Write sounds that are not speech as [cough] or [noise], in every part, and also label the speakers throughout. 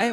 Speaker 1: 哎，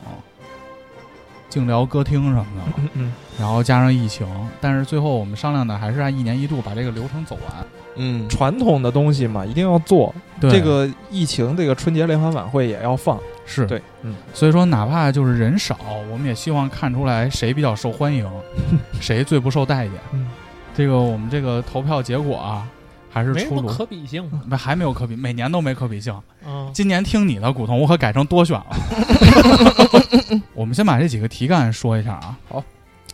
Speaker 2: 净聊歌厅什么的，
Speaker 3: 嗯嗯，
Speaker 2: 然后加上疫情，但是最后我们商量的还是按一年一度把这个流程走完。
Speaker 4: 嗯，
Speaker 3: 传统的东西嘛，一定要做。
Speaker 2: 对
Speaker 3: 这个疫情，这个春节联欢晚会也要放。
Speaker 2: 是
Speaker 3: 对，嗯，
Speaker 2: 所以说，哪怕就是人少，我们也希望看出来谁比较受欢
Speaker 5: [laughs]
Speaker 2: 迎，谁最不受待见。
Speaker 3: 嗯
Speaker 2: 这个我们这个投票结果啊，还是
Speaker 5: 没什
Speaker 2: 出
Speaker 5: 么
Speaker 2: 炉，
Speaker 5: 可比性 [laughs] 嘛。
Speaker 2: 不还没有可比，每年都没可比性。
Speaker 5: 嗯，
Speaker 2: 今年听你的，古潼，我可改成多选了。我们先把这几个题干说一下啊。
Speaker 3: 好，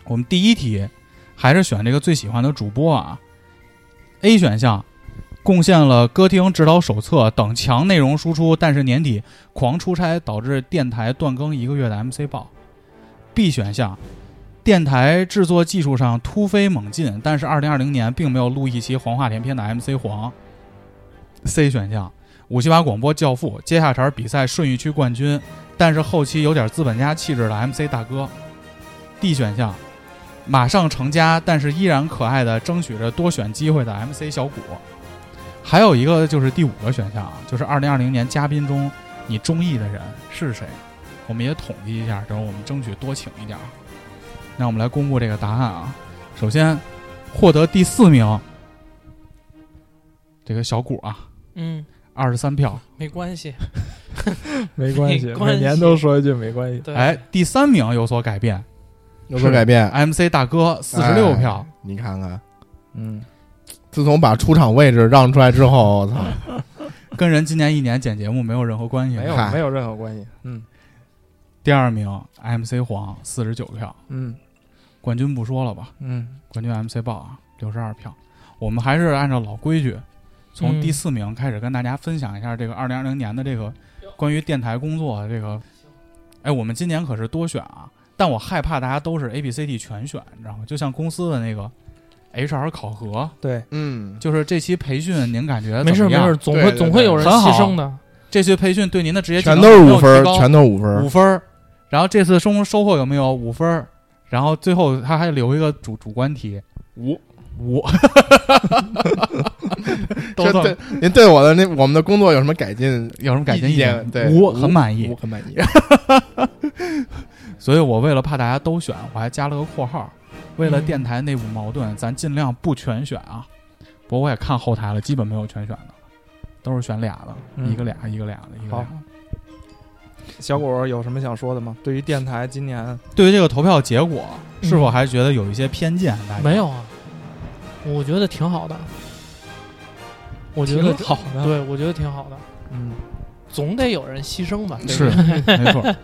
Speaker 2: 我们第一题还是选这个最喜欢的主播啊。A 选项贡献了歌厅指导手册等强内容输出，但是年底狂出差导致电台断更一个月的 MC 报。B 选项。电台制作技术上突飞猛进，但是2020年并没有录一期黄话连篇的 MC 黄。C 选项，五七八广播教父，接下茬比赛顺义区冠军，但是后期有点资本家气质的 MC 大哥。D 选项，马上成家，但是依然可爱的争取着多选机会的 MC 小谷。还有一个就是第五个选项啊，就是二零二零年嘉宾中你中意的人是谁，我们也统计一下，等会儿我们争取多请一点儿。啊那我们来公布这个答案啊。首先，获得第四名，这个小谷啊，
Speaker 5: 嗯，
Speaker 2: 二十三票，
Speaker 5: 没关系。
Speaker 3: [laughs] 没关系，
Speaker 5: 没关系
Speaker 3: 每年都说一句没关系。
Speaker 5: 对，
Speaker 2: 哎，，第三名有所改变
Speaker 4: 有所改变。哎
Speaker 2: ，MC 大哥四十六票，
Speaker 4: 你看看，
Speaker 3: 嗯，
Speaker 4: 自从把出场位置让出来之后，我操，
Speaker 2: 跟人今年一年剪节目没有任何关系。
Speaker 3: 没有
Speaker 4: 嗨
Speaker 3: 没有任何关系。嗯
Speaker 2: 第二名 MC 黄四十九票，
Speaker 3: 嗯
Speaker 2: 冠军不说了吧，
Speaker 3: 嗯，
Speaker 2: 冠军 MC 豹啊六十二票。我们还是按照老规矩，从
Speaker 5: 嗯
Speaker 2: 第四名开始跟大家分享一下这个二零二零年的这个关于电台工作的这个。哎，我们今年可是多选啊，但我害怕大家都是 A、B、C、D 全选，你知道吗？就像公司的那个 HR 考核，
Speaker 3: 对，
Speaker 4: 嗯，
Speaker 2: 就是这期培训您感觉
Speaker 5: 没事
Speaker 2: 哎怎么
Speaker 5: 没
Speaker 2: 样
Speaker 5: 事，总
Speaker 4: 对
Speaker 5: 会
Speaker 4: 对
Speaker 5: 总会有人
Speaker 2: 很好
Speaker 5: 牺牲的。
Speaker 2: 这次培训对您的职业技
Speaker 4: 全
Speaker 2: 能
Speaker 4: 都是
Speaker 2: 有没有
Speaker 4: 五分
Speaker 2: 提，
Speaker 4: 儿
Speaker 2: 高
Speaker 4: 全都是五分儿
Speaker 2: 五。分儿。然后这次收收获有没有五分儿？然后最后他还留一个主主观题，
Speaker 3: 五
Speaker 4: [laughs]
Speaker 2: 五，都
Speaker 4: 这
Speaker 2: 这么
Speaker 4: 对您对我的那我们的工作有什么改进？
Speaker 2: 有什么改进
Speaker 4: 意见
Speaker 2: 见？
Speaker 4: 对
Speaker 2: 五很满意
Speaker 4: 我。很满意。
Speaker 2: 所以我为了怕大家都选，我还加了个括号，为了
Speaker 5: 嗯
Speaker 2: 电台内部矛盾，咱尽量不全选啊。不过我也看后台了，基本没有全选的，都是选俩的，
Speaker 3: 嗯
Speaker 2: 一个俩，一个俩的，一个俩
Speaker 3: 好
Speaker 2: 的。
Speaker 3: [laughs] 小果有什么想说的吗？对于电台今年，
Speaker 2: 对于这个投票结果，是否
Speaker 5: 嗯
Speaker 2: 还觉得有一些偏见？大家
Speaker 5: 没有啊，我觉得挺好的。我觉得
Speaker 3: 挺好的
Speaker 5: 对，我觉得挺好的，
Speaker 3: 嗯，
Speaker 5: 总得有人牺牲吧？对
Speaker 2: 是
Speaker 5: 吧，
Speaker 2: [laughs] 没错。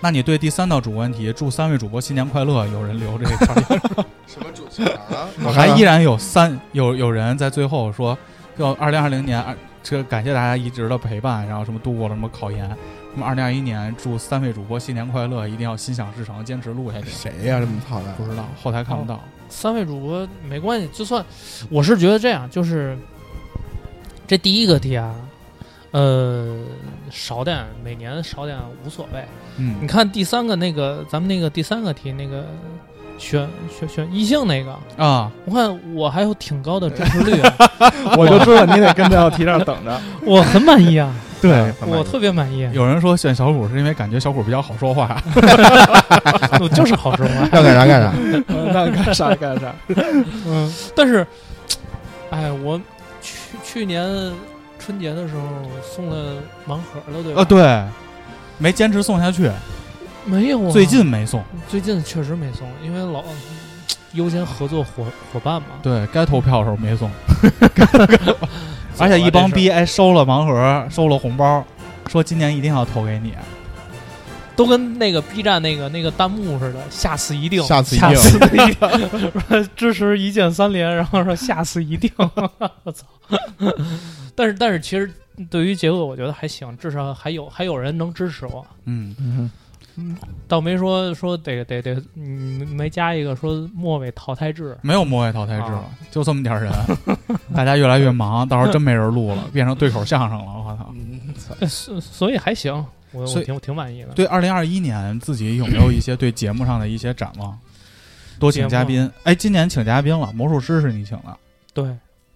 Speaker 2: 那你对第三道主问题“祝三位主播新年快乐”，有人留这一条，
Speaker 5: [laughs]
Speaker 4: 什么主持啊？
Speaker 2: 我还依然有三有有人在最后说，就二零二零年，啊这感谢大家一直的陪伴，然后什么度过了什么考研，什么二零二一年祝三位主播新年快乐，一定要心想事成，坚持录下
Speaker 5: [laughs]
Speaker 2: 去。
Speaker 4: 谁呀？这么操蛋？
Speaker 2: 不知道后台看不到，
Speaker 5: 三位主播没关系，就算我是觉得这样，就是这第一个题啊，呃，少点每年少点无所谓。
Speaker 2: 嗯
Speaker 5: 你看第三个那个，咱们那个第三个题那个选选选异性那个，
Speaker 2: 啊，
Speaker 5: 我看我还有挺高的支持率啊，
Speaker 3: 我就知道你得跟这道题上等着。
Speaker 5: [laughs] 我很满意啊，
Speaker 2: 哎
Speaker 3: 对，
Speaker 5: 我特别满意，
Speaker 2: [laughs] 有人说选小虎是因为感觉小虎比较好说
Speaker 5: [laughs]
Speaker 2: 话，
Speaker 5: 我就是
Speaker 2: [laughs]
Speaker 5: 好说话。
Speaker 4: 要干啥干啥。
Speaker 5: 呃
Speaker 3: 那干啥干啥。
Speaker 5: 嗯，但是，哎，我去去年春节的时候我送了盲盒了，对吧？
Speaker 2: 呃，，对，没坚持送下去，
Speaker 5: 没有啊。
Speaker 2: 最近没送，
Speaker 5: 最近确实没送，因为老优先合作伙伙伴嘛。
Speaker 2: 对该投票的时候
Speaker 5: [laughs]
Speaker 2: 没送， [laughs] 而且一帮
Speaker 5: 啊这事
Speaker 2: 逼哎收了盲盒，收了红包，说今年一定要投给你，
Speaker 5: 儿都跟那个 B 站那个那个弹幕似的，下次一定，
Speaker 4: 下次一
Speaker 5: 下
Speaker 4: 定
Speaker 5: 次一定，说支持一键三连，然后说下次一定， [laughs] 我操！但是但是其实对于结果我觉得还行，至少还有还有人能支持我，
Speaker 2: 嗯，
Speaker 3: 嗯
Speaker 5: 倒没说说得得得，嗯，没加一个说末尾淘汰制，
Speaker 2: 没有末位淘汰制了
Speaker 5: 啊，
Speaker 2: 就这么点儿
Speaker 5: [laughs]
Speaker 2: 人，大家越来越忙，到时候真没人录了，变成对口相声了，我操！
Speaker 5: 呃所所以还行，我
Speaker 2: 嗯所
Speaker 5: 我
Speaker 2: 以
Speaker 5: 挺挺满意的。
Speaker 2: 对，二零二一年自己有没有一些对节目上的一些展望？多请嘉宾，哎，今年请嘉宾了，魔术师是你请的，
Speaker 5: 对，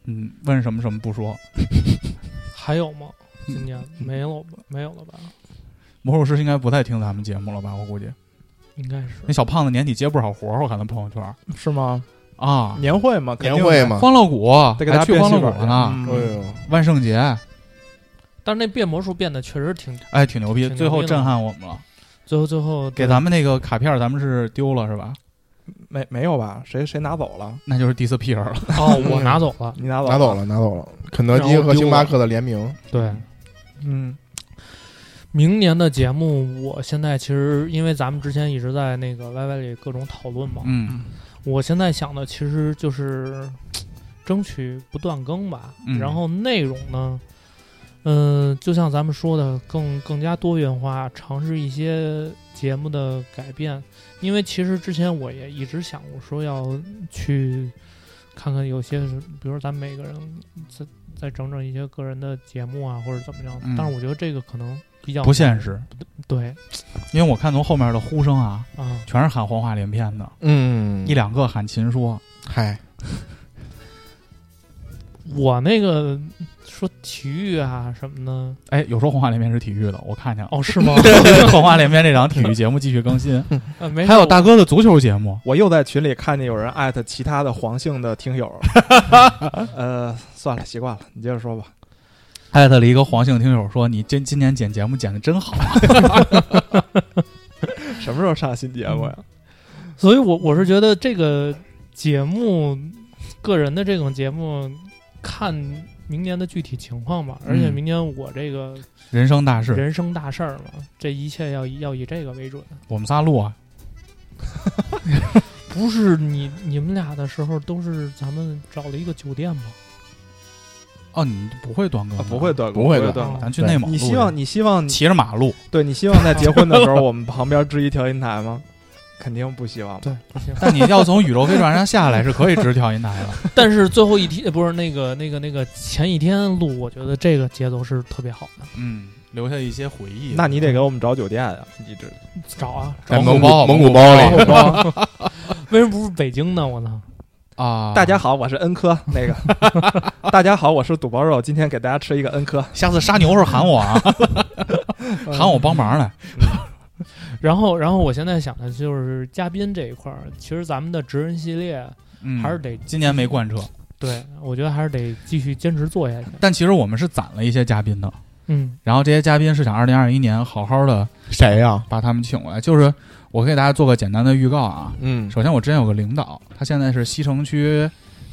Speaker 2: 嗯，问什么什么不说，
Speaker 5: 还有吗？今年没有
Speaker 2: 嗯
Speaker 5: 吧？没有了吧？
Speaker 2: 魔术师应该不再听咱们节目了吧？我估计
Speaker 5: 应该
Speaker 2: 那
Speaker 5: 是
Speaker 2: 小胖子年底接不少活儿，我看他朋友圈儿
Speaker 3: 是吗？
Speaker 2: 啊，
Speaker 3: 年会嘛，肯
Speaker 4: 年
Speaker 3: 定
Speaker 4: 会
Speaker 3: 得
Speaker 4: 嘛，
Speaker 2: 欢乐谷
Speaker 3: 嗯得给
Speaker 2: 还
Speaker 3: 大家
Speaker 2: 去
Speaker 3: 变
Speaker 2: 欢
Speaker 3: 戏
Speaker 2: 乐
Speaker 3: 法
Speaker 2: 谷了呢，
Speaker 4: 哎
Speaker 3: 嗯
Speaker 4: 呦，
Speaker 2: 万圣节
Speaker 5: 但是那变魔术变得确实挺，
Speaker 2: 哎挺牛逼，
Speaker 5: 挺牛逼
Speaker 2: 最后
Speaker 5: 的
Speaker 2: 震撼我们了，
Speaker 5: 最后最后
Speaker 2: 给咱们那个卡片儿咱们是丢了是吧？ [laughs]
Speaker 3: 没没有吧？谁谁拿走了？
Speaker 2: 那就是 disappear 了，
Speaker 5: 哦，我拿走
Speaker 2: [laughs]
Speaker 5: 了，
Speaker 3: 你拿走？
Speaker 4: 拿走。了，拿走了。肯德基
Speaker 5: 然后
Speaker 4: 和
Speaker 5: 丢
Speaker 4: 星
Speaker 5: 了
Speaker 4: 巴克的联名，
Speaker 5: 对。
Speaker 3: 嗯，
Speaker 5: 明年的节目，我现在其实因为咱们之前一直在那个 YY 里各种讨论嘛，
Speaker 2: 嗯
Speaker 5: 我现在想的其实就是争取不断更吧，
Speaker 2: 嗯
Speaker 5: 然后内容呢，嗯、就像咱们说的，更更加多元化，尝试一些节目的改变。因为其实之前我也一直想过说要去看看有些是，比如咱们每个人再再整整一些个人的节目啊，或者怎么样。
Speaker 2: 嗯
Speaker 5: 但是我觉得这个可能比较
Speaker 2: 不现实，
Speaker 5: 对
Speaker 2: 因为我看从后面的呼声啊，
Speaker 5: 啊，
Speaker 2: 全是喊黄话连篇的，
Speaker 4: 嗯
Speaker 2: 一两个喊秦说，
Speaker 4: 嗨，
Speaker 5: 我那个说体育啊什么的，
Speaker 2: 哎，有说黄话连篇是体育的，我看见
Speaker 3: [laughs]
Speaker 2: 了。
Speaker 5: 哦是吗？
Speaker 2: 黄话连篇这档体育节目继续更新，
Speaker 5: [laughs] 呃没事
Speaker 2: 还有
Speaker 5: 我
Speaker 2: 大哥的足球节目，
Speaker 3: 我又在群里看见有人艾特其他的黄姓的
Speaker 2: [laughs]
Speaker 3: 听友，呃，算了，习惯了，你接着说吧。
Speaker 2: 艾特了一个黄姓听友说：“你今今年剪节目剪的真好。
Speaker 3: 什么时候上新节目
Speaker 2: 嗯
Speaker 3: 呀？
Speaker 5: 所以我我是觉得这个节目，个人的这种节目，看明年的具体情况吧。嗯而且明年我这个
Speaker 2: 人生大事，
Speaker 5: 人生大事儿嘛，这一切要以要以这个为准。
Speaker 2: 我们仨录啊，
Speaker 5: 不是你你们俩的时候都是咱们找了一个酒 [laughs] 店吗？
Speaker 2: 哦，你不会端更、
Speaker 3: 啊不会，断更，
Speaker 4: 不会
Speaker 3: 会
Speaker 4: 断
Speaker 3: 断更。
Speaker 2: 咱去内蒙录去。
Speaker 3: 你希望你希望
Speaker 2: 骑着马
Speaker 3: [laughs]
Speaker 2: 路，
Speaker 3: 对你希望在结婚的时候，我们旁边支一调音台吗？肯定不希望。
Speaker 5: 对，不行
Speaker 2: 但你要从宇宙飞船上下来是可以直跳音
Speaker 3: [laughs]
Speaker 2: 台的。
Speaker 5: 但是最后一天不是那个那个那个前一天录，我觉得这个节奏是特别好的。
Speaker 2: 嗯，留下一些回忆。
Speaker 3: 那你得给我们找酒店啊！你这
Speaker 5: 找啊，
Speaker 4: 在
Speaker 2: 蒙
Speaker 4: 蒙
Speaker 2: 古包蒙
Speaker 4: 蒙古
Speaker 2: 古
Speaker 4: 包
Speaker 2: 包
Speaker 4: 里，
Speaker 5: [laughs] 为什么不是北京呢？我操！
Speaker 2: 啊，
Speaker 3: 大家好，我是恩科那个。
Speaker 2: [laughs]
Speaker 3: 大家好，我是肚包肉，今天给大家吃一个恩科。
Speaker 2: 下次杀牛时候喊我
Speaker 3: [laughs]
Speaker 2: 啊，
Speaker 3: 嗯
Speaker 2: 喊我帮忙来。
Speaker 5: 然后，然后我现在想的就是嘉宾这一块儿，其实咱们的职人系列
Speaker 2: 嗯，
Speaker 5: 还是得、
Speaker 2: 今年没贯彻，
Speaker 5: 对，我觉得还是得继续坚持做下去。
Speaker 2: 但其实我们是攒了一些嘉宾的，
Speaker 5: 嗯，
Speaker 2: 然后这些嘉宾是想二零二一年好好的
Speaker 4: 谁呀？
Speaker 2: 把他们请过来。就是我给大家做个简单的预告啊，
Speaker 4: 嗯，
Speaker 2: 首先，我之前有个领导，他现在是西城区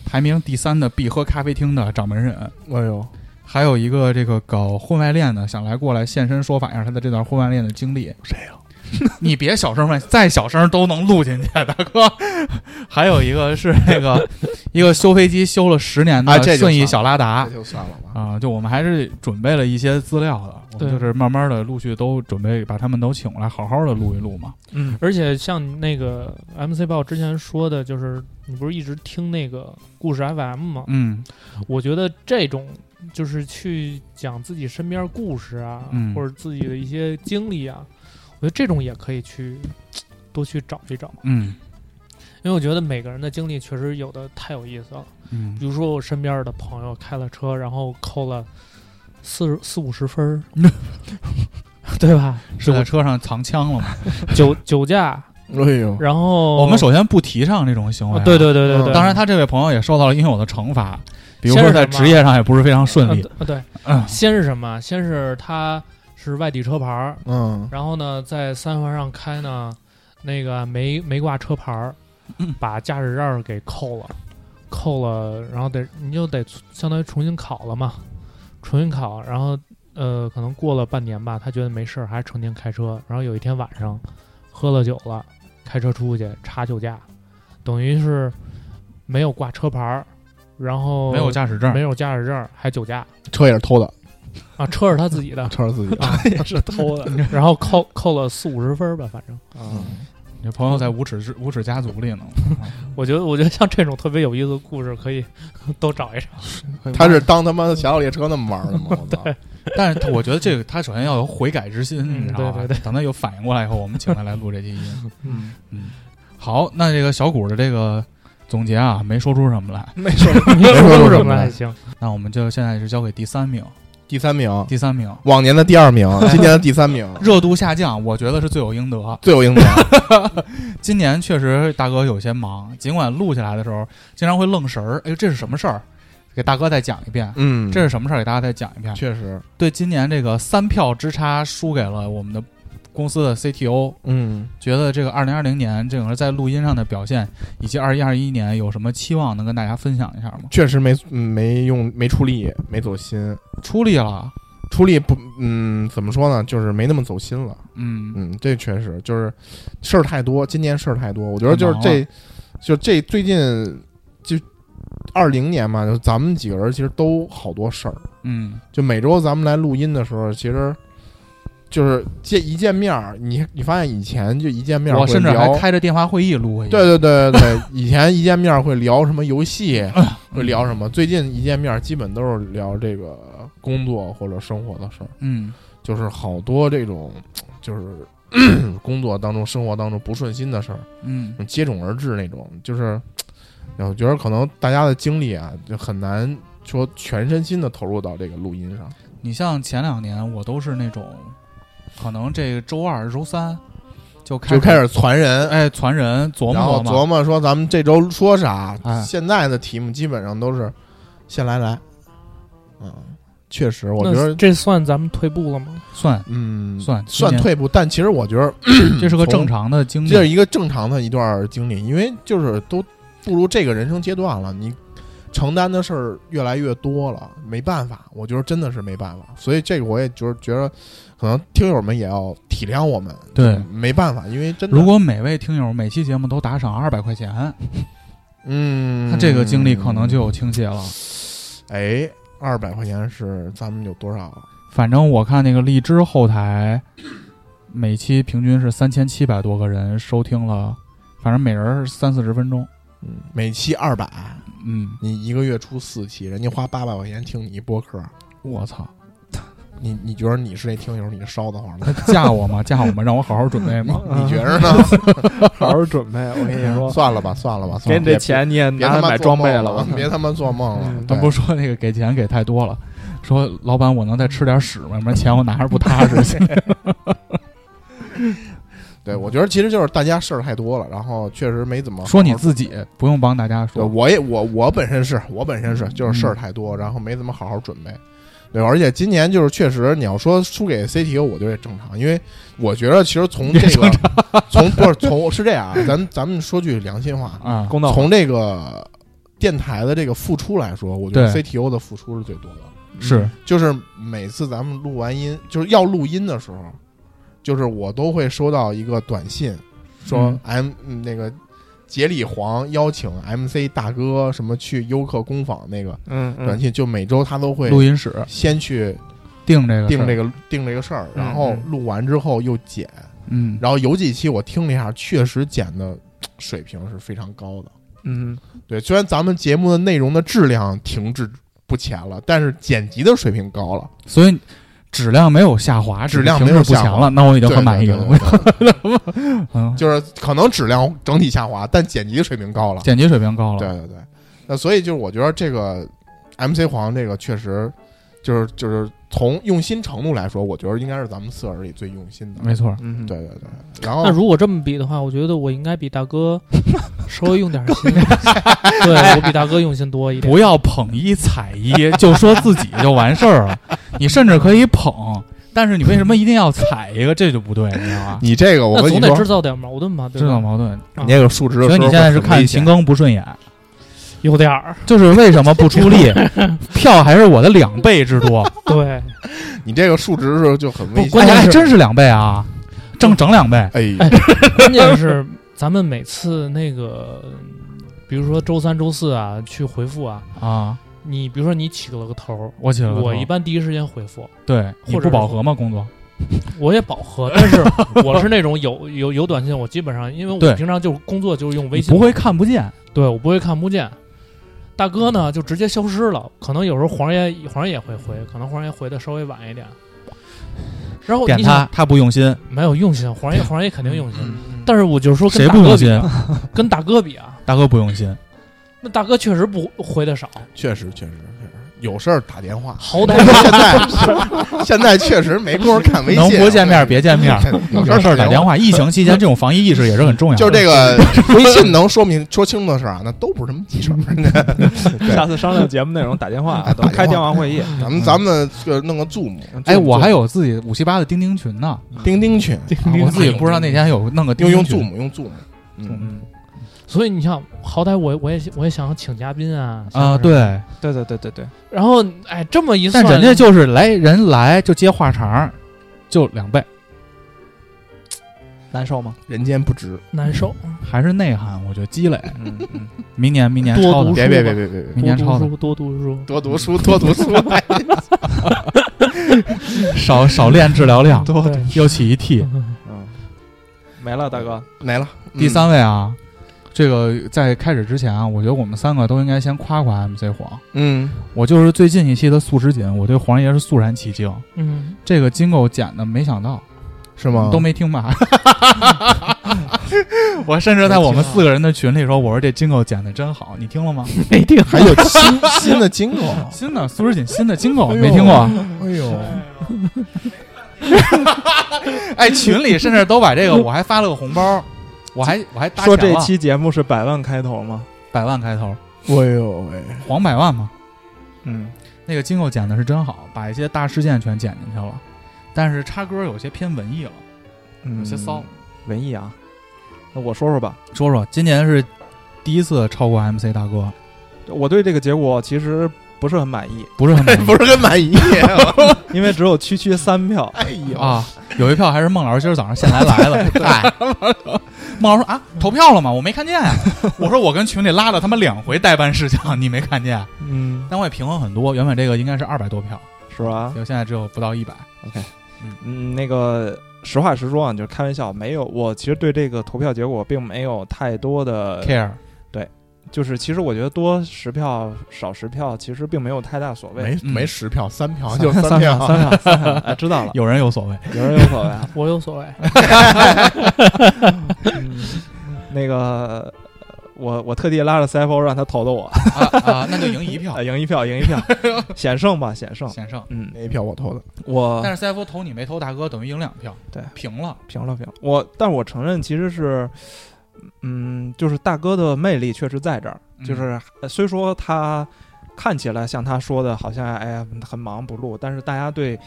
Speaker 2: 排名第三的必喝咖啡厅的掌门人，
Speaker 4: 哎呦，
Speaker 2: 还有一个这个搞婚外恋的，想来过来现身说法一下他的这段婚外恋的经历。
Speaker 4: 谁呀？
Speaker 2: [laughs] 你别小声问，再小声都能录进去，大哥。 [laughs] 还有一个是那
Speaker 4: [laughs]
Speaker 2: 个一个修飞机修了十年
Speaker 4: 啊
Speaker 2: 的
Speaker 4: 这就
Speaker 2: 顺义
Speaker 4: 算
Speaker 2: 小拉达
Speaker 4: 那。就嗯算了吧。
Speaker 2: 啊，就我们还是准备了一些资料的，我们
Speaker 5: 对
Speaker 2: 就是慢慢的陆续都准备把他们都请过来，好好的录一录嘛。
Speaker 3: 嗯，
Speaker 5: 而且像那个 MC 报之前说的，就是你不是一直听那个故事 FM 吗？
Speaker 2: 嗯，
Speaker 5: 我觉得这种就是去讲自己身边故事啊，
Speaker 2: 嗯
Speaker 5: 或者自己的一些经历啊，我觉得这种也可以去多去找一找。
Speaker 2: 嗯，
Speaker 5: 因为我觉得每个人的经历确实有的太有意思了。
Speaker 2: 嗯
Speaker 5: 比如说我身边的朋友开了车，然后扣了四十四五十
Speaker 2: [laughs]
Speaker 5: 分儿，对吧？
Speaker 2: 是在车上藏枪了嘛？
Speaker 5: 酒酒驾，
Speaker 4: 哎呦，
Speaker 5: 然后
Speaker 2: 我们首先不提倡这种行为
Speaker 5: 哦
Speaker 2: 啊。
Speaker 5: 对对对对
Speaker 4: 嗯
Speaker 5: 对，
Speaker 2: 当然，他这位朋友也受到了应有的惩罚，比如说在
Speaker 5: 先是什么
Speaker 2: 职业上也不是非常顺
Speaker 5: 呃
Speaker 2: 利
Speaker 5: 对。呃对，
Speaker 2: 嗯
Speaker 5: 先是什么？先是他是外地车牌儿，
Speaker 4: 嗯，
Speaker 5: 然后呢在三环上开呢，那个没没挂车牌儿
Speaker 2: 嗯，
Speaker 5: 把驾驶证儿给扣了，扣了，然后得你就得相当于重新考了嘛，重新考，然后呃可能过了半年吧，他觉得没事儿，还是成天开车，然后有一天晚上喝了酒了，开车出去查酒驾，等于是没有挂车牌儿。然后
Speaker 2: 没有驾驶证
Speaker 5: 哦没，有驾驶证，还酒驾
Speaker 4: 车也是偷的，
Speaker 5: 啊，车是他自己
Speaker 3: [laughs]
Speaker 5: 的
Speaker 4: 车是自己的。
Speaker 5: 啊，
Speaker 3: 也是偷的。
Speaker 5: [laughs] 然后扣扣了四五十分儿吧，反正
Speaker 4: 啊嗯
Speaker 2: 你朋友在无耻之无耻家族里
Speaker 5: [laughs]
Speaker 2: 呢。
Speaker 5: 我觉得，我觉得像这种特别有意思的故事，可以 [laughs] 都找一找。
Speaker 4: 他是当他妈的侠盗猎车那么玩 [laughs] 的吗？我操！
Speaker 2: 但是他我觉得这个他首先要有悔改之心，
Speaker 5: 嗯
Speaker 2: 你知道吧？
Speaker 5: 对对
Speaker 2: 等他有反应过来以后，我们请他来录这期音。
Speaker 5: [laughs]
Speaker 3: 嗯，
Speaker 2: 好，那这个小谷的这个总结啊，没说出什么来，
Speaker 5: 嗯
Speaker 3: 没事儿，
Speaker 5: 你要
Speaker 4: 说
Speaker 5: 说
Speaker 4: 什
Speaker 5: 什
Speaker 4: 么
Speaker 5: 么
Speaker 4: 来
Speaker 5: 还行，
Speaker 2: 那我们就现在是交给第三名，
Speaker 4: 第三名，
Speaker 2: 第三名
Speaker 4: 往年的第二 [laughs] 名，今年的第三名，
Speaker 2: 热度下降，我觉得是罪有应得。
Speaker 4: 最有应得。
Speaker 2: 今年确实大哥有些忙，尽管录下来的时候经常会愣神儿，哎呦，这是什么事儿？给大哥再讲一遍，
Speaker 4: [laughs] 嗯，
Speaker 2: 这是什么事儿？给大家再讲一遍。
Speaker 4: 确实，
Speaker 2: 对，今年这个三票之差输给了我们的公司的 CTO，
Speaker 4: 嗯，
Speaker 2: 觉得这个二零二零年整个在录音上的表现，以及二一二一年有什么期望，能跟大家分享一下吗？
Speaker 4: 确实没嗯没用，没出力，没走心，
Speaker 2: 出力了，
Speaker 4: 出力不，嗯，怎么说呢？就是没那么走心了。
Speaker 2: 嗯，
Speaker 4: 嗯，这确实就是事儿太多，今年事儿太多，我觉得就是
Speaker 2: 太忙
Speaker 4: 这，就这最近就二零年嘛，就咱们几个人其实都好多事儿。
Speaker 2: 嗯，
Speaker 4: 就每周咱们来录音的时候，其实就是见一见面儿，你你发现以前就一见面儿
Speaker 2: 我
Speaker 4: 会
Speaker 2: 甚至还
Speaker 4: 聊，
Speaker 2: 开着电话会议录过一
Speaker 4: 对
Speaker 2: 个，
Speaker 4: 对对对对，以前一见面儿会聊什么游戏，
Speaker 2: 嗯
Speaker 4: 会聊什么，最近一见面儿基本都是聊这个工作或者生活的事儿。
Speaker 2: 嗯，
Speaker 4: 就是好多这种就是工作当中、生活当中不顺心的事儿，
Speaker 2: 嗯嗯，
Speaker 4: 接踵而至那种。就是哎我觉得可能大家的精力啊，就很难说全身心的投入到这个录音上。
Speaker 2: 你像前两年我都是那种，可能这个周二、周三就开
Speaker 4: 就开始传人，
Speaker 2: 哎传人琢磨
Speaker 4: 然后
Speaker 2: 磨
Speaker 4: 琢，磨说咱们这周说啥。
Speaker 2: 哎
Speaker 4: 现在的题目基本上都是先来来，嗯，确实，我觉
Speaker 5: 那
Speaker 4: 得。
Speaker 5: 这算咱们退步了吗？
Speaker 4: [clears throat]
Speaker 2: 算
Speaker 4: 嗯，
Speaker 2: 算
Speaker 4: 算
Speaker 2: 今年
Speaker 4: 退步，但其实我觉得
Speaker 2: 这是个正
Speaker 4: 从
Speaker 2: 常的经
Speaker 4: 这是
Speaker 2: 历，
Speaker 4: 一个正常的一段经历，因为就是都步入这个人生阶段了，你承担的事儿越来越多了，没办法，我觉得真的是没办法，所以这个我也就是觉得，可能听友们也要体谅我们，
Speaker 2: 对
Speaker 4: 没办法，因为真的，
Speaker 2: 如果每位听友每期节目都打赏二百块钱，
Speaker 4: 嗯，
Speaker 2: 他这个经历可能就有倾斜了。
Speaker 4: 哎，二百块钱是咱们有多少？
Speaker 2: 反正我看那个荔枝后台，每期平均是三千七百多个人收听了，反正每人是三四十分钟。
Speaker 4: 嗯，每期二百，
Speaker 2: 嗯，
Speaker 4: 你一个月出四期，人家花八百块钱听你一播客，
Speaker 2: 我操，
Speaker 4: 你你觉得你是那听友，你烧得慌 [laughs] 吗？
Speaker 2: 嫁我吗？嫁我吗？让我好好准备吗？
Speaker 4: 你觉着 [laughs] 呢？
Speaker 3: 啊好好准备。我跟
Speaker 4: [laughs]
Speaker 3: 你说，
Speaker 4: 算了吧，算了吧，算
Speaker 3: 给
Speaker 4: 了
Speaker 3: 你
Speaker 4: 吧
Speaker 3: 这钱你也
Speaker 4: 别
Speaker 3: 拿
Speaker 4: 他
Speaker 3: 来
Speaker 4: 妈
Speaker 3: 买
Speaker 4: 做
Speaker 3: 装
Speaker 4: 梦
Speaker 3: 备
Speaker 4: 了，
Speaker 3: 了。
Speaker 4: [laughs] 别他妈做梦了 [laughs]
Speaker 3: 嗯。
Speaker 2: 咱
Speaker 4: 对
Speaker 2: 不是说那个给钱给太多了，说老板我能再吃点屎吗？要不然钱我拿着不踏
Speaker 4: [laughs]
Speaker 2: 实。
Speaker 4: 对，我觉得其实就是大家事儿太多了，然后确实没怎么
Speaker 2: 说你自己，不用帮大家
Speaker 4: 对，
Speaker 2: 说。
Speaker 4: 呃我也我我本身是我本身是就是事儿太多，然后没怎么好好准备。对，而且今年就是确实，你要说输给 CTO，我觉得也正常，因为我觉得其实从这个从不是从是这样啊，咱咱们说句良
Speaker 2: [laughs]
Speaker 4: 心话，
Speaker 2: 啊，
Speaker 3: [laughs] 公道话
Speaker 4: 从这个电台的这个付出来说，我觉得
Speaker 2: 对
Speaker 4: CTO 的付出是最多的。嗯
Speaker 2: 是
Speaker 4: 就是每次咱们录完音，就是要录音的时候，就是我都会收到一个短信，说
Speaker 2: 嗯
Speaker 4: M、嗯那个杰里黄邀请 MC 大哥什么去优客工坊那个
Speaker 3: 嗯
Speaker 4: 短
Speaker 3: 嗯，
Speaker 4: 信，就每周他都会
Speaker 2: 嗯录音嗯室
Speaker 4: 先去
Speaker 2: 定这个
Speaker 4: 定这
Speaker 2: 个，
Speaker 4: 个定这个事儿，
Speaker 3: 嗯
Speaker 4: 然后
Speaker 3: 嗯
Speaker 4: 录完之后又剪，
Speaker 2: 嗯，
Speaker 4: 然后有几期我听了一下，确实剪的水平是非常高的。
Speaker 3: 嗯，
Speaker 4: 对，虽然咱们节目的内容的质量停滞不前了，但是剪辑的水平高了。
Speaker 2: 所以质量没有下滑，
Speaker 4: 质量
Speaker 2: 只是
Speaker 4: 没有
Speaker 2: 不
Speaker 4: 下滑
Speaker 2: 强了，那我已经
Speaker 4: 对
Speaker 2: 很满意了。
Speaker 4: 对对对
Speaker 2: [laughs] 嗯，
Speaker 4: 就是可能质量整体下滑，但剪辑水平高了。
Speaker 2: 剪辑水平高了，
Speaker 4: 对对对，那所以就是我觉得这个 MC 黄这个确实就是就是从用心程度来说，我觉得应该是咱们四个人里最用心的。
Speaker 2: 没错。
Speaker 3: 嗯，
Speaker 4: 对对对，然后
Speaker 5: 那如果这么比的话，我觉得我应该比大哥稍微用点心，对我比大哥用心多一点。
Speaker 2: 不要捧一踩一， [laughs] 就说自己就完事儿了。你甚至可以捧，但是你为什么一定要踩一个？这就不对，你知道吧？
Speaker 4: 你这个我
Speaker 5: 那
Speaker 4: 跟
Speaker 5: 总
Speaker 4: 你
Speaker 5: 得制
Speaker 4: 说，
Speaker 5: 造点矛盾吧，对
Speaker 2: 制造
Speaker 5: 吧？
Speaker 2: 矛盾。
Speaker 5: 啊
Speaker 4: 你这个数值的
Speaker 2: 所以
Speaker 4: 时
Speaker 2: 你
Speaker 4: 候
Speaker 2: 现在
Speaker 4: 会
Speaker 2: 是
Speaker 4: 很
Speaker 2: 看
Speaker 4: 危
Speaker 2: 秦
Speaker 4: 险
Speaker 2: 庚不顺眼，
Speaker 5: 有点儿，
Speaker 2: 就是为什么不出力？
Speaker 4: [laughs]
Speaker 2: 票还是我的两倍之多，
Speaker 5: 对，
Speaker 4: 你这个数值的时候就很危
Speaker 5: 不
Speaker 4: 险。
Speaker 5: 关
Speaker 2: 哎，
Speaker 5: 键
Speaker 2: 还
Speaker 5: 是
Speaker 2: 真是两倍啊，正整两倍。
Speaker 4: 哎，
Speaker 5: 哎关键是咱们每次那个，比如说周三、周四啊，去回复啊，
Speaker 2: 啊，
Speaker 5: 你比如说你起了个头儿，
Speaker 2: 我起了个头
Speaker 5: 我一般第一时间回复，
Speaker 2: 对你
Speaker 5: 或者
Speaker 2: 不
Speaker 5: 是
Speaker 2: 饱和吗？工作
Speaker 5: 我也饱和， [laughs] 但是我是那种有 [laughs] 有有短信，我基本上因为
Speaker 2: 对
Speaker 5: 我平常就是工作就是用微
Speaker 2: 你
Speaker 5: 信嘛，
Speaker 2: 不会看不见，
Speaker 5: 对我不会看不见。大哥呢，就直接消失了。可能有时候黄爷黄爷也会回，可能黄爷回的稍微晚一点。然
Speaker 4: 哦
Speaker 5: 后
Speaker 2: 点
Speaker 5: 你
Speaker 2: 他
Speaker 5: 想
Speaker 2: 他不用心，
Speaker 5: 没有用心，黄爷黄爷肯定用心。
Speaker 3: 嗯
Speaker 5: 但是我就是说
Speaker 2: 谁
Speaker 5: 跟大
Speaker 2: 不
Speaker 5: 哥
Speaker 2: 用
Speaker 5: 比
Speaker 2: 心
Speaker 5: 啊，？跟大哥比啊，
Speaker 2: 大哥不用
Speaker 4: [laughs]
Speaker 2: 心，
Speaker 5: 那大哥确实不回
Speaker 2: [laughs]
Speaker 5: 的少，
Speaker 4: 确实确实确实有事儿打电话。
Speaker 5: 好歹
Speaker 2: [laughs]
Speaker 4: 现在现在确实没工夫看微信，
Speaker 2: 能不见面别见面，
Speaker 4: 有
Speaker 2: 有事儿打电
Speaker 4: 话。 [laughs]
Speaker 2: 话。疫情期间这种防疫意识也是很重要的。
Speaker 4: 就是
Speaker 2: [laughs]
Speaker 4: 这个微信能说明说清楚的事儿啊，那都不是什么急事儿。对
Speaker 3: 下次商量节目内容打电话啊，
Speaker 4: [laughs] 哎
Speaker 3: 等开电话会议。啊
Speaker 4: 咱们咱们呃弄个 Zoom
Speaker 2: 哎，我还有自己五七八的钉钉群呢，
Speaker 3: 嗯
Speaker 4: 钉钉群，
Speaker 2: 啊我自己不知道那天有弄个钉
Speaker 4: 用
Speaker 2: 钉群。
Speaker 4: 用 Zoom 用 Zoom，嗯，
Speaker 2: 嗯
Speaker 5: 所以你像，好歹我我也我也想请嘉宾啊
Speaker 2: 啊，。
Speaker 5: 像是
Speaker 2: 对，
Speaker 3: 对对对对对，
Speaker 5: 然后哎，这么一
Speaker 2: 但
Speaker 5: 算，
Speaker 2: 人家就是来人来就接话茬儿，就两倍，
Speaker 3: 难受吗？
Speaker 4: 人间不值。
Speaker 5: 难受。
Speaker 2: 还是内涵，我觉得积累。
Speaker 3: 嗯嗯，
Speaker 2: 明年明年
Speaker 5: 多
Speaker 2: 超
Speaker 5: 读
Speaker 2: 的，
Speaker 4: 别别别别别别，
Speaker 2: 明年
Speaker 5: 多
Speaker 2: 超
Speaker 5: 读
Speaker 2: 的，
Speaker 5: 书，多读书。
Speaker 4: 多读书多读书。
Speaker 2: 少少练治疗
Speaker 5: [laughs]
Speaker 2: 量，
Speaker 3: 多
Speaker 5: 对
Speaker 2: 又起一 T。
Speaker 5: 嗯
Speaker 3: 嗯，没了，大哥。
Speaker 4: 没了，嗯
Speaker 2: 第三位啊，这个在开始之前啊，我觉得我们三个都应该先夸夸 MC 黄。
Speaker 4: 嗯，
Speaker 2: 我就是最近一期的素食锦，我对黄爷是肃然起敬。
Speaker 5: 嗯，
Speaker 2: 这个金狗剪的，没想到
Speaker 4: 是吗？
Speaker 2: 都没听吧？ [laughs] 我甚至在我们四个人的群里说，我说这金狗剪的真好，你听了吗？
Speaker 5: 没定。
Speaker 4: 还有新 [laughs] 新的金狗，
Speaker 2: 新的素食锦，新的金狗
Speaker 4: 哎呦
Speaker 2: 没听过啊？
Speaker 4: 哎呦，
Speaker 2: [laughs] 哎，群里甚至都把这个，我还发了个红包，我还我还
Speaker 4: 嗯
Speaker 2: 搭
Speaker 3: 说
Speaker 2: 钱
Speaker 3: 这
Speaker 2: 了
Speaker 3: 期节目是百万开头吗？
Speaker 2: 百万开头，
Speaker 4: 哎呦喂，
Speaker 2: 黄百万嘛。
Speaker 3: 嗯，
Speaker 2: 那个金狗剪的是真好，把一些大事件全剪进去了，但是插歌有些偏文艺了，有
Speaker 3: 嗯
Speaker 2: 些骚。
Speaker 3: 文艺啊。那我说说吧，
Speaker 2: 说说今年是第一次超过 MC 大哥，
Speaker 3: 我对这个结果其实不是很满意，
Speaker 2: 不是很满意
Speaker 4: [laughs] 不是很满意。
Speaker 3: 因为只有区区三票。
Speaker 4: 哎呦，
Speaker 2: 啊，有一票还是孟老师今儿早上现来来的，哎， [laughs] 孟老师说啊，投票了吗？我没看见呀、 [laughs] 我说我跟群里拉了他妈两回代办事项，你没看见？
Speaker 3: 嗯，
Speaker 2: 但我也平衡很多，原本这个应该是二百多票，
Speaker 3: 是吧
Speaker 2: 结？果现在只有不到一百。
Speaker 3: 嗯，那个实话实说啊，就是开玩笑，没有。我其实对这个投票结果并没有太多的
Speaker 2: care
Speaker 3: 就是其实我觉得多十票少十票其实并没有太大所谓
Speaker 4: 没。
Speaker 2: 嗯
Speaker 4: 没十票，三票
Speaker 3: 三
Speaker 4: 就
Speaker 3: [laughs] 三
Speaker 4: 票
Speaker 3: 票，，三票，三票，哎，
Speaker 2: [laughs]
Speaker 3: 知道了，
Speaker 2: 有人有所谓，
Speaker 3: 有人有所谓啊。
Speaker 5: 我有所谓。
Speaker 3: 嗯那个，我我特地拉着 CFO 让他投的我，
Speaker 2: 啊 [laughs] 啊，那就赢一票
Speaker 3: 啊赢一票，赢一票，险胜吧，险胜。
Speaker 2: 险胜。
Speaker 3: 嗯，
Speaker 4: 那一票我投的，
Speaker 3: 我
Speaker 2: 但是 CFO 投你没投大哥，等于赢两票，
Speaker 3: 对
Speaker 2: 平了。
Speaker 3: 平了平了，我，但我承认其实是，嗯，就是大哥的魅力确实在这儿，就是呃虽说他看起来像他说的，好像哎呀很忙不录，但是大家对。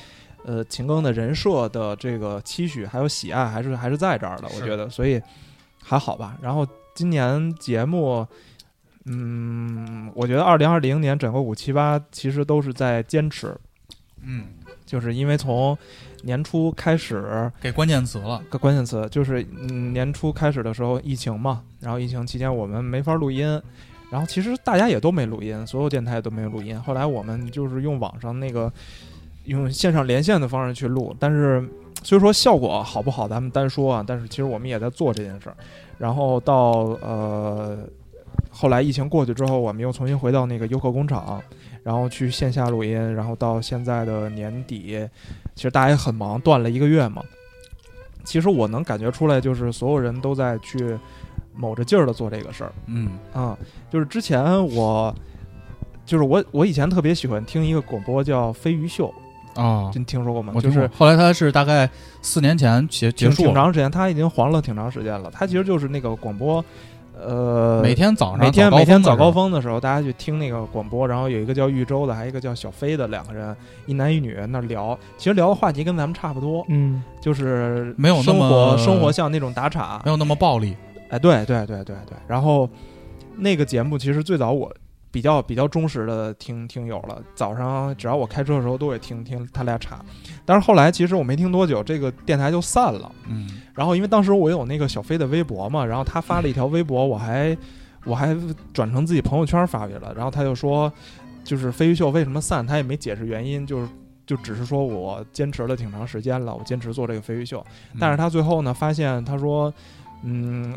Speaker 3: 呃，秦庚的人设的这个期许还有喜爱，还是还是在这儿的，
Speaker 2: 是
Speaker 3: 我觉得，所以还好吧。然后今年节目，嗯，我觉得二零二零年整个五七八其实都是在坚持，
Speaker 2: 嗯，
Speaker 3: 就是因为从年初开始，
Speaker 2: 给关键词了。
Speaker 3: 个关键词就是嗯年初开始的时候疫情嘛，然后疫情期间我们没法录音，然后其实大家也都没录音，所有电台都没有录音。后来我们就是用网上那个用线上连线的方式去录，但是虽说效果好不好咱们单说啊，但是其实我们也在做这件事儿。然后到呃后来疫情过去之后，我们又重新回到那个优客工厂，然后去线下录音，然后到现在的年底，其实大家也很忙，断了一个月嘛。其实我能感觉出来，就是所有人都在去卯着劲儿的做这个事儿
Speaker 2: 嗯
Speaker 3: 啊、就是之前我，就是我，我以前特别喜欢听一个广播叫《飞鱼秀
Speaker 2: 哦》，，
Speaker 3: 您听说过吗？
Speaker 2: 我
Speaker 3: 就
Speaker 2: 听
Speaker 3: 是
Speaker 2: 过后来他是大概四年前结结
Speaker 3: 挺
Speaker 2: 束
Speaker 3: 挺
Speaker 2: 了，
Speaker 3: 长时间，他已经黄了挺长时间了。他其实就是那个广播，呃，
Speaker 2: 每天早上
Speaker 3: 每天
Speaker 2: 早高峰的时候
Speaker 3: 每天早高峰的时候，大家去听那个广播，然后有一个叫豫州的，还有一个叫小飞的，两个人一男一女那聊，其实聊的话题跟咱们差不多，
Speaker 5: 嗯，
Speaker 3: 就是
Speaker 2: 没有那
Speaker 3: 生
Speaker 2: 么
Speaker 3: 活生活像那种打岔啊
Speaker 2: 没，有那么暴力，
Speaker 3: 哎，对对对对对。然后那个节目其实最早我比较比较忠实的听听友了，早上只要我开车的时候都会听听他俩岔，但是后来其实我没听多久，这个电台就散了。
Speaker 2: 嗯
Speaker 3: 然后因为当时我有那个小飞的微博嘛，然后他发了一条微博，我还我还转成自己朋友圈发去了。然后他就说，就是飞鱼秀为什么散，他也没解释原因，就是就只是说我坚持了挺长时间了，我坚持做这个飞鱼秀。
Speaker 2: 嗯
Speaker 4: 嗯
Speaker 3: 但是他最后呢，发现他说，嗯，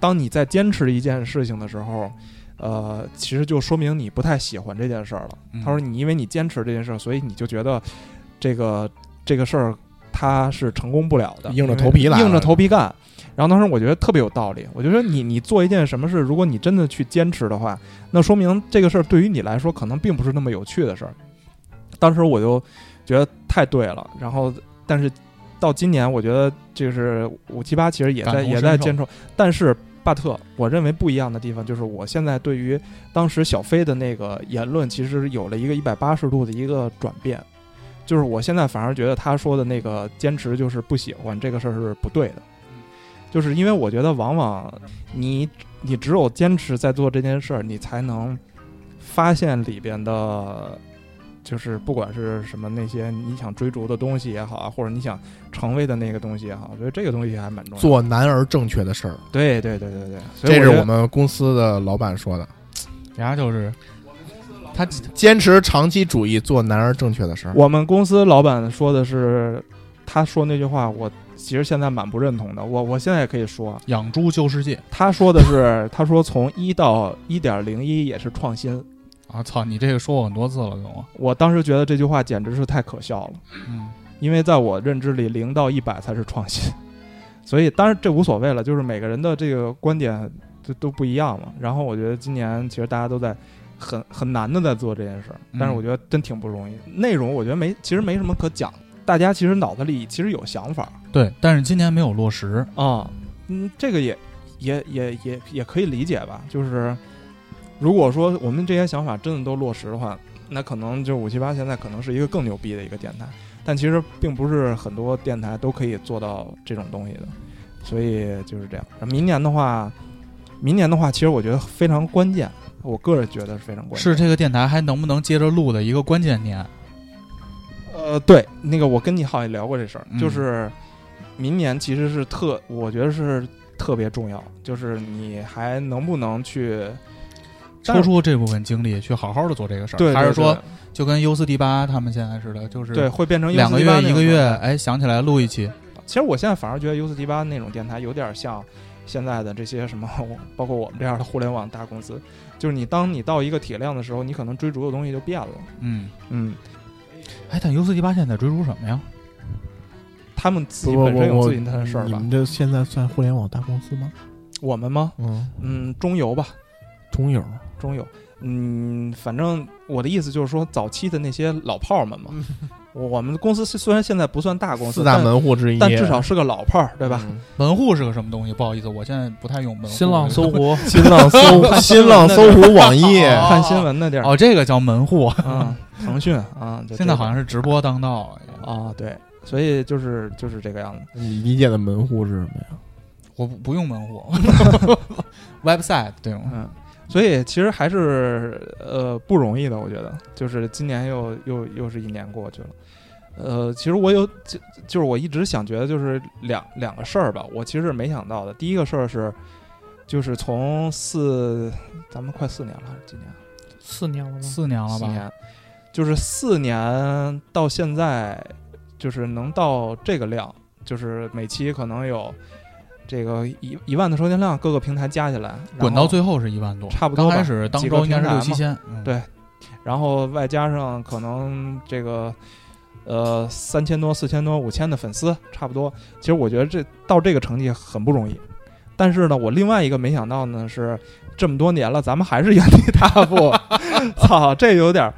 Speaker 3: 当你在坚持一件事情的时候。呃，其实就说明你不太喜欢这件事儿了。
Speaker 2: 嗯
Speaker 3: 他说你因为你坚持这件事儿，所以你就觉得这个这个事儿它是成功不了的，
Speaker 4: 硬着头皮来了
Speaker 3: 硬着头皮干。然后当时我觉得特别有道理，我就说你你做一件什么事，如果你真的去坚持的话，那说明这个事儿对于你来说可能并不是那么有趣的事儿。当时我就觉得太对了，然后但是到今年，我觉得就是五七八其实也
Speaker 2: 感
Speaker 3: 在
Speaker 2: 同
Speaker 3: 也
Speaker 2: 身
Speaker 3: 在
Speaker 2: 受
Speaker 3: 坚持，但是巴特，我认为不一样的地方就是，我现在对于当时小飞的那个言论，其实有了一个一百八十度的一个转变，就是我现在反而觉得他说的那个坚持就是不喜欢这个事儿是不对的，就是因为我觉得往往你你只有坚持在做这件事儿，你才能发现里边的。就是不管是什么那些你想追逐的东西也好啊，或者你想成为的那个东西也好，我觉得这个东西还蛮重要的。
Speaker 4: 做难而正确的事儿，
Speaker 3: 对对对对对，所以
Speaker 4: 这是
Speaker 3: 觉
Speaker 4: 我
Speaker 3: 得
Speaker 4: 们公司的老板说的。
Speaker 2: 然后就是他
Speaker 4: 坚持长期主义，做难而正确的事儿。
Speaker 3: 我们公司老板说的是，他说那句话，我其实现在蛮不认同的。我我现在也可以说，
Speaker 2: 养猪救世界
Speaker 3: 他说的是，他说从一到一点零一也是创新。
Speaker 2: 啊！操，你这个说我很多次了，跟我
Speaker 3: 我当时觉得这句话简直是太可笑了，
Speaker 2: 嗯
Speaker 3: 因为在我认知里，零到一百才是创新。 [laughs] 所以当然这无所谓了，就是每个人的这个观点都都不一样嘛。然后我觉得今年其实大家都在很很难的在做这件事儿，但
Speaker 2: 嗯
Speaker 3: 是我觉得真挺不容易。内容我觉得没，其实没什么可讲，大家其实脑子里其实有想法
Speaker 2: 对，但是今年没有落实，
Speaker 3: 啊，嗯，这个也也也也也可以理解吧。就是如果说我们这些想法真的都落实的话，那可能就五七八现在可能是一个更牛逼的一个电台，但其实并不是很多电台都可以做到这种东西的，所以就是这样。明年的话，明年的话，其实我觉得非常关键，我个人觉得是非常关键。
Speaker 2: 是这个电台还能不能接着录的一个关键年。
Speaker 3: 呃，对，那个我跟你好像也聊过这事儿，
Speaker 2: 嗯
Speaker 3: 就是明年其实是特，我觉得是特别重要，就是你还能不能去但
Speaker 2: 抽出这部分精力去好好的做这个事儿，
Speaker 3: 对，对
Speaker 2: 还是说
Speaker 3: 对
Speaker 2: 就跟 U 四 D 八他们现在似的，就是
Speaker 3: 对会变成
Speaker 2: 两个
Speaker 3: U48 那
Speaker 2: 月
Speaker 3: 种
Speaker 2: 一个月
Speaker 3: 状，态？
Speaker 2: 哎，想起来录一期，
Speaker 3: 其实我现在反而觉得 U 四 D 八那种电台有点像现在的这些什么， [laughs] 包括我们这样的互联网大公司，就是你当你到一个体量的时候，你可能追逐的东西就变了，
Speaker 2: 嗯，
Speaker 3: 嗯，
Speaker 2: 哎，但 U 四 D 八现在追逐什么呀？
Speaker 3: 他们自己
Speaker 4: 不不
Speaker 3: 本身有
Speaker 4: 不
Speaker 3: 自己的事儿
Speaker 4: 你
Speaker 3: 吧，
Speaker 4: 们这现在算互联网大公司吗？
Speaker 3: 我们吗？
Speaker 4: 嗯，
Speaker 3: 嗯，中游吧，
Speaker 4: 中友
Speaker 3: 中有，嗯，反正我的意思就是说，早期的那些老炮儿们嘛，
Speaker 2: 嗯
Speaker 3: 我我们公司虽虽然现在不算大公司，
Speaker 4: 四大
Speaker 3: 但
Speaker 4: 门嗯户之一，
Speaker 3: 但至少是个老炮儿，对
Speaker 4: 对
Speaker 3: 吧？？
Speaker 2: 门户是个什么东西？不好意思，我现在不太用门户。
Speaker 5: [laughs] 新浪搜狐，
Speaker 4: 新浪 [laughs] 搜新浪搜狐网易，
Speaker 2: 哦
Speaker 3: 看新闻的地儿，
Speaker 2: 哦，这个叫门户，
Speaker 3: 嗯，腾讯啊，就
Speaker 2: 现在
Speaker 3: 这
Speaker 2: 好像是直播当道。
Speaker 3: 个啊，对，所以就是就是这个样子。
Speaker 4: [laughs] 你理解的门户是什么呀？
Speaker 2: 我不不用门
Speaker 3: [laughs]
Speaker 2: 户，website 对吗？
Speaker 3: 嗯，所以其实还是呃不容易的，我觉得，就是今年又又又是一年过去了。呃，其实我有，就就是我一直想觉得就是两两个事儿吧，我其实是没想到的。第一个事儿是，就是从四，咱们快四年了，还是几年？
Speaker 5: 四年了吗？
Speaker 2: 四年了
Speaker 3: 四
Speaker 2: 吧？
Speaker 3: 年，就是四年到现在，就是能到这个量，就是每期可能有这个一一万的收听量，各个平台加起来
Speaker 2: 滚到。
Speaker 3: 然后
Speaker 2: 最后是一万多，
Speaker 3: 差不多吧
Speaker 2: 刚开始当周应该是六七千，嗯
Speaker 3: 对然后外加上可能这个呃三千多、四千多、五千的粉丝，差不多。其实我觉得这到这个成绩很不容易。但是呢，我另外一个没想到呢是，这么多年了，咱们还是原地踏 [laughs] 步。操，这有点儿，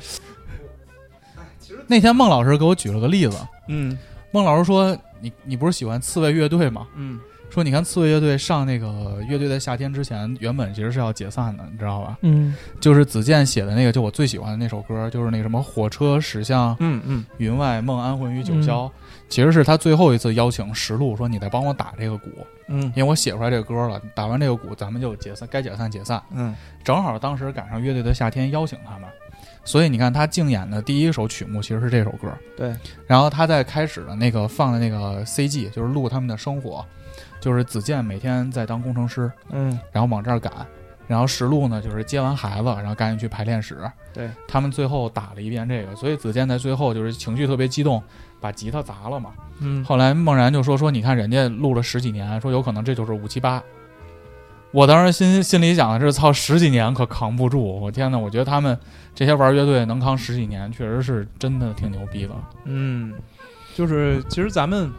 Speaker 2: 那天孟老师给我举了个例子，
Speaker 3: 嗯
Speaker 2: 孟老师说：“你你不是喜欢刺猬乐队吗？
Speaker 3: 嗯
Speaker 2: 说你看刺猬乐队上那个乐队在夏天之前，原本其实是要解散的，你知道吧？
Speaker 5: 嗯，
Speaker 2: 就是子健写的那个，就我最喜欢的那首歌，就是那个什么火车驶向
Speaker 3: 嗯嗯，
Speaker 2: 云外，梦安魂于九霄，其实是他最后一次邀请石路说你再帮我打这个鼓，
Speaker 3: 嗯
Speaker 2: 因为我写出来这个歌了，打完这个鼓咱们就解散，该解散解散。
Speaker 3: 嗯
Speaker 2: 正好当时赶上乐队的夏天邀请他们，所以你看他竞演的第一首曲目其实是这首歌。
Speaker 3: 对，
Speaker 2: 然后他在开始的那个放的那个 CG 就是录他们的生活，就是子健每天在当工程师，
Speaker 3: 嗯
Speaker 2: 然后往这儿赶，然后石路呢就是接完孩子，然后赶紧去排练室。
Speaker 3: 对，
Speaker 2: 他们最后打了一遍这个，所以子健在最后就是情绪特别激动，把吉他砸了嘛。
Speaker 3: 嗯，
Speaker 2: 后来孟然就说说，你看人家录了十几年，说有可能这就是五七八。我当时心心里想的是，操，十几年可扛不住！我天呐，我觉得他们这些玩乐队能扛十几年，确实是真的挺牛逼的。
Speaker 3: 嗯，就是其实咱们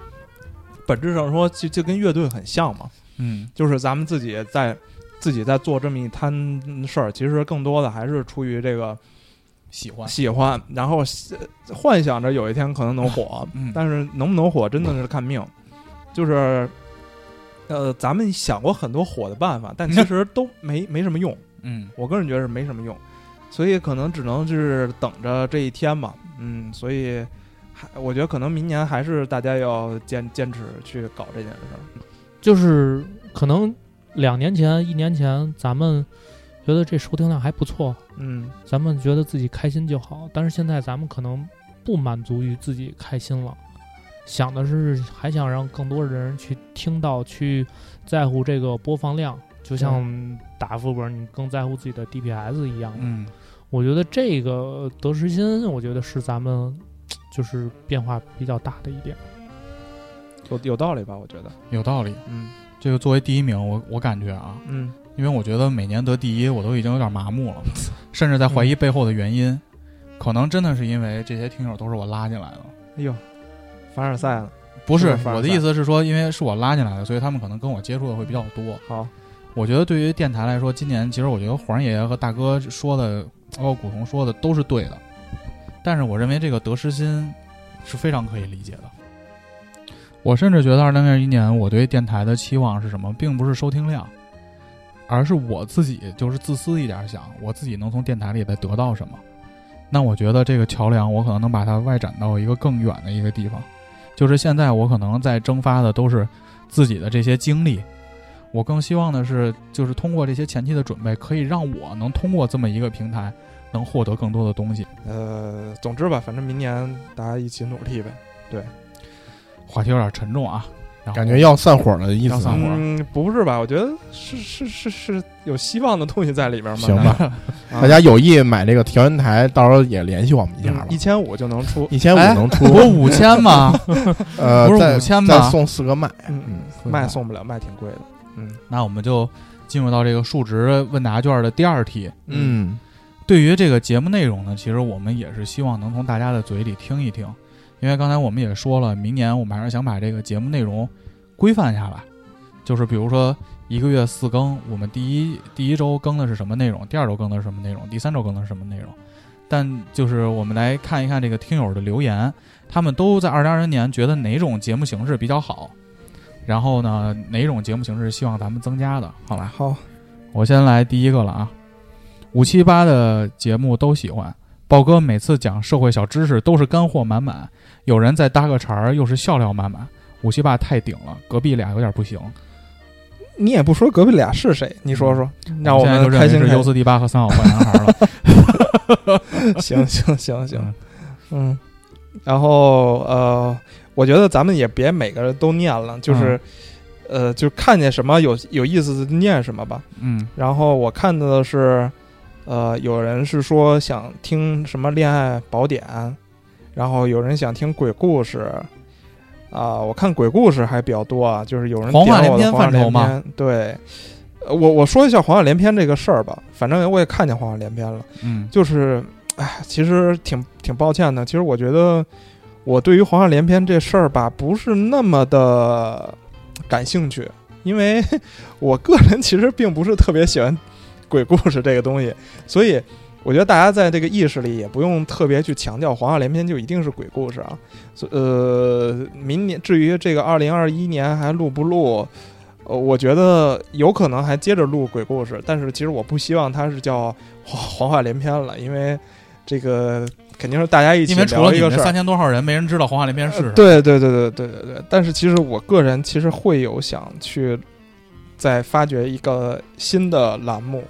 Speaker 3: 本质上说，就就跟乐队很像嘛，
Speaker 2: 嗯，
Speaker 3: 就是咱们自己在自己在做这么一摊事儿，其实更多的还是出于这个
Speaker 2: 喜欢。
Speaker 3: 喜欢，然后呃幻想着有一天可能能火，
Speaker 2: 嗯
Speaker 3: [laughs] 但是能不能火真的是看命，就是。呃，咱们想过很多火的办法，但其实都没没什么用。
Speaker 2: 嗯，
Speaker 3: 我个人觉得是没什么用，所以可能只能就是等着这一天吧。嗯，所以还我觉得可能明年还是大家要坚坚持去搞这件事儿。
Speaker 5: 就是可能两年前、一年前，咱们觉得这收听量还不错，
Speaker 3: 嗯
Speaker 5: 咱们觉得自己开心就好。但是现在咱们可能不满足于自己开心了，想的是还想让更多人去听到，去在乎这个播放量，就像打副本你更在乎自己的 DPS 一样。
Speaker 2: 嗯，
Speaker 5: 我觉得这个得失心，我觉得是咱们就是变化比较大的一点。
Speaker 3: 有有道理吧？我觉得。
Speaker 2: 有道理。
Speaker 3: 嗯
Speaker 2: 这个作为第一名，我我感觉啊，
Speaker 3: 嗯
Speaker 2: 因为我觉得每年得第一，我都已经有点麻木了， [laughs] 甚至在怀疑背后的原因，可能真的是因为这些听友都是我拉进来的。
Speaker 3: 哎呦，凡尔赛了。
Speaker 2: 不
Speaker 3: 是
Speaker 2: 是
Speaker 3: 不是凡尔
Speaker 2: 我的
Speaker 3: 赛
Speaker 2: 意思是说，因为是我拉进来的，所以他们可能跟我接触的会比较多。
Speaker 3: 好，
Speaker 2: 我觉得对于电台来说，今年其实我觉得黄爷爷和大哥说的，包括古潼说的都是对的，但是我认为这个得失心是非常可以理解的。我甚至觉得，二零二一年我对电台的期望是什么，并不是收听量，而是我自己就是自私一点想，我自己能从电台里再得到什么。那我觉得这个桥梁，我可能能把它外展到一个更远的一个地方，就是现在我可能在蒸发的都是自己的这些经历，我更希望的是，就是通过这些前期的准备，可以让我能通过这么一个平台，能获得更多的东西。
Speaker 3: 呃，总之吧，反正明年大家一起努力呗。
Speaker 2: 话题有点沉重啊，然后
Speaker 4: 感觉要散伙了的意
Speaker 2: 要
Speaker 4: 思。
Speaker 2: 散伙
Speaker 3: 嗯，不是吧？我觉得是是是是有希望的东西在里边嘛。
Speaker 4: 行吧，
Speaker 3: 啊，
Speaker 4: [laughs] 大家有意买这个调音台，到时候也联系我嗯们一下吧
Speaker 3: 一。千五就能出。
Speaker 4: 一千五
Speaker 2: 哎
Speaker 4: 能
Speaker 2: 不
Speaker 4: 出，
Speaker 2: 是五千
Speaker 4: [laughs]
Speaker 2: 吗？
Speaker 4: 呃，
Speaker 2: 不是
Speaker 4: 再
Speaker 2: 5000
Speaker 4: 再
Speaker 2: 吧
Speaker 4: 送四个麦。
Speaker 3: 嗯，
Speaker 2: 嗯
Speaker 3: 卖送不了，卖挺贵的。嗯
Speaker 2: 那我们就进入到这个数值问答卷的第二题。
Speaker 4: 嗯，
Speaker 2: 对于这个节目内容呢，其实我们也是希望能从大家的嘴里听一听，因为刚才我们也说了，明年我们还是想把这个节目内容规范下来，就是比如说一个月四更，我们第一第一周更的是什么内容，第二周更的是什么内容，第三周更的是什么内容。但就是我们来看一看这个听友的留言，他们都在二零二零年觉得哪种节目形式比较好，然后呢哪种节目形式希望咱们增加的，好吧？
Speaker 3: 好，
Speaker 2: 我先来第一个了啊，五七八的节目都喜欢，豹哥每次讲社会小知识都是干货满满，有人再搭个茬儿又是笑料满满，五七八太顶了，隔壁俩有点不行。
Speaker 3: 你也不说隔壁俩是谁，你说说，嗯让我
Speaker 2: 现在就
Speaker 3: 们
Speaker 2: 认
Speaker 3: 开
Speaker 2: 为
Speaker 3: 心
Speaker 2: 是
Speaker 3: 开
Speaker 2: 优
Speaker 3: 心。
Speaker 2: 四 D 八和三好坏男孩了。
Speaker 3: [laughs] 行行行 [laughs] 行
Speaker 2: 嗯，
Speaker 3: 嗯。然后呃，我觉得咱们也别每个人都念了，就是、呃，就看见什么有有意思的念什么吧。
Speaker 2: 嗯
Speaker 3: 然后我看到的是，呃，有人是说想听什么恋爱宝典，然后有人想听鬼故事，啊，我看鬼故事还比较多啊，就是有人
Speaker 2: 黄话
Speaker 3: 点我
Speaker 2: 连
Speaker 3: 的
Speaker 2: 篇范
Speaker 3: 黄话
Speaker 2: 畴
Speaker 3: 连
Speaker 2: 嘛
Speaker 3: 篇，对。呃我我说一下黄话连篇这个事儿吧，反正我也看见黄话连篇了，
Speaker 2: 嗯，
Speaker 3: 就是，哎，其实挺挺抱歉的。其实我觉得我对于黄话连篇这事儿吧，不是那么的感兴趣，因为 [laughs] 我个人其实并不是特别喜欢鬼故事这个东西，所以我觉得大家在这个意识里也不用特别去强调黄话连篇就一定是鬼故事啊。所呃，明年至于这个二零二一年还录不录？呃，我觉得有可能还接着录鬼故事，但是其实我不希望它是叫黄黄话连篇了，因为这个肯定是大家一起
Speaker 2: 因为除
Speaker 3: 聊
Speaker 2: 了
Speaker 3: 一
Speaker 2: 你
Speaker 3: 个
Speaker 2: 们
Speaker 3: 事儿
Speaker 2: 三。千多号人，没人知道黄话连篇是什么。
Speaker 3: 对对对对对对对。但是其实我个人其实会有想去再发掘一个新的栏目，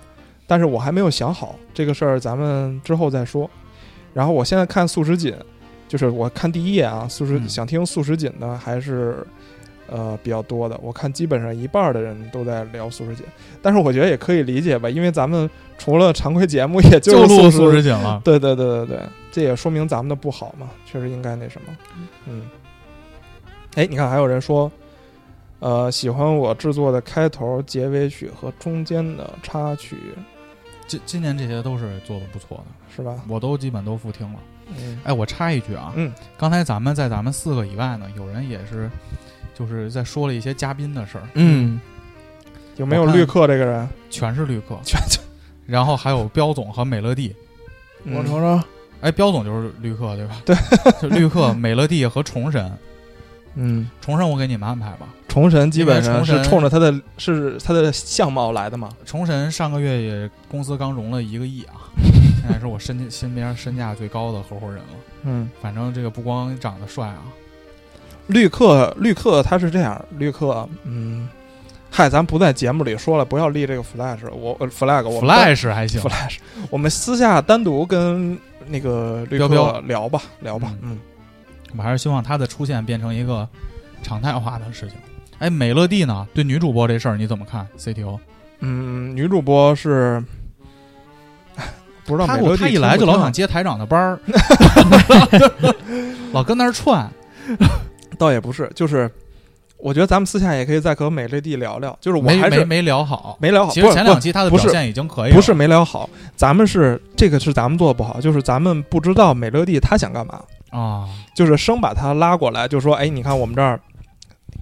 Speaker 3: 但是我还没有想好这个事儿，咱们之后再说。然后我现在看素食锦，就是我看第一页啊，素食、
Speaker 2: 嗯
Speaker 3: 想听素食锦的还是。呃，比较多的，我看基本上一半儿的人都在聊素食锦，但是我觉得也可以理解吧，因为咱们除了常规节目，也
Speaker 2: 就录
Speaker 3: 是
Speaker 2: 素
Speaker 3: 素
Speaker 2: 食锦了。
Speaker 3: 对对对对对，这也说明咱们的不好嘛，确实应该那什么。嗯，哎，你看还有人说，呃，喜欢我制作的开头、结尾曲和中间的插曲，
Speaker 2: 今今年这些都是做的不错的，
Speaker 3: 是吧？
Speaker 2: 我都基本都复听了。
Speaker 3: 嗯
Speaker 2: 哎，我插一句啊，
Speaker 3: 嗯
Speaker 2: 刚才咱们在咱们四个以外呢，有人也是，就是在说了一些嘉宾的事儿，
Speaker 3: 嗯，有没有
Speaker 2: 我看
Speaker 3: 绿客这个人？
Speaker 2: 全是绿客，
Speaker 3: 全全，
Speaker 2: 然后还有彪总和美乐蒂。
Speaker 4: 嗯我
Speaker 3: 说
Speaker 4: 瞅瞅，
Speaker 2: 哎，彪总就是绿客对吧？对， [laughs] 就绿客、美乐蒂和虫神。
Speaker 3: 嗯，
Speaker 2: 虫神我给你们安排吧。
Speaker 3: 虫神基本上
Speaker 2: 因
Speaker 3: 是
Speaker 2: 为虫神
Speaker 3: 冲着他的是他的相貌来的嘛。
Speaker 2: 虫神上个月也公司刚融了一个亿
Speaker 3: [laughs]
Speaker 2: 啊，现在是我身身边身价最高的合伙人了。
Speaker 3: 嗯，
Speaker 2: 反正这个不光长得帅啊，
Speaker 3: 绿客绿客他是这样，绿客嗯。嗨，咱不在节目里说了，不要立这个 flash，我呃 flag，我们
Speaker 2: Flash 还行。
Speaker 3: Flash，我们私下单独跟那个绿
Speaker 2: 彪彪
Speaker 3: 哥聊吧，聊吧。嗯，
Speaker 2: 我还是希望他的出现变成一个常态化的事情。哎，美乐蒂呢？对女主播这事儿你怎么看？CTO，
Speaker 3: 嗯，女主播是不知道
Speaker 2: 他
Speaker 3: 美
Speaker 2: 我
Speaker 3: 乐蒂
Speaker 2: 他一来就
Speaker 3: 听不
Speaker 2: 老
Speaker 3: 听
Speaker 2: 想接台长的班
Speaker 3: [laughs]
Speaker 2: 儿，老跟那儿串。
Speaker 3: 倒也不是，就是我觉得咱们私下也可以再和美乐蒂聊聊，就是我
Speaker 2: 没
Speaker 3: 还
Speaker 2: 没
Speaker 3: 是
Speaker 2: 没聊好。
Speaker 3: 没聊好，
Speaker 2: 其实
Speaker 3: 不是
Speaker 2: 前
Speaker 3: 不
Speaker 2: 两期他的
Speaker 3: 不
Speaker 2: 表
Speaker 3: 是
Speaker 2: 现已经可以了，
Speaker 3: 不是没聊好，咱们是这个是咱们做的不好，就是咱们不知道美乐蒂她想干嘛，
Speaker 2: 啊？
Speaker 3: 就是生把她拉过来，就说哎，你看我们这儿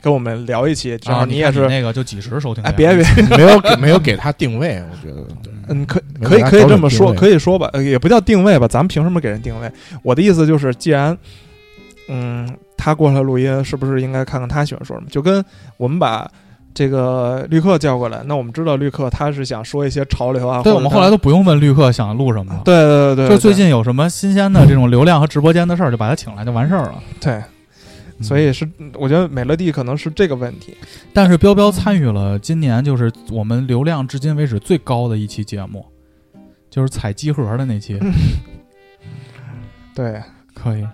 Speaker 3: 跟我们聊一期， [laughs] 正
Speaker 2: 然
Speaker 3: 好
Speaker 2: 后
Speaker 3: 也是，
Speaker 2: 那个就几十收听量。
Speaker 3: 哎，别别
Speaker 4: 没有给没有给他定位，我觉得对
Speaker 3: 嗯，可
Speaker 4: 没
Speaker 3: 可以
Speaker 4: 给他
Speaker 3: 可以
Speaker 4: 找
Speaker 3: 这
Speaker 4: 准
Speaker 3: 么
Speaker 4: 定
Speaker 3: 说，
Speaker 4: 位
Speaker 3: 可以说吧，呃，也不叫定位吧，咱们凭什么给人定位？我的意思就是，既然，嗯，他过来录音，是不是应该看看他喜欢说什么？就跟我们把这个绿客叫过来，那我们知道绿客他是想说一些潮流啊，
Speaker 2: 对，
Speaker 3: 或
Speaker 2: 我
Speaker 3: 者
Speaker 2: 们
Speaker 3: 他
Speaker 2: 后来都不用问绿客想录什么了。
Speaker 3: 对对对对，
Speaker 2: 就最
Speaker 3: 对
Speaker 2: 近有什么新鲜的这种流量和直播间的事儿，就把他请来就完事儿了。
Speaker 3: 对，嗯所以是我觉得美乐蒂可能是这个问题，
Speaker 2: 但是彪彪参与了今年就是我们流量至今为止最高的一期节目，就是采集合的那期，
Speaker 3: 对，
Speaker 2: 可以。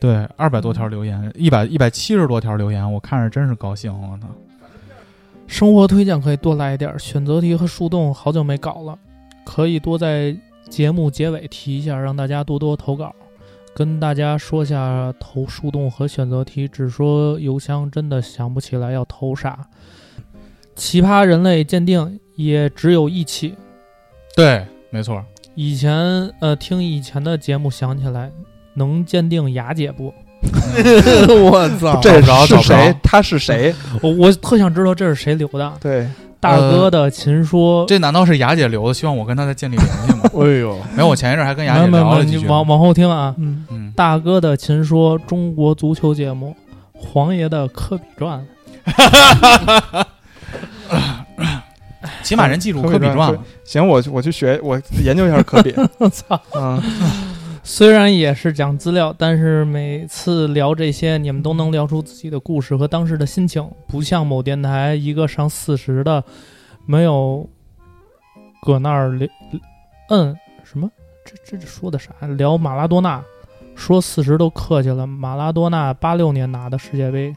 Speaker 2: 对，二百多条留言，一百一百七十多条留言，我看着真是高兴，我操！
Speaker 5: 生活推荐可以多来一点儿，选择题和树洞好久没搞了，可以多在节目结尾提一下，让大家多多投稿。跟大家说下投树洞和选择题，只说邮箱真的想不起来要投啥。奇葩人类鉴定也只有一期，
Speaker 2: 对，没错，
Speaker 5: 以前呃听以前的节目想起来，能鉴定雅姐不？
Speaker 4: 我
Speaker 2: [laughs]
Speaker 4: 操
Speaker 3: 这
Speaker 2: 不着
Speaker 3: 是
Speaker 2: 找不
Speaker 3: 谁
Speaker 2: 着？
Speaker 3: 他是谁？
Speaker 5: 我我特想知道这是谁留的。
Speaker 3: 对，
Speaker 5: 大哥的秦说，
Speaker 2: 呃这难道是雅姐留的？希望我跟她再建立联系吗？
Speaker 4: [laughs]
Speaker 2: [laughs]
Speaker 4: 哎呦，
Speaker 2: 没有，我前一阵还跟雅
Speaker 5: 没
Speaker 2: 姐
Speaker 5: 没
Speaker 2: 聊
Speaker 5: 没，
Speaker 2: 了几
Speaker 5: 你
Speaker 2: 句。
Speaker 5: 往往后听啊。
Speaker 3: 嗯，
Speaker 2: 嗯，
Speaker 5: 大哥的秦说，中国足球节目，黄爷的科比传，
Speaker 2: 起码人记住
Speaker 3: 科
Speaker 2: 科
Speaker 3: 比
Speaker 2: 比
Speaker 3: 传
Speaker 2: 传
Speaker 3: 科
Speaker 2: 了。
Speaker 3: 行，我我去学，我研究一下科比，
Speaker 5: 我操！
Speaker 3: 嗯，
Speaker 5: 虽然也是讲资料，但是每次聊这些，你们都能聊出自己的故事和当时的心情，不像某电台一个上四十的，没有搁那儿聊，嗯，什么？这这这说的啥？聊马拉多纳，说四十都客气了。马拉多纳八六年拿的世界杯，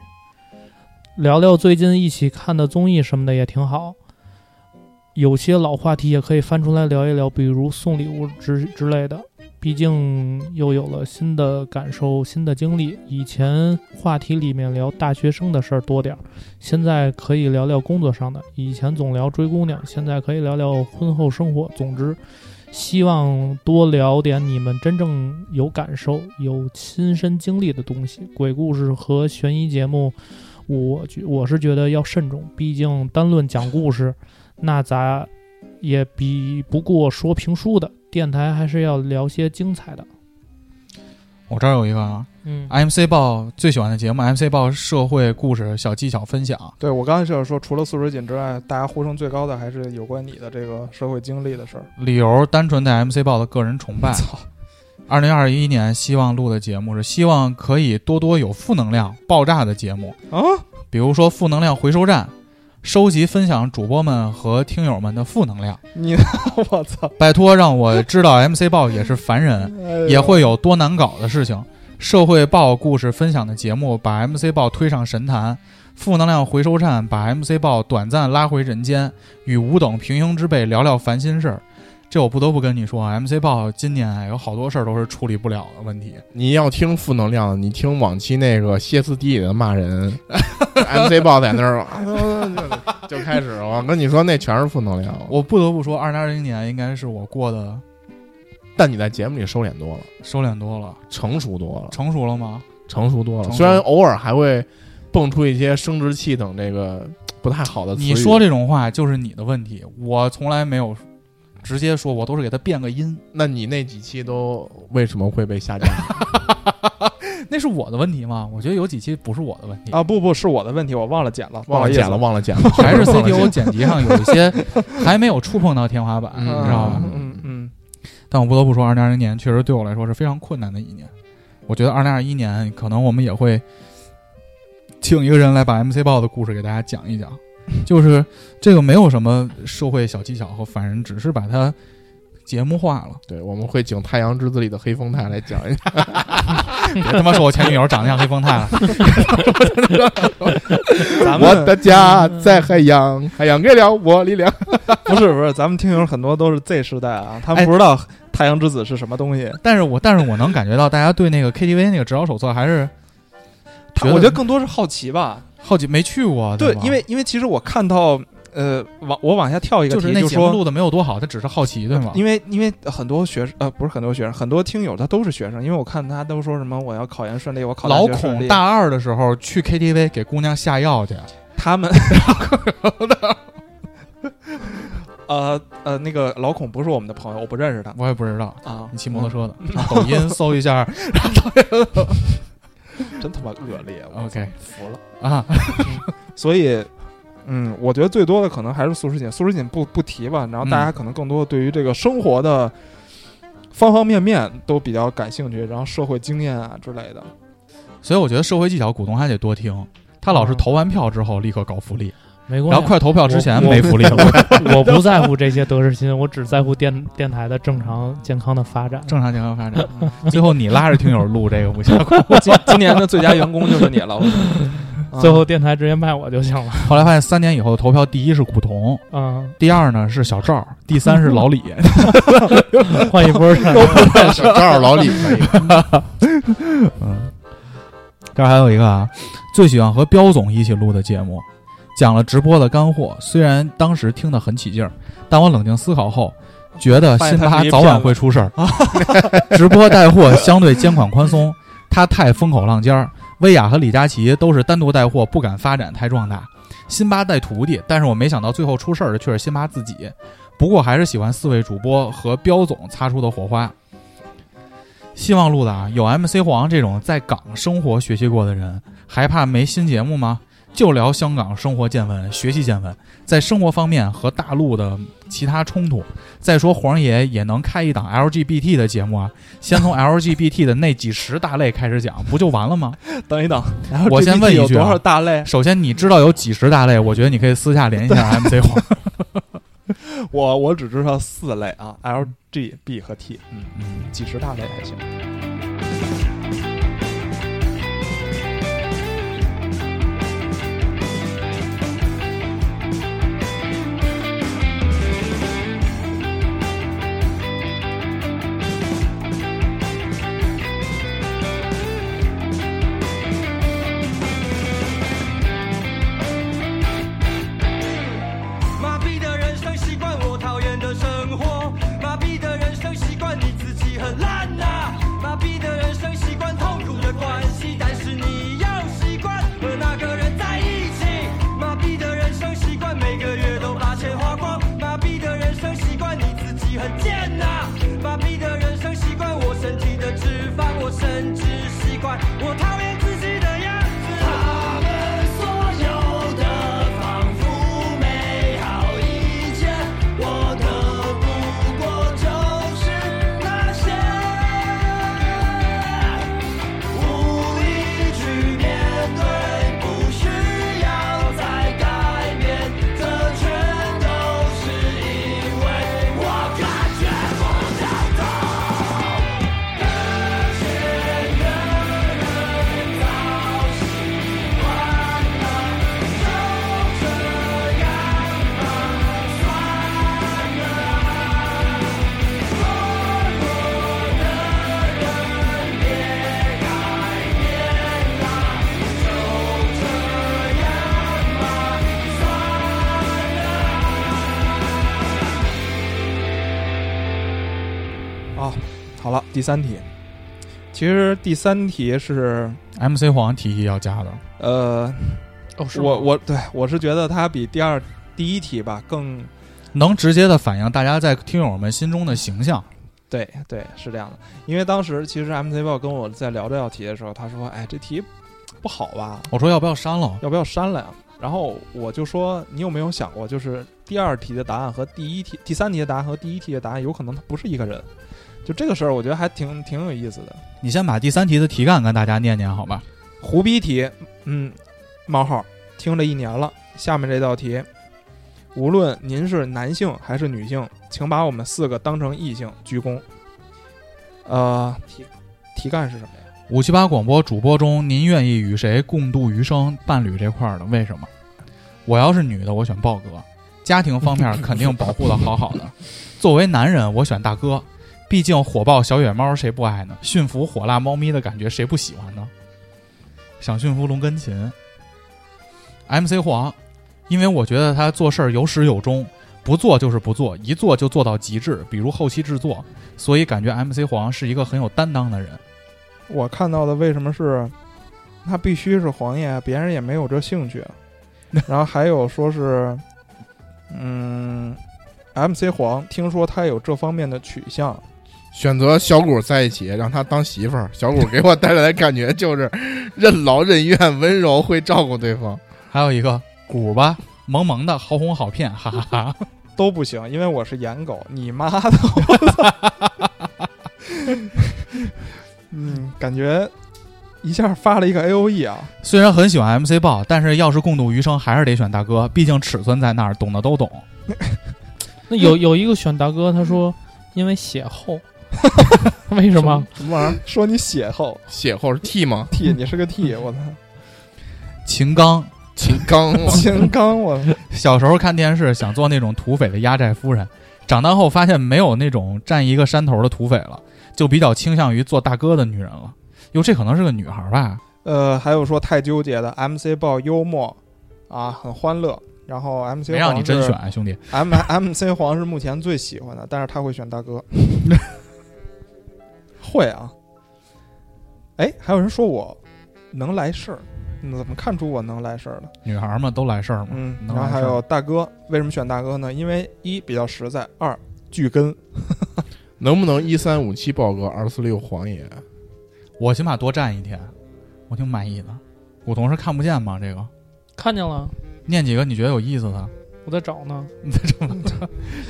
Speaker 5: 聊聊最近一起看的综艺什么的也挺好。有些老话题也可以翻出来聊一聊，比如送礼物之之类的。毕竟又有了新的感受、新的经历。以前话题里面聊大学生的事儿多点儿，现在可以聊聊工作上的。以前总聊追姑娘，现在可以聊聊婚后生活。总之，希望多聊点你们真正有感受、有亲身经历的东西。鬼故事和悬疑节目，我觉我是觉得要慎重，毕竟单论讲故事，那咱也比不过说评书的。电台还是要聊些精彩的。
Speaker 2: 我这儿有一个啊
Speaker 5: 嗯，
Speaker 2: ，MC 报最喜欢的节目，MC 报社会故事小技巧分享。
Speaker 3: 对我刚才就是说，除了素水锦之外，大家呼声最高的还是有关你的这个社会经历的事儿。
Speaker 2: 理由单纯对 MC 报的个人崇拜。二零二一年希望录的节目是希望可以多多有负能量爆炸的节目，
Speaker 3: 啊！
Speaker 2: 比如说负能量回收站，收集分享主播们和听友们的负能量。
Speaker 3: 你我操，
Speaker 2: 拜托让我知道 MC 报也是凡人，也会有多难搞的事情。社会报故事分享的节目把 MC 报推上神坛，负能量回收站把 MC 报短暂拉回人间，与吾等平行之辈聊聊烦心事儿。这我不得不跟你说啊，MC 报今年有好多事儿都是处理不了的问题。
Speaker 4: 你要听负能量，你听往期那个歇斯底里的骂人 [laughs] ，MC 豹在那儿啊就就开始了。我跟你说，那全是负能量。我
Speaker 2: 我不得不说，二零二零年应该是我过得
Speaker 4: 但你在节目里收敛多了，
Speaker 2: 收敛多了，
Speaker 4: 成熟多了，
Speaker 2: 成熟了吗？
Speaker 4: 成熟多了。
Speaker 2: 成熟
Speaker 4: 虽然偶尔还会蹦出一些生殖器等这个不太好的词语，
Speaker 2: 你说这种话就是你的问题，我从来没有直接说，我都是给他变个音。
Speaker 4: 那你那几期都为什么会被下架？
Speaker 2: 那是我的问题吗？我觉得有几期不是我的问题，
Speaker 3: 啊，不不是我的问题，我忘了剪了，
Speaker 4: [laughs] 忘了
Speaker 3: 了
Speaker 4: 剪了，
Speaker 3: 了，
Speaker 4: 忘了剪了，
Speaker 2: [laughs] 还是
Speaker 3: [laughs]
Speaker 4: 忘了
Speaker 2: CTO
Speaker 4: 剪
Speaker 2: 剪辑上有一些还没有触碰到天花板，
Speaker 4: 嗯
Speaker 2: 你
Speaker 3: 嗯
Speaker 2: 知道吧？
Speaker 3: 嗯嗯，
Speaker 2: 但我不得不说，二零二零年确实对我来说是非常困难的一年。我觉得二零二一年可能我们也会请一个人来把 MC 报的故事给大家讲一讲，就是这个没有什么社会小技巧和凡人，只是把它节目化
Speaker 3: [laughs]
Speaker 2: 了。
Speaker 4: [laughs] 对，我们会请《太阳之子》里的黑风太来讲
Speaker 2: [laughs]
Speaker 4: 一下。
Speaker 2: 别他妈说我前女友长得像黑风太了，
Speaker 3: 嗯咱
Speaker 4: 我
Speaker 3: 们
Speaker 4: 的家在海洋，海洋给了我力 [laughs] 量。
Speaker 3: 不是不是，咱们听友很多都是 Z 时代啊，他们
Speaker 2: 哎
Speaker 3: 不知道太阳之子是什么东西。
Speaker 2: 但是我但是我能感觉到大家对那个 KTV 那个指导手册还是
Speaker 3: 他
Speaker 2: 觉得
Speaker 3: 我觉得更多是好奇吧，
Speaker 2: 好奇没去过，
Speaker 3: 对
Speaker 2: 吧，
Speaker 3: 因为因为其实我看到呃，往我往下跳一个
Speaker 2: 就是
Speaker 3: 题，
Speaker 2: 那
Speaker 3: 就
Speaker 2: 节目
Speaker 3: 说。
Speaker 2: 录的没有多好，他只是好奇，对吗？
Speaker 3: 因为因为很多学生呃不是很多学生，很多听友他都是学生，因为我看他都说什么我要考研顺利，我考大
Speaker 2: 老
Speaker 3: 学顺
Speaker 2: 孔
Speaker 3: 利
Speaker 2: 大二的时候去 KTV 给姑娘下药去，
Speaker 3: 他们， [laughs] 呃呃那个老孔不是我们的朋友，我不认识他
Speaker 2: 我也不知道。
Speaker 3: 啊
Speaker 2: 你，骑摩托车的，抖音搜一下
Speaker 3: 嗯真他妈恶劣，我
Speaker 2: ，OK
Speaker 3: [laughs] 服了。
Speaker 2: 啊，
Speaker 3: 哦所以，嗯，我觉得最多的可能还是素食锦，素食锦不不提吧。然后大家可能更多的对于这个生活的方方面面都比较感兴趣，然后社会经验啊之类的。
Speaker 2: 所以我觉得社会技巧股东还得多听。他
Speaker 3: 啊
Speaker 2: 老是投完票之后立刻搞福利，
Speaker 5: 没
Speaker 2: 然
Speaker 5: 关
Speaker 2: 后
Speaker 5: 系，
Speaker 2: 快投票之前
Speaker 5: 我
Speaker 2: 没福利了。
Speaker 5: [laughs] 我不在乎这些得失心，我只在乎电电台的正常健康的发展。
Speaker 2: 正常健康发展，啊最后你拉着听友录这个不行。
Speaker 3: [laughs] 今今年的最佳员工就是你了。我觉
Speaker 2: 嗯
Speaker 3: 得
Speaker 5: 最后电台直接卖我就行
Speaker 2: [laughs]
Speaker 5: 了。
Speaker 2: [laughs] 后来发现三年以后投票，第一是古潼，
Speaker 5: 嗯，
Speaker 2: 第二呢是小赵，第三是老李。
Speaker 5: 换一波
Speaker 2: [laughs]
Speaker 5: 儿看。
Speaker 4: 正好老李可以。 [laughs]
Speaker 2: 嗯，这儿还有一个啊，最喜欢和彪总一起录的节目，讲了直播的干货。虽然当时听得很起劲儿，但我冷静思考后，觉得辛巴早晚会出事儿。 [laughs] 直播带货相对监管宽松，他太风口浪尖儿。薇娅和李佳琦都是单独带货，不敢发展太壮大。辛巴带徒弟，但是我没想到最后出事儿的却是辛巴自己。不过还是喜欢四位主播和彪总擦出的火花。希望录的啊，有 MC 黄这种在港生活学习过的人，还怕没新节目吗？就聊香港生活见闻、学习见闻，在生活方面和大陆的其他冲突。再说黄爷也能开一档 LGBT 的节目啊，先从 LGBT 的那几十大类开始讲，不就完了吗？
Speaker 3: 啊等一等，
Speaker 2: 我先问一句啊
Speaker 3: 有多少大类？
Speaker 2: 首先，你知道有几十大类，我觉得你可以私下联系一下 MC 黄。
Speaker 3: 我我只知道四类啊，L、G、B 和 T，嗯，
Speaker 2: 嗯
Speaker 3: 几十大类还行。啊，好了，第三题，其实第三题是
Speaker 2: MC 黄提议要加的，
Speaker 3: 呃，
Speaker 5: 哦，是
Speaker 3: 我
Speaker 5: 吗
Speaker 3: 我对我是觉得它比第二第一题吧更
Speaker 2: 能直接的反映大家在听友们心中的形象。
Speaker 3: 对对是这样的，因为当时其实 MC 豹跟我在聊这道题的时候，他说：“哎，这题不好吧？
Speaker 2: 我说要不要删了？
Speaker 3: 要不要删了呀？”然后我就说：“你有没有想过，就是第二题的答案和第一题、第三题的答案和第一题的答案，有可能它不是一个人。”就这个事儿，我觉得还挺挺有意思的。
Speaker 2: 你先把第三题的题干跟大家念念好吧。
Speaker 3: 胡逼题，嗯，冒号，听了一年了。下面这道题，无论您是男性还是女性，请把我们四个当成异性，鞠躬。呃，题题干是什么呀？
Speaker 2: 五七八广播主播中，您愿意与谁共度余生？伴侣这块儿的，为什么？我要是女的，我选豹哥。家庭方面肯定保护的好好的。作为男人，我选大哥。毕竟火爆小野猫谁不爱呢？驯服火辣猫咪的感觉谁不喜欢呢？想驯服龙根琴。MC 黄，因为我觉得他做事儿有始有终，不做就是不做，一做就做到极致，比如后期制作，所以感觉 MC 黄是一个很有担当的人。
Speaker 3: 我看到的为什么是，那必须是黄爷，别人也没有这兴趣。啊 [laughs] 然后还有说是，嗯，MC 黄，听说他有这方面的取向，
Speaker 4: 选择小谷在一起，让他当媳妇儿。小谷给我带来的感觉就是任劳任怨、温柔，会照顾对方。
Speaker 2: 还有一个鼓吧，萌萌的，好哄好骗，哈哈哈。
Speaker 3: 都不行，因为我是颜狗，你妈的！我操！
Speaker 2: [laughs]
Speaker 3: 嗯，感觉一下发了一个 A O E 啊，
Speaker 2: [laughs] 虽然很喜欢 MC 豹，但是要是共度余生，还是得选大哥，毕竟尺寸在那儿，懂的都懂。
Speaker 5: 那有有一个选大哥，
Speaker 2: [laughs]
Speaker 5: 他说因为血厚， [laughs] 为什么？
Speaker 4: 什么玩意儿？
Speaker 3: 说你血厚
Speaker 4: 血后是 T 吗？
Speaker 3: T，你是
Speaker 2: [laughs]
Speaker 3: 个 T，我操！
Speaker 2: 秦刚
Speaker 4: 秦刚，我
Speaker 3: 金刚，我操
Speaker 2: 小时候看电视，想做那种土匪的压寨夫人，长大后发现没有那种占一个山头的土匪了，就比较倾向于做大哥的女人了。哟，这可能是个女孩吧？
Speaker 3: 呃，还有说太纠结的 M C 报幽默啊，很欢乐。然后 M C
Speaker 2: 没让你真选，啊兄弟。
Speaker 3: M M C 黄是目前最喜欢的，但是他会选大哥，会啊。哎，还有人说我能来事儿，你怎么看出我能来事儿了？
Speaker 2: 女孩嘛，都来事儿嘛。
Speaker 3: 嗯，
Speaker 2: 能
Speaker 3: 然后
Speaker 2: 来
Speaker 3: 还
Speaker 2: 事儿
Speaker 3: 有大哥，为什么选大哥呢？因为一比较实在，二巨根。 [laughs]
Speaker 4: 能不能一三五七豹哥，二四六黄爷？
Speaker 2: 我起码多站一天，我挺满意的。古潼是看不见吗？这个
Speaker 5: 看见了，
Speaker 2: 念几个你觉得有意思的？
Speaker 5: 我在找呢，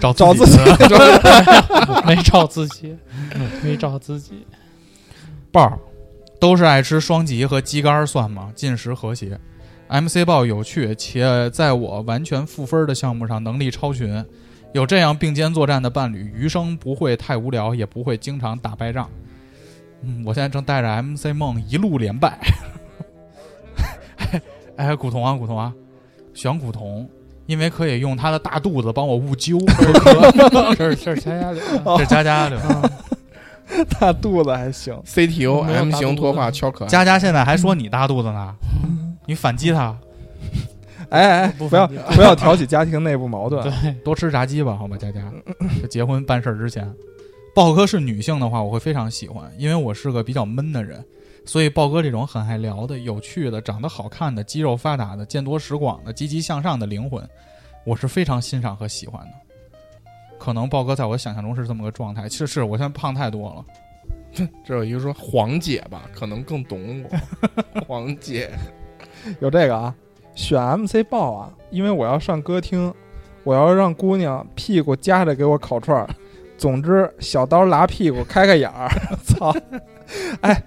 Speaker 2: 找
Speaker 3: 找
Speaker 2: 自
Speaker 3: 自己
Speaker 2: 的
Speaker 5: [laughs] 没找
Speaker 2: [laughs]
Speaker 5: 自己，没找自己。
Speaker 2: 豹儿，都是爱吃双极和鸡肝儿，算吗？进食和谐。MC 豹有趣且在我完全负分的项目上能力超群，有这样并肩作战的伴侣，余生不会太无聊，也不会经常打败仗。嗯，我现在正带着 MC 梦一路连败。 [laughs] 哎，哎古潼啊，古潼啊，选古潼，因为可以用他的大肚子帮我悟灸和咳。
Speaker 5: 这是这是瞎瞎聊的。
Speaker 2: [laughs] 这是佳佳对吧？
Speaker 5: 啊，
Speaker 3: 大肚子还行，
Speaker 4: CTO
Speaker 5: 没有
Speaker 4: M
Speaker 5: 大肚
Speaker 4: 型
Speaker 5: 子
Speaker 4: 脱发超可爱，
Speaker 2: 佳佳现在还说你大肚子呢，你反击他。
Speaker 3: 哎哎，
Speaker 5: 不
Speaker 3: 不要
Speaker 5: 分
Speaker 3: 不要挑起家庭内部矛盾。啊
Speaker 5: 对，
Speaker 2: 多吃炸鸡吧，好吧，佳佳。这结婚办事儿之前，豹哥是女性的话，我会非常喜欢，因为我是个比较闷的人，所以豹哥这种很爱聊的、有趣的、长得好看的、肌肉发达的、见多识广的、积极向上的灵魂，我是非常欣赏和喜欢的。可能豹哥在我想象中是这么个状态，其实是我现在胖太多了。
Speaker 4: 这有一个说黄姐吧，可能更懂我。 [laughs] 黄姐，
Speaker 3: 有这个啊，选 MC 报啊，因为我要上歌厅，我要让姑娘屁股夹着给我烤串儿。总之，小刀拉屁股，开开眼儿。 [laughs] 操！哎，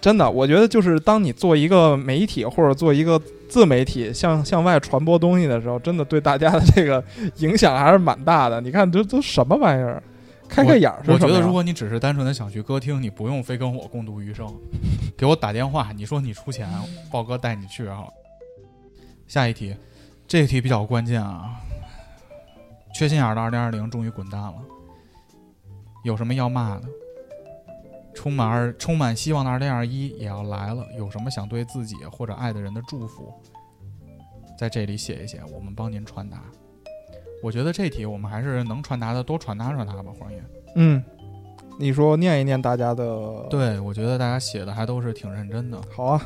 Speaker 3: 真的，我觉得就是当你做一个媒体或者做一个自媒体向向外传播东西的时候，真的对大家的这个影响还是蛮大的。你看这都什么玩意儿？开开眼儿是
Speaker 2: 我觉
Speaker 3: 什么
Speaker 2: 得
Speaker 3: 呀
Speaker 2: 如果你只是单纯的想去歌厅，你不用非跟我共度余生，给我打电话，你说你出钱，豹哥带你去啊。下一题，这一题比较关键啊。缺心眼儿的二零二零终于滚蛋了，有什么要骂的？充满充满希望的二零二一也要来了，有什么想对自己或者爱的人的祝福，在这里写一写，我们帮您传达。我觉得这题我们还是能传达的，多传达传达吧，黄爷。
Speaker 3: 嗯，你说念一念大家的，，
Speaker 2: 对，我觉得大家写的还都是挺认真的。
Speaker 3: 好啊，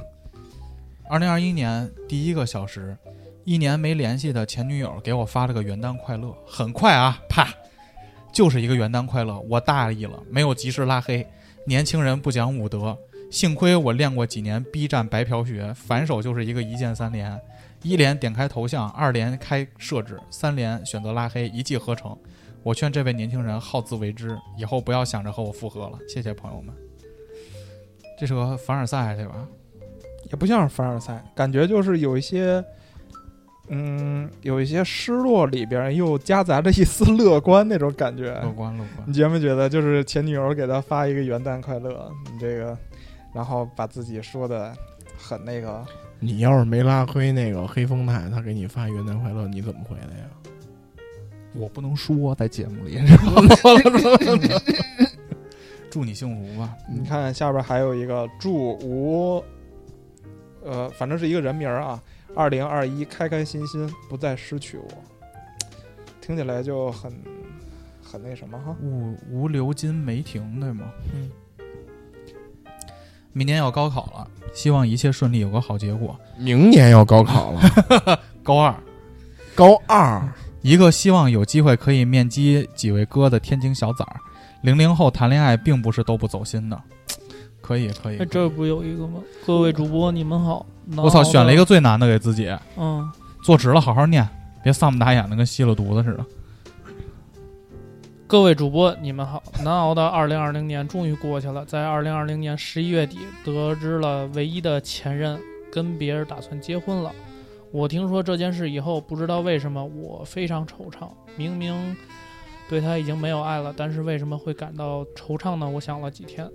Speaker 2: 二零二一年第一个小时，一年没联系的前女友给我发了个元旦快乐，很快啊，啪，就是一个元旦快乐。我大意了，没有及时拉黑。年轻人不讲武德，幸亏我练过几年 B 站白嫖学，反手就是一个一键三连：一连点开头像，二连开设置，三连选择拉黑，一气呵成。我劝这位年轻人好自为之，以后不要想着和我复合了。谢谢朋友们。这是个凡尔赛对吧？
Speaker 3: 也不像是凡尔赛，感觉就是有一些，嗯，有一些失落里边又夹杂着一丝乐观那种感觉。
Speaker 2: 乐观乐观。
Speaker 3: 你觉没觉得，就是前女友给他发一个元旦快乐，你这个，然后把自己说的很那个，
Speaker 4: 你要是没拉黑那个黑丰台，他给你发元旦快乐，你怎么回的呀？
Speaker 2: 我不能说在节目里，知道吗？祝你幸福吧。
Speaker 3: 你看下边还有一个祝吴，呃，反正是一个人名儿啊，二零二一开开心心，不再失去我，听起来就很很那什么
Speaker 5: 嗯
Speaker 3: 哈。
Speaker 2: 无无流金梅停，对吗？
Speaker 3: 嗯。
Speaker 2: 明年要高考了，希望一切顺利，有个好结果。
Speaker 4: 明年要高考了，
Speaker 2: 高二，
Speaker 4: [laughs] 高二，
Speaker 2: 一个希望有机会可以面基几位哥的天津小崽儿。零零后谈恋爱并不是都不走心的，可以可以
Speaker 5: 哎，。这不有一个吗？各位主播，你们好。
Speaker 2: 我操，选了一个，最难的给自己，
Speaker 5: 嗯，
Speaker 2: 坐直了，好好念，别丧不打眼的跟吸了毒的似的。
Speaker 5: 各位主播，你们好。难熬的二零二零年终于过去了，在二零二零年十一月底，得知了唯一的前任跟别人打算结婚了。我听说这件事以后，不知道为什么我非常惆怅。明明对他已经没有爱了，但是为什么会感到惆怅呢？我想了几天，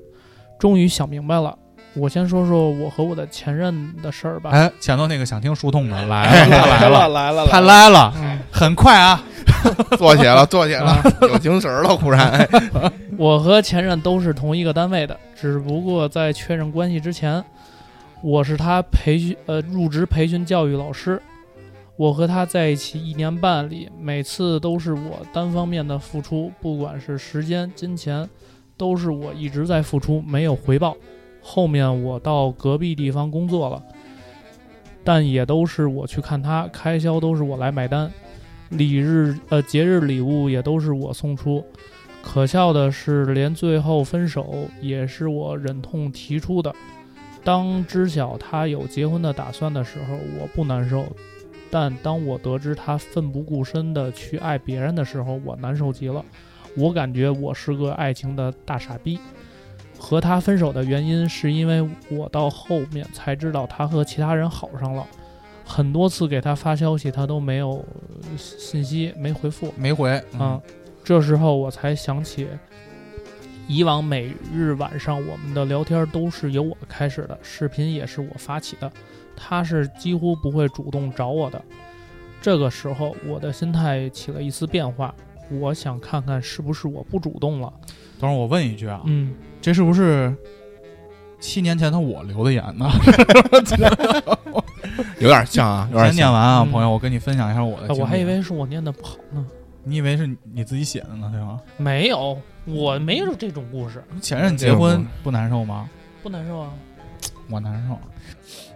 Speaker 5: 终于想明白了。我先说说我和我的前任的事儿吧。
Speaker 2: 哎，前头那个想听书痛的
Speaker 5: 哎
Speaker 2: 来了，来
Speaker 5: [laughs]
Speaker 2: 了，
Speaker 3: 来了
Speaker 2: 他来了，
Speaker 5: 嗯
Speaker 2: 很快啊，
Speaker 4: 坐起来 [laughs] 了，坐起来了，有精神了，忽然。哎
Speaker 5: [laughs] 我和前任都是同一个单位的，只不过在确认关系之前，我是他培训呃入职培训教育老师。我和他在一起一年半里，每次都是我单方面的付出，不管是时间、金钱，都是我一直在付出，没有回报。后面我到隔壁地方工作了，但也都是我去看他，开销都是我来买单，礼日呃节日礼物也都是我送出。可笑的是，连最后分手也是我忍痛提出的。当知晓他有结婚的打算的时候，我不难受；但当我得知他奋不顾身的去爱别人的时候，我难受极了。我感觉我是个爱情的大傻逼。和他分手的原因是因为我到后面才知道他和其他人好上了，很多次给他发消息，他都没有呃信息，没回复。
Speaker 2: 没回嗯
Speaker 5: 啊，，这时候我才想起，以往每日晚上我们的聊天都是由我开始的，视频也是我发起的，他是几乎不会主动找我的。这个时候，我的心态起了一丝变化，我想看看是不是我不主动了。
Speaker 2: 等会儿我问一句啊，
Speaker 5: 嗯，
Speaker 2: 这是不是七年前的我留的言呢？
Speaker 4: 有点像啊，有
Speaker 2: [laughs]
Speaker 4: 点
Speaker 2: 先念
Speaker 4: 像。
Speaker 2: 完啊，
Speaker 5: 嗯
Speaker 2: 朋友，我跟你分享一下我的
Speaker 5: 哎
Speaker 2: 经历。
Speaker 5: 我还以为是我念的不好呢，
Speaker 2: 你以为是你自己写的呢，对吗？
Speaker 5: 没有，我没有这种故事，
Speaker 2: 前任结婚不难受吗？
Speaker 5: 不难受啊。
Speaker 2: 我难受。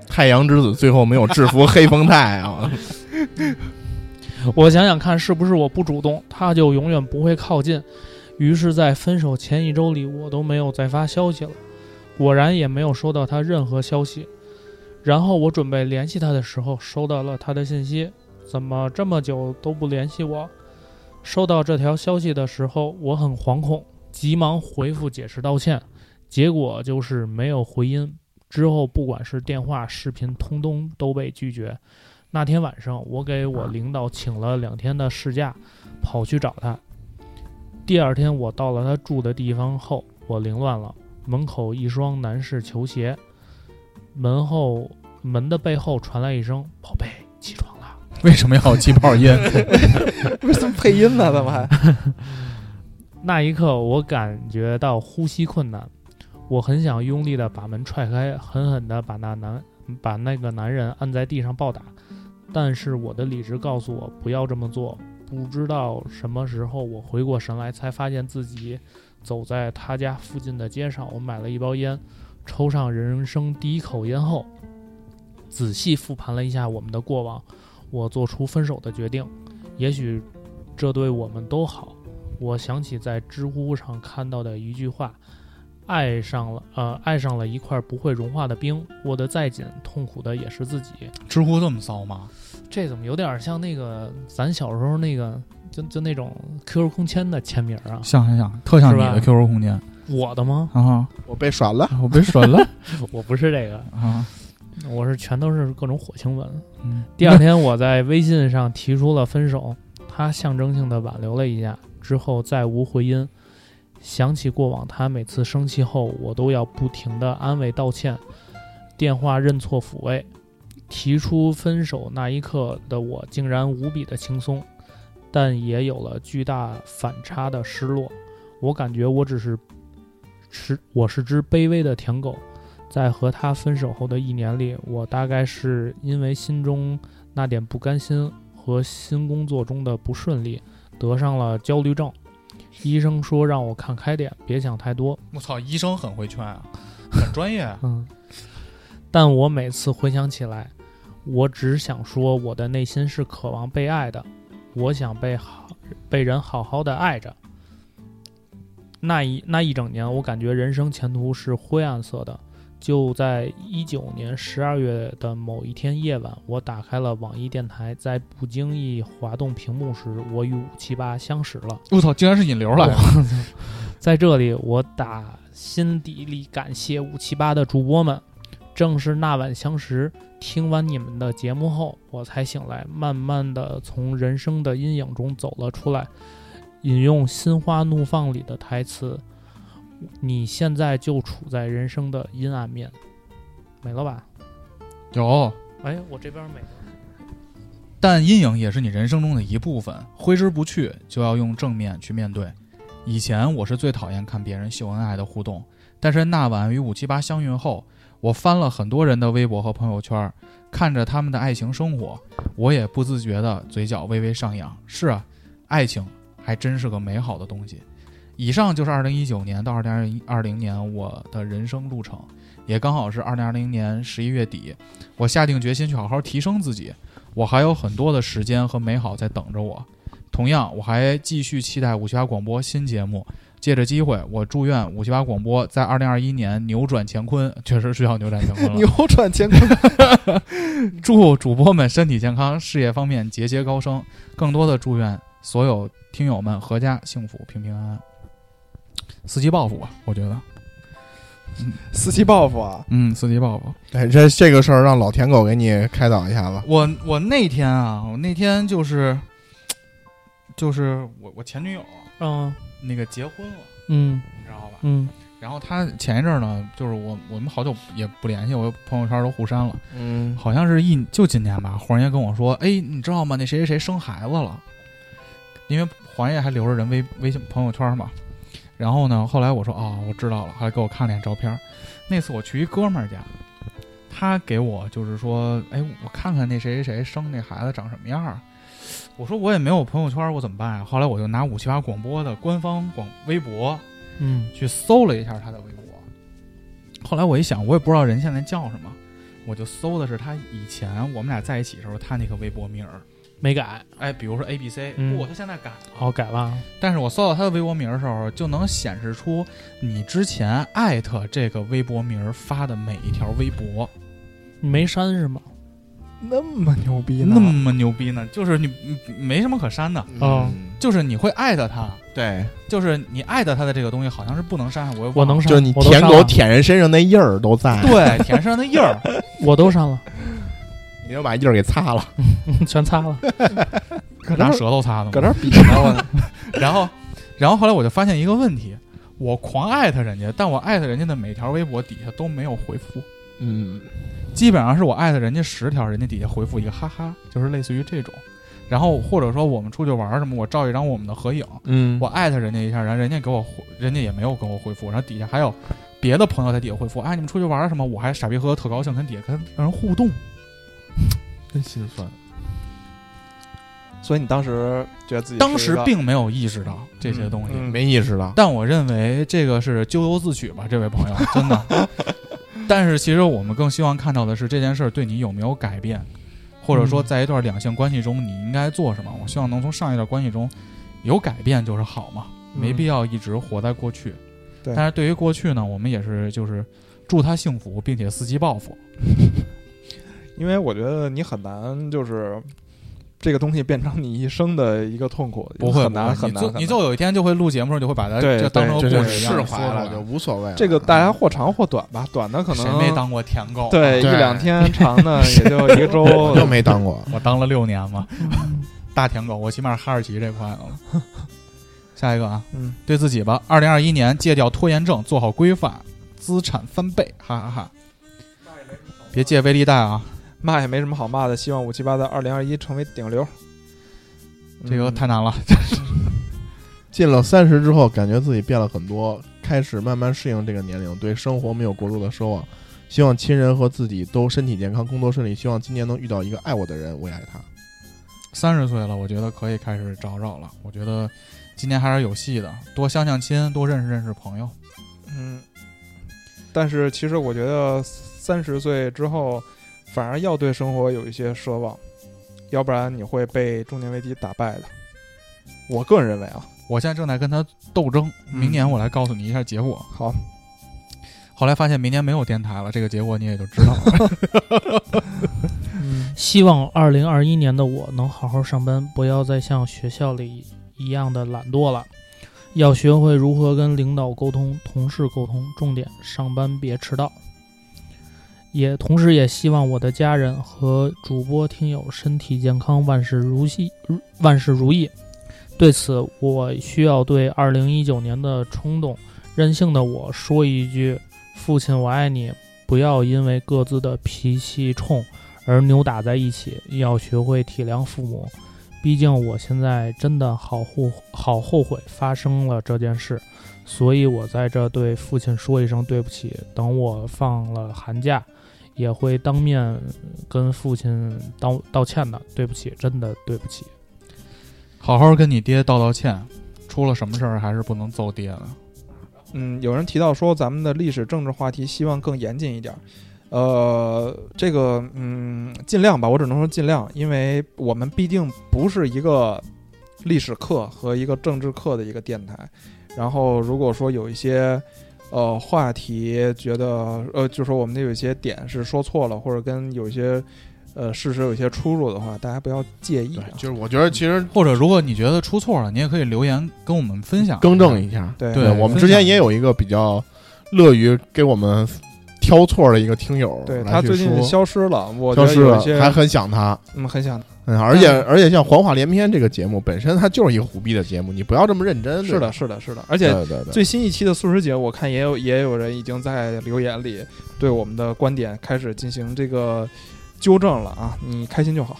Speaker 4: 太阳之子最后没有制服黑风太啊，
Speaker 5: [laughs] 我想想看，是不是我不主动，他就永远不会靠近。于是，在分手前一周里，我都没有再发消息了，果然也没有收到他任何消息。然后我准备联系他的时候，收到了他的信息，怎么这么久都不联系我？收到这条消息的时候，我很惶恐，急忙回复解释道歉，结果就是没有回音。之后，不管是电话、视频，通通都被拒绝。那天晚上，我给我领导请了两天的事假，跑去找他。第二天，我到了他住的地方后，我凌乱了。门口一双男士球鞋，门后门的背后传来一声“宝贝，起床了
Speaker 2: 为什么要有气泡 [laughs] 音？
Speaker 3: 为什么配音呢？怎么
Speaker 2: [laughs]
Speaker 3: 还？”。
Speaker 5: 那一刻，我感觉到呼吸困难，我很想用力的把门踹开，狠狠的把那男把那个男人按在地上暴打，但是我的理智告诉我不要这么做，不知道什么时候我回过神来，才发现自己走在他家附近的街上。我买了一包烟，抽上人生第一口烟后，仔细复盘了一下我们的过往，我做出分手的决定。也许这对我们都好。我想起在知乎上看到的一句话：“爱上了，呃，爱上了一块不会融化的冰，握得再紧，痛苦的也是自己。”
Speaker 2: 知乎这么骚吗？
Speaker 5: 这怎么有点像那个咱小时候那个，就就那种 QQ 空间的签名啊？
Speaker 2: 像像像，特像你的
Speaker 5: 是吧
Speaker 2: QQ 空间
Speaker 5: 我的吗？
Speaker 2: 啊！
Speaker 4: [laughs] 我被甩了，
Speaker 2: 我被甩了
Speaker 5: 我不是这个，
Speaker 2: 啊！
Speaker 5: 我是全都是各种火星文。
Speaker 2: 嗯
Speaker 5: 第二天我在微信上提出了分手，他象征性的挽留了一下，之后再无回音。想起过往，他每次生气后，我都要不停的安慰道歉，电话认错抚慰。提出分手那一刻的我，竟然无比的轻松，但也有了巨大反差的失落。我感觉我只是，是我是只卑微的舔狗，在和他分手后的一年里，我大概是因为心中那点不甘心和新工作中的不顺利，得上了焦虑症。医生说让我看开点，别想太多。。
Speaker 2: 我操，医生很会劝啊，很专业啊
Speaker 5: 嗯，但我每次回想起来，我只想说，我的内心是渴望被爱的，我想被好被人好好的爱着。那一那一整年，我感觉人生前途是灰暗色的。就在一九年十二月的某一天夜晚，我打开了网易电台，在不经意滑动屏幕时，我与五七八相识了。
Speaker 2: 我操，竟然是引流来了！
Speaker 5: [laughs] 在这里，我打心底里感谢五七八的主播们。正是那晚相识，听完你们的节目后，我才醒来，慢慢的从人生的阴影中走了出来。引用《心花怒放》里的台词：“你现在就处在人生的阴暗面。”没了吧？
Speaker 2: 有，
Speaker 5: 哎，我这边没了。
Speaker 2: 但阴影也是你人生中的一部分，挥之不去，就要用正面去面对。以前我是最讨厌看别人秀恩爱的互动，但是那晚与五七八相遇后，我翻了很多人的微博和朋友圈，看着他们的爱情生活，我也不自觉的嘴角微微上扬。是啊，爱情还真是个美好的东西。以上就是二零一九年到二零二零年我的人生路程，也刚好是二零二零年十一月底，我下定决心去好好提升自己。我还有很多的时间和美好在等着我。同样，我还继续期待五七八广播新节目。借着机会，我祝愿五七八广播在二零二一年扭转乾坤，确实需要扭转乾
Speaker 4: [laughs]
Speaker 2: 坤了。
Speaker 4: [laughs] 扭转乾
Speaker 2: [laughs]
Speaker 4: 坤。
Speaker 2: 祝主播们身体健康，事业方面节节高升。更多的祝愿所有听友们阖家幸福、平平安安。司机报复吧，我觉得，
Speaker 3: 司机报复啊！
Speaker 2: 嗯，司机报复。
Speaker 4: 哎，这这个事儿让老舔狗给你开导一下子。
Speaker 2: 我我那天啊，我那天就是，就是我我前女友
Speaker 5: 嗯
Speaker 2: 那个结婚了，
Speaker 5: 嗯
Speaker 2: 你知道吧？
Speaker 5: 嗯
Speaker 2: 然后她前一阵儿呢，就是我我们好久也不联系，我朋友圈都互删了，
Speaker 4: 嗯，
Speaker 2: 好像是一就今天吧，黄爷跟我说，哎，你知道吗？那谁谁谁生孩子了，因为黄爷还留着人微微信朋友圈嘛。然后呢，后来我说哦，我知道了，后来给我看了眼照片儿。那次我去一哥们儿家，他给我就是说，哎，我看看那谁谁谁生那孩子长什么样儿。我说我也没有朋友圈儿，我怎么办呀、啊后来我就拿五七八广播的官方广微博，
Speaker 5: 嗯
Speaker 2: 去搜了一下他的微博。后来我一想，我也不知道人现在叫什么，我就搜的是他以前我们俩在一起的时候他那个微博名儿。
Speaker 5: 没改，
Speaker 2: 哎，比如说 A B C，
Speaker 5: 嗯
Speaker 2: 不，他现在改了。
Speaker 5: 好改了。啊
Speaker 2: 但是我搜到他的微博名儿的时候，就能显示出你之前艾特这个微博名儿发的每一条微博。
Speaker 5: 你没删是吗？
Speaker 3: 那么牛逼呢？
Speaker 2: 那么牛逼呢？就是你你没什么可删的，
Speaker 5: 哦
Speaker 2: 就是你会艾特他，
Speaker 4: 嗯对，
Speaker 2: 就是你艾特他的这个东西好像是不能删，我也
Speaker 5: 我
Speaker 2: 忘了
Speaker 5: 能删，
Speaker 4: 就是你
Speaker 5: 我都
Speaker 4: 舔
Speaker 5: 删
Speaker 4: 狗
Speaker 5: 了，
Speaker 4: 舔人身上那印儿都在，
Speaker 2: 对填上的印儿。
Speaker 5: 我都删了，
Speaker 4: 你就把印儿给擦了。
Speaker 5: 嗯全擦了。
Speaker 3: 搁这
Speaker 2: 拿
Speaker 3: 儿
Speaker 2: 舌头擦的吗
Speaker 3: 搁这儿比划我呢，
Speaker 2: [laughs] 然后，然后后来我就发现一个问题，我狂艾特人家，但我艾特人家的每条微博底下都没有回复，
Speaker 4: 嗯，
Speaker 2: 基本上是我艾特人家十条，人家底下回复一个哈哈，就是类似于这种。然后或者说我们出去玩儿什么，我照一张我们的合影，
Speaker 4: 嗯
Speaker 2: 我艾特人家一下，然后人家给我回，人家也没有跟我回复，然后底下还有别的朋友在底下回复，哎，你们出去玩儿什么？我还傻逼呵呵特高兴，跟底下跟跟人互动。
Speaker 4: 真心酸。
Speaker 3: 所以你当时觉得自己
Speaker 2: 当
Speaker 3: 是一
Speaker 2: 时
Speaker 3: 个
Speaker 2: 并没有意识到这些东西，
Speaker 3: 嗯
Speaker 4: 没意识到。
Speaker 2: 但我认为这个是咎由自取吧，这位朋
Speaker 3: [laughs]
Speaker 2: 友，真的。但是其实我们更希望看到的是这件事儿对你有没有改变，或者说
Speaker 3: 嗯
Speaker 2: 在一段两性关系中你应该做什么。我希望能从上一段关系中有改变就是好嘛，没必要一直活在过去。
Speaker 3: 嗯对
Speaker 2: 但是对于过去呢，我们也是就是祝他幸福，并且伺机报复。
Speaker 3: 嗯因为我觉得你很难就是这个东西变成你一生的一个痛苦，
Speaker 2: 不会
Speaker 3: 很
Speaker 2: 不会
Speaker 3: 难很
Speaker 2: 你
Speaker 3: 难。
Speaker 2: 就
Speaker 3: 很难
Speaker 2: 你就有一天就会录节目的时候就会把它
Speaker 3: 对
Speaker 2: 就当成个
Speaker 3: 对
Speaker 2: 故
Speaker 4: 这就
Speaker 2: 事一样说
Speaker 4: 释怀了，
Speaker 2: 出
Speaker 4: 就
Speaker 2: 来
Speaker 4: 无所谓了。
Speaker 3: 这个大家或长或短吧，短的可能
Speaker 2: 谁没当过舔狗？，啊
Speaker 3: 对一
Speaker 4: 对
Speaker 3: 两天，长
Speaker 2: [laughs]
Speaker 3: 的也就一个周
Speaker 4: 我都没当过，
Speaker 2: 我当了六年嘛，大舔狗，我起码是哈士奇这块了。下一个啊，
Speaker 3: 嗯，
Speaker 2: 对自己吧，二零二一年戒掉拖延症，做好规范，资产翻倍，哈哈哈！别借微粒贷啊，
Speaker 3: 骂也没什么好骂的。希望五七八在二零二一成为顶流。
Speaker 2: 这个
Speaker 3: 嗯
Speaker 2: 太难了。
Speaker 4: [laughs] 进了三十之后，感觉自己变了很多，开始慢慢适应这个年龄，对生活没有过多的奢望。希望亲人和自己都身体健康，工作顺利。希望今年能遇到一个爱我的人，我也爱他。
Speaker 2: 三十岁了，我觉得可以开始找找了。我觉得今年还是有戏的，多相相亲，多认识认识朋友。
Speaker 3: 嗯，但是其实我觉得三十岁之后，反而要对生活有一些奢望，要不然你会被中年危机打败的。我个人认为啊，
Speaker 2: 我现在正在跟他斗争，
Speaker 3: 嗯
Speaker 2: 明年我来告诉你一下结果。
Speaker 3: 好，
Speaker 2: 后来发现明年没有电台了，这个结果你也就知道了。
Speaker 3: 嗯
Speaker 5: 希望二零二一年的我能好好上班，不要再像学校里一样的懒惰了。要学会如何跟领导沟通、同事沟通，重点上班别迟到。也同时也希望我的家人和主播听友身体健康，万事如意，如万事如意。对此，我需要对二零一九年的冲动、任性的我说一句：“父亲，我爱你！”不要因为各自的脾气冲而扭打在一起，要学会体谅父母。毕竟我现在真的好后好后悔发生了这件事，所以我在这对父亲说一声对不起。等我放了寒假，也会当面跟父亲道道歉的。对不起，真的对不起。
Speaker 2: 好好跟你爹道道歉，出了什么事儿还是不能揍爹的。
Speaker 3: 嗯，有人提到说咱们的历史政治话题希望更严谨一点儿，呃，这个嗯，尽量吧，我只能说尽量，因为我们毕竟不是一个历史课和一个政治课的一个电台。然后如果说有一些呃话题，觉得呃，就说我们的有一些点是说错了，或者跟有一些呃事实有一些出入的话，大家不要介意、
Speaker 4: 对
Speaker 3: 啊，。
Speaker 4: 就是我觉得其实
Speaker 2: 或者如果你觉得出错了，你也可以留言跟我们分享
Speaker 4: 更正一
Speaker 2: 下。
Speaker 4: 下。
Speaker 3: 对
Speaker 2: 对
Speaker 4: 我们之前也有一个比较乐于给我们挑错的一个听友，
Speaker 3: 对他
Speaker 4: 来去
Speaker 3: 最近
Speaker 4: 说
Speaker 3: 消失了，我觉
Speaker 4: 消
Speaker 3: 得
Speaker 4: 失
Speaker 3: 有一
Speaker 4: 了，还
Speaker 3: 些
Speaker 4: 很想他。
Speaker 3: 嗯很想
Speaker 4: 嗯，而且而且像《黄话连篇》这个节目本身，它就是一个胡逼的节目，你不要这么认真。
Speaker 3: 是
Speaker 4: 对吧
Speaker 3: 的，，是的，是的，而且
Speaker 4: 对对对，
Speaker 3: 最新一期的素食节，我看也有也有人已经在留言里对我们的观点开始进行这个纠正了啊，你开心就好。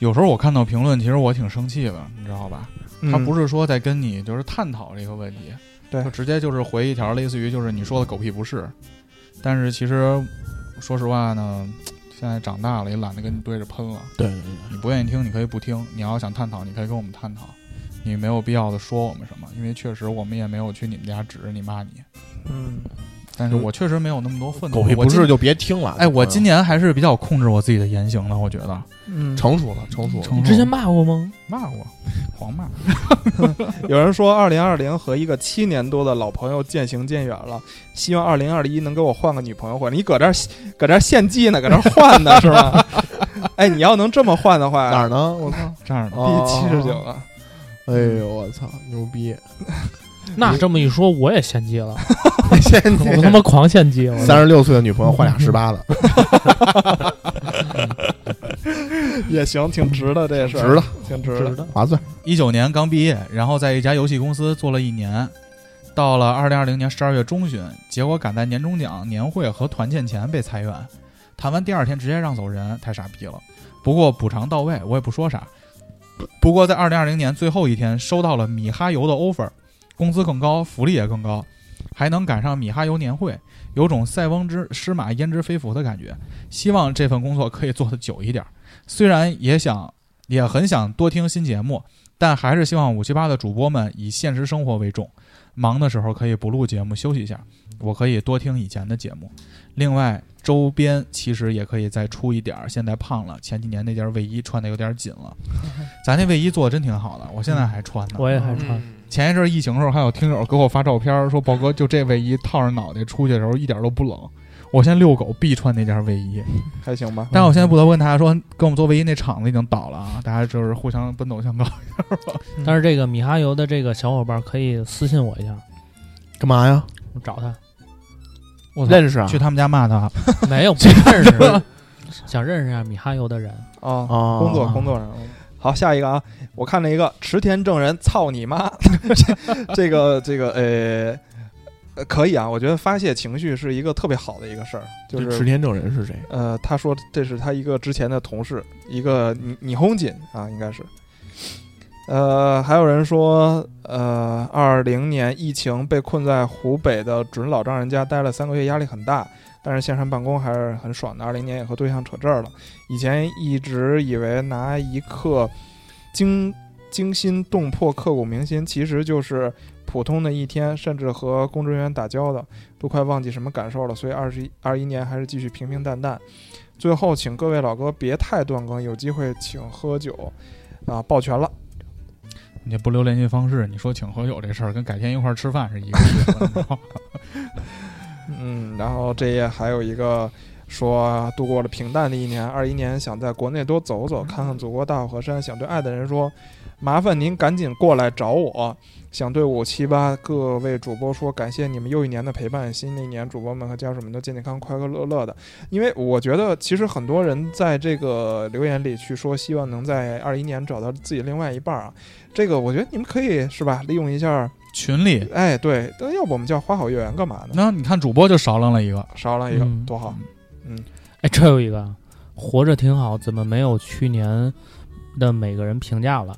Speaker 2: 有时候我看到评论，其实我挺生气的，你知道吧？
Speaker 4: 嗯
Speaker 2: 他不
Speaker 3: 是
Speaker 2: 是说在跟你就是探讨这个问题，
Speaker 3: 对
Speaker 2: 他直接就是回一条类似于就是你说的狗屁不是。但是其实说实话呢，现在长大了也懒得跟你对着喷了。
Speaker 4: 对对对
Speaker 2: 你不愿意听，你可以不听；你要想探讨，你可以跟我们探讨。你没有必要的说我们什么，因为确实我们也没有去你们家指着你骂你。
Speaker 3: 嗯，
Speaker 2: 但是我确实没有那么多愤怒。
Speaker 4: 狗屁
Speaker 2: 我
Speaker 4: 不
Speaker 2: 今
Speaker 4: 是就别听了。嗯
Speaker 2: 哎，我今年还是比较控制我自己的言行的，我觉得
Speaker 3: 嗯
Speaker 4: 成熟了，成熟了。
Speaker 2: 成
Speaker 5: 你之前骂过吗？
Speaker 2: 骂我，狂骂。
Speaker 3: 有人说二零二零和一个七年多的老朋友渐行渐远了，希望二零二一能给我换个女朋友回来。你搁这儿搁这儿献祭呢，搁这儿换 [laughs] 呢是吗？哎，你要能这么换的
Speaker 4: 哪
Speaker 3: 话，
Speaker 4: 儿呢？我 [laughs] 操！
Speaker 2: 这样的，
Speaker 3: [laughs] 第七十九
Speaker 4: 哦。
Speaker 3: 了。
Speaker 4: 哎呦，我操，牛逼！
Speaker 5: [laughs] 那这么一说，我也献祭 [laughs] 了，
Speaker 4: [laughs] 现在
Speaker 5: 我他妈狂献祭！我
Speaker 4: 三十六岁的女朋友换俩十 [laughs] 八的，
Speaker 3: 也行，挺值的，这也是
Speaker 4: 值了，
Speaker 3: 挺值
Speaker 5: 值
Speaker 3: 的。
Speaker 5: 得。
Speaker 4: 啊划算。
Speaker 2: 一九年刚毕业，然后在一家游戏公司做了一年，到了二零二零年十二月中旬，结果赶在年终奖、年会和团建前被裁员，谈完第二天直接让走人，太傻逼了。不过补偿到位，我也不说啥。不过在二零二零年最后一天收到了米哈游的 offer，工资更高，福利也更高，还能赶上米哈游年会，有种塞翁之失马焉知非福的感觉。希望这份工作可以做得久一点儿，虽然也想也很想多听新节目，但还是希望五七八的主播们以现实生活为重，忙的时候可以不录节目休息一下，我可以多听以前的节目。另外，周边其实也可以再出一点儿，现在胖了，前几年那件卫衣穿的有点紧了，咱那卫衣做的真挺好的，我现在还穿呢。
Speaker 5: 我也还穿，
Speaker 4: 嗯
Speaker 2: 前一阵疫情的时候，还有听友给我发照片儿说，宝哥就这卫衣套着脑袋出去的时候一点都不冷。我现在遛狗必穿那件卫衣，
Speaker 3: 还行吧。
Speaker 2: 但是我现在不得不跟大家说，跟我们做卫衣那厂子已经倒了啊，大家就是互相奔走相告。
Speaker 5: 但是这个米哈游的这个小伙伴可以私信我一下，
Speaker 4: 干嘛呀？
Speaker 5: 我找他。
Speaker 2: 我操，
Speaker 4: 认识啊？
Speaker 2: 去他们家骂 [laughs] 他，
Speaker 5: [laughs] 没有不认识，想认识一下米哈游的人。
Speaker 3: 啊，
Speaker 4: 哦
Speaker 3: 工作
Speaker 5: 啊
Speaker 3: 工作上。好，下一个啊，我看了一个池田正人，操你妈！ [laughs] 这个这个呃呃，可以啊，我觉得发泄情绪是一个特别好的一个事儿，就
Speaker 4: 池
Speaker 3: 是
Speaker 4: 田正人是谁？
Speaker 3: 呃，他说这是他一个之前的同事，一个你你轰锦啊，应该是。呃，还有人说，呃，二零年疫情被困在湖北的准老丈人家待了三个月，压力很大，但是线上办公还是很爽的。二零年也和对象扯证儿了，以前一直以为拿一课惊惊心动魄、刻骨铭心，其实就是普通的一天，甚至和工作人员打交道都快忘记什么感受了。所以二十一二一年还是继续平平淡淡。最后，请各位老哥别太断更，有机会请喝酒，啊，抱拳了。
Speaker 2: 你不留联系方式，你说请喝酒这事儿跟改天一块儿吃饭是一个意 [laughs] 思，你知道吗
Speaker 3: 嗯，然后这页还有一个说，度过了平淡的一年，二一年想在国内多走走，看看祖国大好河山，想对爱的人说，麻烦您赶紧过来找我。想对五七八各位主播说，感谢你们又一年的陪伴，新的一年主播们和家属们都健健康、快快乐乐的。因为我觉得，其实很多人在这个留言里去说，希望能在二一年找到自己另外一半儿啊。这个我觉得你们可以是吧，利用一下，
Speaker 2: 群里，
Speaker 3: 哎，对，那要不我们叫花好月圆干嘛呢？
Speaker 2: 那你看主播就少愣了一个，
Speaker 3: 少了一个，
Speaker 5: 嗯
Speaker 3: 多好。
Speaker 5: 哎，这有一个啊，活着挺好，怎么没有去年的每个人评价了？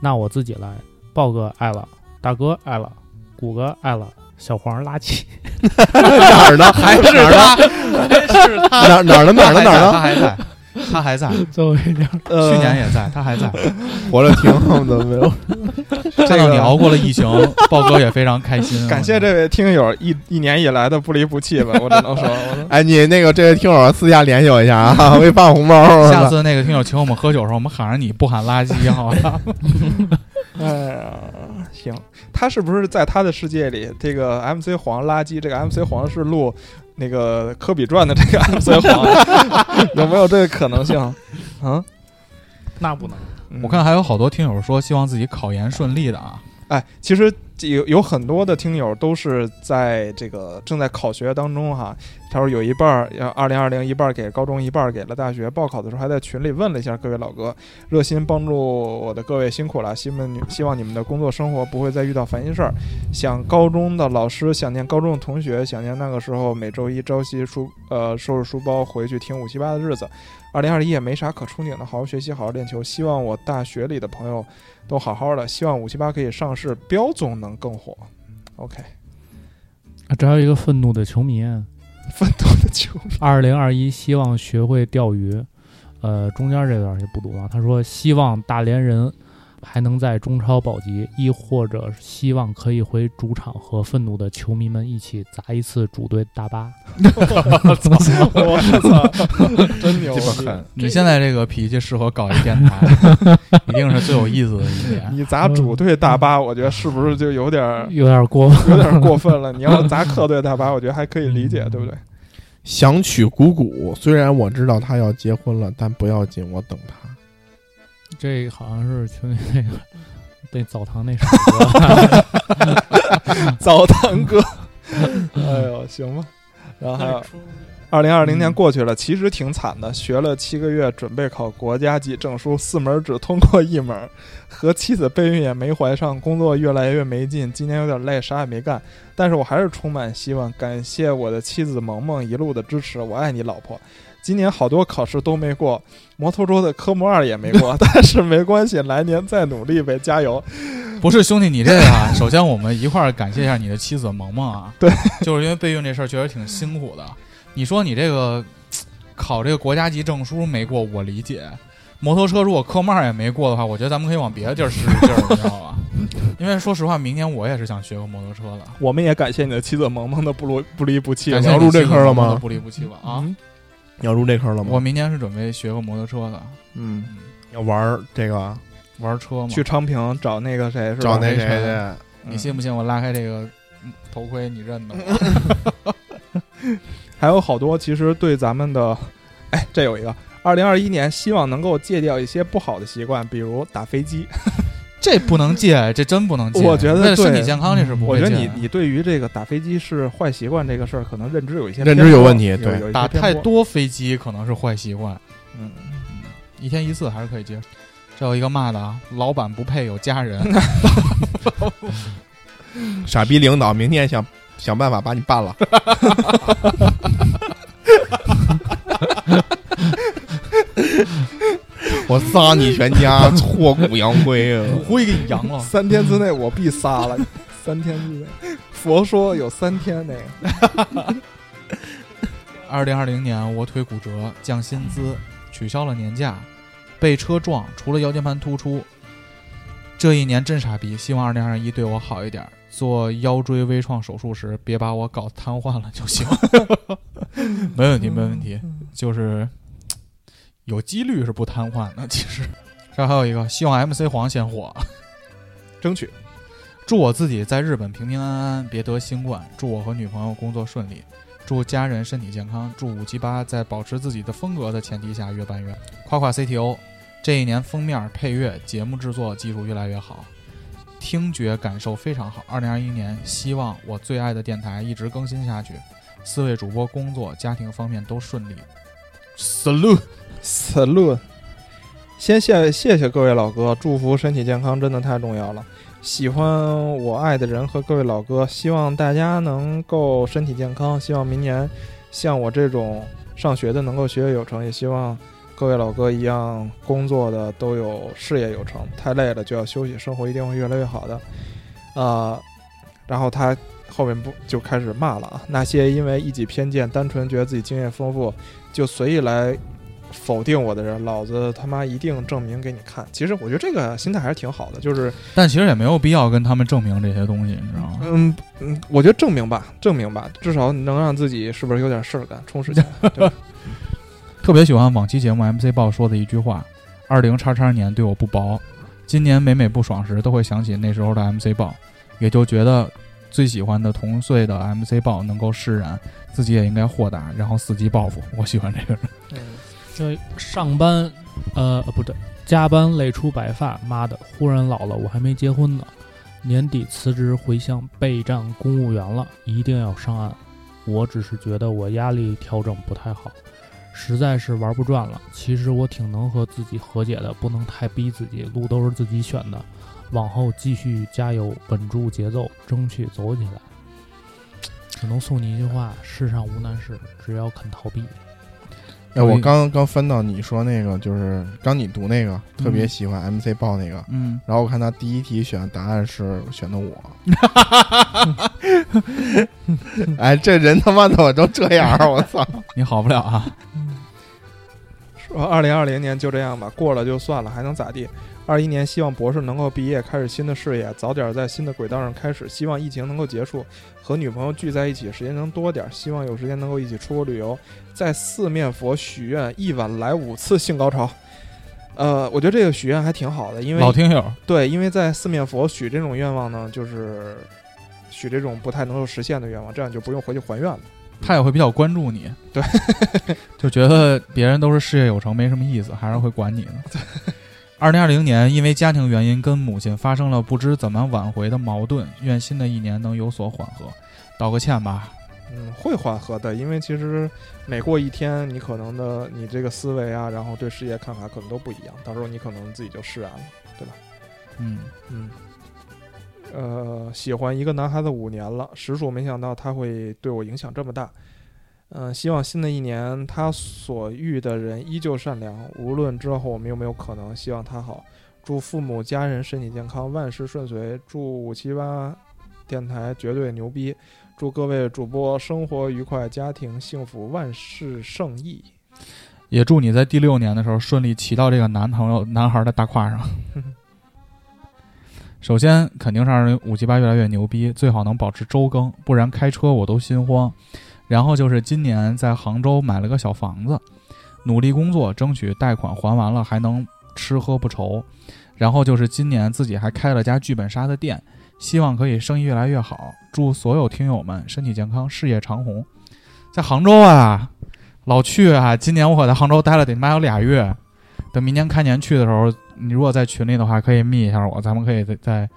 Speaker 5: 那我自己来，豹哥爱了，大哥爱了，谷哥爱了，小黄垃 [laughs] 圾。
Speaker 4: [laughs] 哪儿呢？还是哪儿呢？
Speaker 2: 是他
Speaker 4: 哪儿哪儿呢？哪儿呢？哪儿
Speaker 2: 他 [laughs]
Speaker 4: 呢？
Speaker 2: 还在，他还在，
Speaker 5: 最后一条，
Speaker 3: 呃
Speaker 2: 去年也在，他还在。
Speaker 4: 活着挺好的，没有。
Speaker 2: 看到你熬过了疫 [laughs] 情，豹哥也非常开心。
Speaker 3: 感谢这位听友一一年以来的不离不弃吧，我只能说，我
Speaker 4: [laughs]
Speaker 3: 说
Speaker 4: 哎，你那个这位听友私下联系我一下啊， [laughs] 我给你发红包。
Speaker 2: 下次那个听友请我们喝酒的时候，我们喊着你不喊垃圾，好啊吧？
Speaker 3: [laughs] 哎呀，行，他是不是在他的世界里，这个 MC 黄垃圾，这个 MC 黄是录那个科比传的这个 MC 黄， [laughs] 有没有这个可能性？啊，
Speaker 5: 那不能。
Speaker 3: 嗯
Speaker 2: 我看还有好多听友说希望自己考研顺利的啊，
Speaker 3: 哎，其实有有很多的听友都是在这个正在考学当中哈。他说有一半儿，要二零二零一半儿给高中，一半儿给了大学。报考的时候还在群里问了一下各位老哥，热心帮助我的各位辛苦了，希望你希望你们的工作生活不会再遇到烦心事儿。想高中的老师，想念高中的同学，想念那个时候每周一朝夕书呃收拾书包回去听五七八的日子。二零二一也没啥可憧憬的，好好学习，好好练球。希望我大学里的朋友都好好的，希望五七八可以上市，彪总能更火。OK， [laughs]
Speaker 5: 啊这还有一个愤怒的球迷，啊
Speaker 3: 奋斗的球迷，
Speaker 5: 二零二一希望学会钓鱼。呃，中间这段就不读了。他说希望大连人还能在中超保级，亦或者希望可以回主场和愤怒的球迷们一起砸一次主队大巴。
Speaker 3: [laughs] 我 [laughs] 操，真牛啊逼！
Speaker 2: 你现在这个脾气适合搞一电台，一定是最有意思的一年。
Speaker 3: 你砸主队大巴，我觉得是不是就有点儿
Speaker 5: 有点过分。
Speaker 3: 有点儿过分了？你要砸客队大巴，我觉得还可以理解，对不对？
Speaker 4: 想娶谷谷，虽然我知道他要结婚了，但不要紧，我等他。
Speaker 5: 这好像是群里那个那澡堂那首歌，
Speaker 3: [laughs] 澡堂哥，哎呦，行吧。然后还有，二零二零年过去了，其实挺惨的，学了七个月，准备考国家级证书，四门儿只通过一门儿，和妻子备孕也没怀上，工作越来越没劲，今年有点累，啥也没干，但是我还是充满希望，感谢我的妻子萌萌一路的支持，我爱你，老婆。今年好多考试都没过，摩托车的科目二也没过， [laughs] 但是没关系，来年再努力呗，加油！
Speaker 2: 不是兄弟，你这个啊，首先我们一块儿感谢一下你的妻子萌萌啊，
Speaker 3: 对，
Speaker 2: 就是因为备孕这事儿确实挺辛苦的。你说你这个考这个国家级证书没过，我理解。摩托车如果科曼也没过的话，我觉得咱们可以往别的地儿试试劲儿，你知道吧？因为说实话，明年我也是想学个摩托车的。
Speaker 3: 我们也感谢你的妻子萌萌的不离不离不弃。
Speaker 2: 感
Speaker 4: 你
Speaker 2: 谢
Speaker 4: 要入这
Speaker 2: 妻子
Speaker 4: 坑了
Speaker 2: 萌萌
Speaker 4: 吗
Speaker 2: 的不离不弃吧啊！
Speaker 3: 嗯
Speaker 4: 你要入这坑了
Speaker 2: 我
Speaker 4: 吗？
Speaker 2: 明年是准备学个摩托车的，
Speaker 3: 嗯，
Speaker 4: 要玩儿这个，
Speaker 2: 玩车嘛。
Speaker 3: 去昌平找那个谁是吧？
Speaker 4: 找那谁
Speaker 2: 没
Speaker 4: 去？
Speaker 3: 嗯
Speaker 2: 你信不信我拉开这个嗯头盔，你认得
Speaker 3: [laughs]
Speaker 2: 吗？
Speaker 3: 还有好多其实对咱们的，哎，这有一个，二零二一年希望能够戒掉一些不好的习惯，比如打飞机。
Speaker 2: 这不能戒，这真不能戒。
Speaker 3: 我觉得
Speaker 2: 为了身体
Speaker 3: 对
Speaker 2: 健康，这是不
Speaker 3: 我
Speaker 2: 会啊
Speaker 3: 觉
Speaker 2: 戒
Speaker 3: 得
Speaker 2: 的。
Speaker 4: 啊
Speaker 3: 你你对于这个打飞机是坏习惯这个事儿，可能认知有一些
Speaker 4: 认知
Speaker 3: 偏
Speaker 4: 有
Speaker 3: 颇
Speaker 4: 问题
Speaker 3: 有
Speaker 4: 对
Speaker 3: 有一些
Speaker 2: 打
Speaker 3: 偏
Speaker 2: 太
Speaker 3: 颇，
Speaker 2: 多飞机可能是坏习惯，
Speaker 3: 嗯，
Speaker 2: 一天一次还是可以接受。这有一个骂的啊，老板不配有家人。
Speaker 4: 傻逼领导，明天想想办法把你办了。 [laughs] 我杀你全家，挫骨扬灰 [laughs] 啊！
Speaker 2: 故意给你扬了。
Speaker 3: 三天之内我必杀了你，三天之内，佛说有三天那个，
Speaker 2: 二零二零年，我腿骨折，降薪资，取消了年假，被车撞，除了腰间盘突出，这一年真傻逼。希望二零二一对我好一点儿。做腰椎微创手术时，别把我搞瘫痪了就行。 [laughs] 没问题，没问题，就是嘖有几率是不瘫痪的。其实，这还有一个，希望 MC 黄先火。
Speaker 3: 争取
Speaker 2: 祝我自己在日本平平安安，别得新冠；祝我和女朋友工作顺利；祝家人身体健康；祝五七八在保持自己的风格的前提下越办越好。夸夸 CTO，这一年封面、配乐、节目制作技术越来越好，听觉感受非常好。二零二一年，希望我最爱的电台一直更新下去，四位主播工作、家庭方面都顺利。Salute！
Speaker 3: 此论。先谢谢谢各位老哥，祝福身体健康真的太重要了。喜欢我爱的人和各位老哥，希望大家能够身体健康，希望明年像我这种上学的能够学业有成，也希望各位老哥一样工作的都有事业有成。太累了就要休息，生活一定会越来越好的。啊、然后他后面不就开始骂了啊？那些因为一己偏见，单纯觉得自己经验丰富，就随意来否定我的人，老子他妈一定证明给你看。其实我觉得这个心态还是挺好的，就是
Speaker 2: 但其实也没有必要跟他们证明这些东西，你知道吗？
Speaker 3: 嗯嗯，我觉得证明吧，证明吧，至少能让自己是不是有点事儿干，充实一下。
Speaker 2: 特别喜欢往期节目 MC 报说的一句话：“二零叉叉年对我不薄。”今年每每不爽时，都会想起那时候的 MC 报，也就觉得最喜欢的同岁的 MC 报能够释然，自己也应该豁达，然后伺机报复。我喜欢这个人。
Speaker 3: 嗯，
Speaker 5: 这上班，呃，不对，加班累出白发，妈的，忽然老了，我还没结婚呢。年底辞职回乡备战公务员了，一定要上岸。我只是觉得我压力调整不太好，实在是玩不转了。其实我挺能和自己和解的，不能太逼自己，路都是自己选的。往后继续加油，稳住节奏，争取走起来。只能送你一句话：世上无难事，只要肯逃避。
Speaker 4: 哎，我刚刚翻到你说那个，就是刚你读那个，特别喜欢 MC 报那个。
Speaker 2: 嗯，
Speaker 4: 然后我看他第一题选的答案是选的我， [laughs] 哎，这人他妈怎么都这样儿？我操！
Speaker 2: 你好不了啊！
Speaker 3: 嗯说二零二零年就这样吧，过了就算了，还能咋地？二一年希望博士能够毕业，开始新的事业，早点在新的轨道上开始。希望疫情能够结束，和女朋友聚在一起时间能多点儿。希望有时间能够一起出国旅游，在四面佛许愿一晚来五次性高潮。呃，我觉得这个许愿还挺好的，因为
Speaker 2: 老听友，
Speaker 3: 对，因为在四面佛许这种愿望呢，就是许这种不太能够实现的愿望，这样就不用回去还愿了。
Speaker 2: 他也会比较关注你，
Speaker 3: 对，
Speaker 2: 就觉得别人都是事业有成，没什么意思，还是会管你的。二零二零年，因为家庭原因跟母亲发生了不知怎么挽回的矛盾，愿新的一年能有所缓和，道个歉吧。
Speaker 3: 嗯，会缓和的，因为其实每过一天，你可能的你这个思维啊，然后对世界看法可能都不一样，到时候你可能自己就释然了。
Speaker 2: 嗯，
Speaker 3: 嗯，呃，喜欢一个男孩子五年了，实属没想到他会对我影响这么大。嗯、希望新的一年他所遇的人依旧善良，无论之后我们有没有可能，希望他好。祝父母家人身体健康，万事顺遂。祝五七八电台绝对牛逼。祝各位主播生活愉快，家庭幸福，万事胜意。
Speaker 2: 也祝你在第六年的时候顺利骑到这个男朋友男孩的大胯上。 [laughs] 首先，肯定是让人五七八越来越牛逼，最好能保持周更，不然开车我都心慌。然后就是今年在杭州买了个小房子，努力工作，争取贷款还完了还能吃喝不愁。然后就是今年自己还开了家剧本杀的店，希望可以生意越来越好。祝所有听友们身体健康，事业长虹。在杭州啊，老去啊，今年我可在杭州待了得妈有俩月。等明年开年去的时候，你如果在群里的话，可以密一下我，咱们可以再再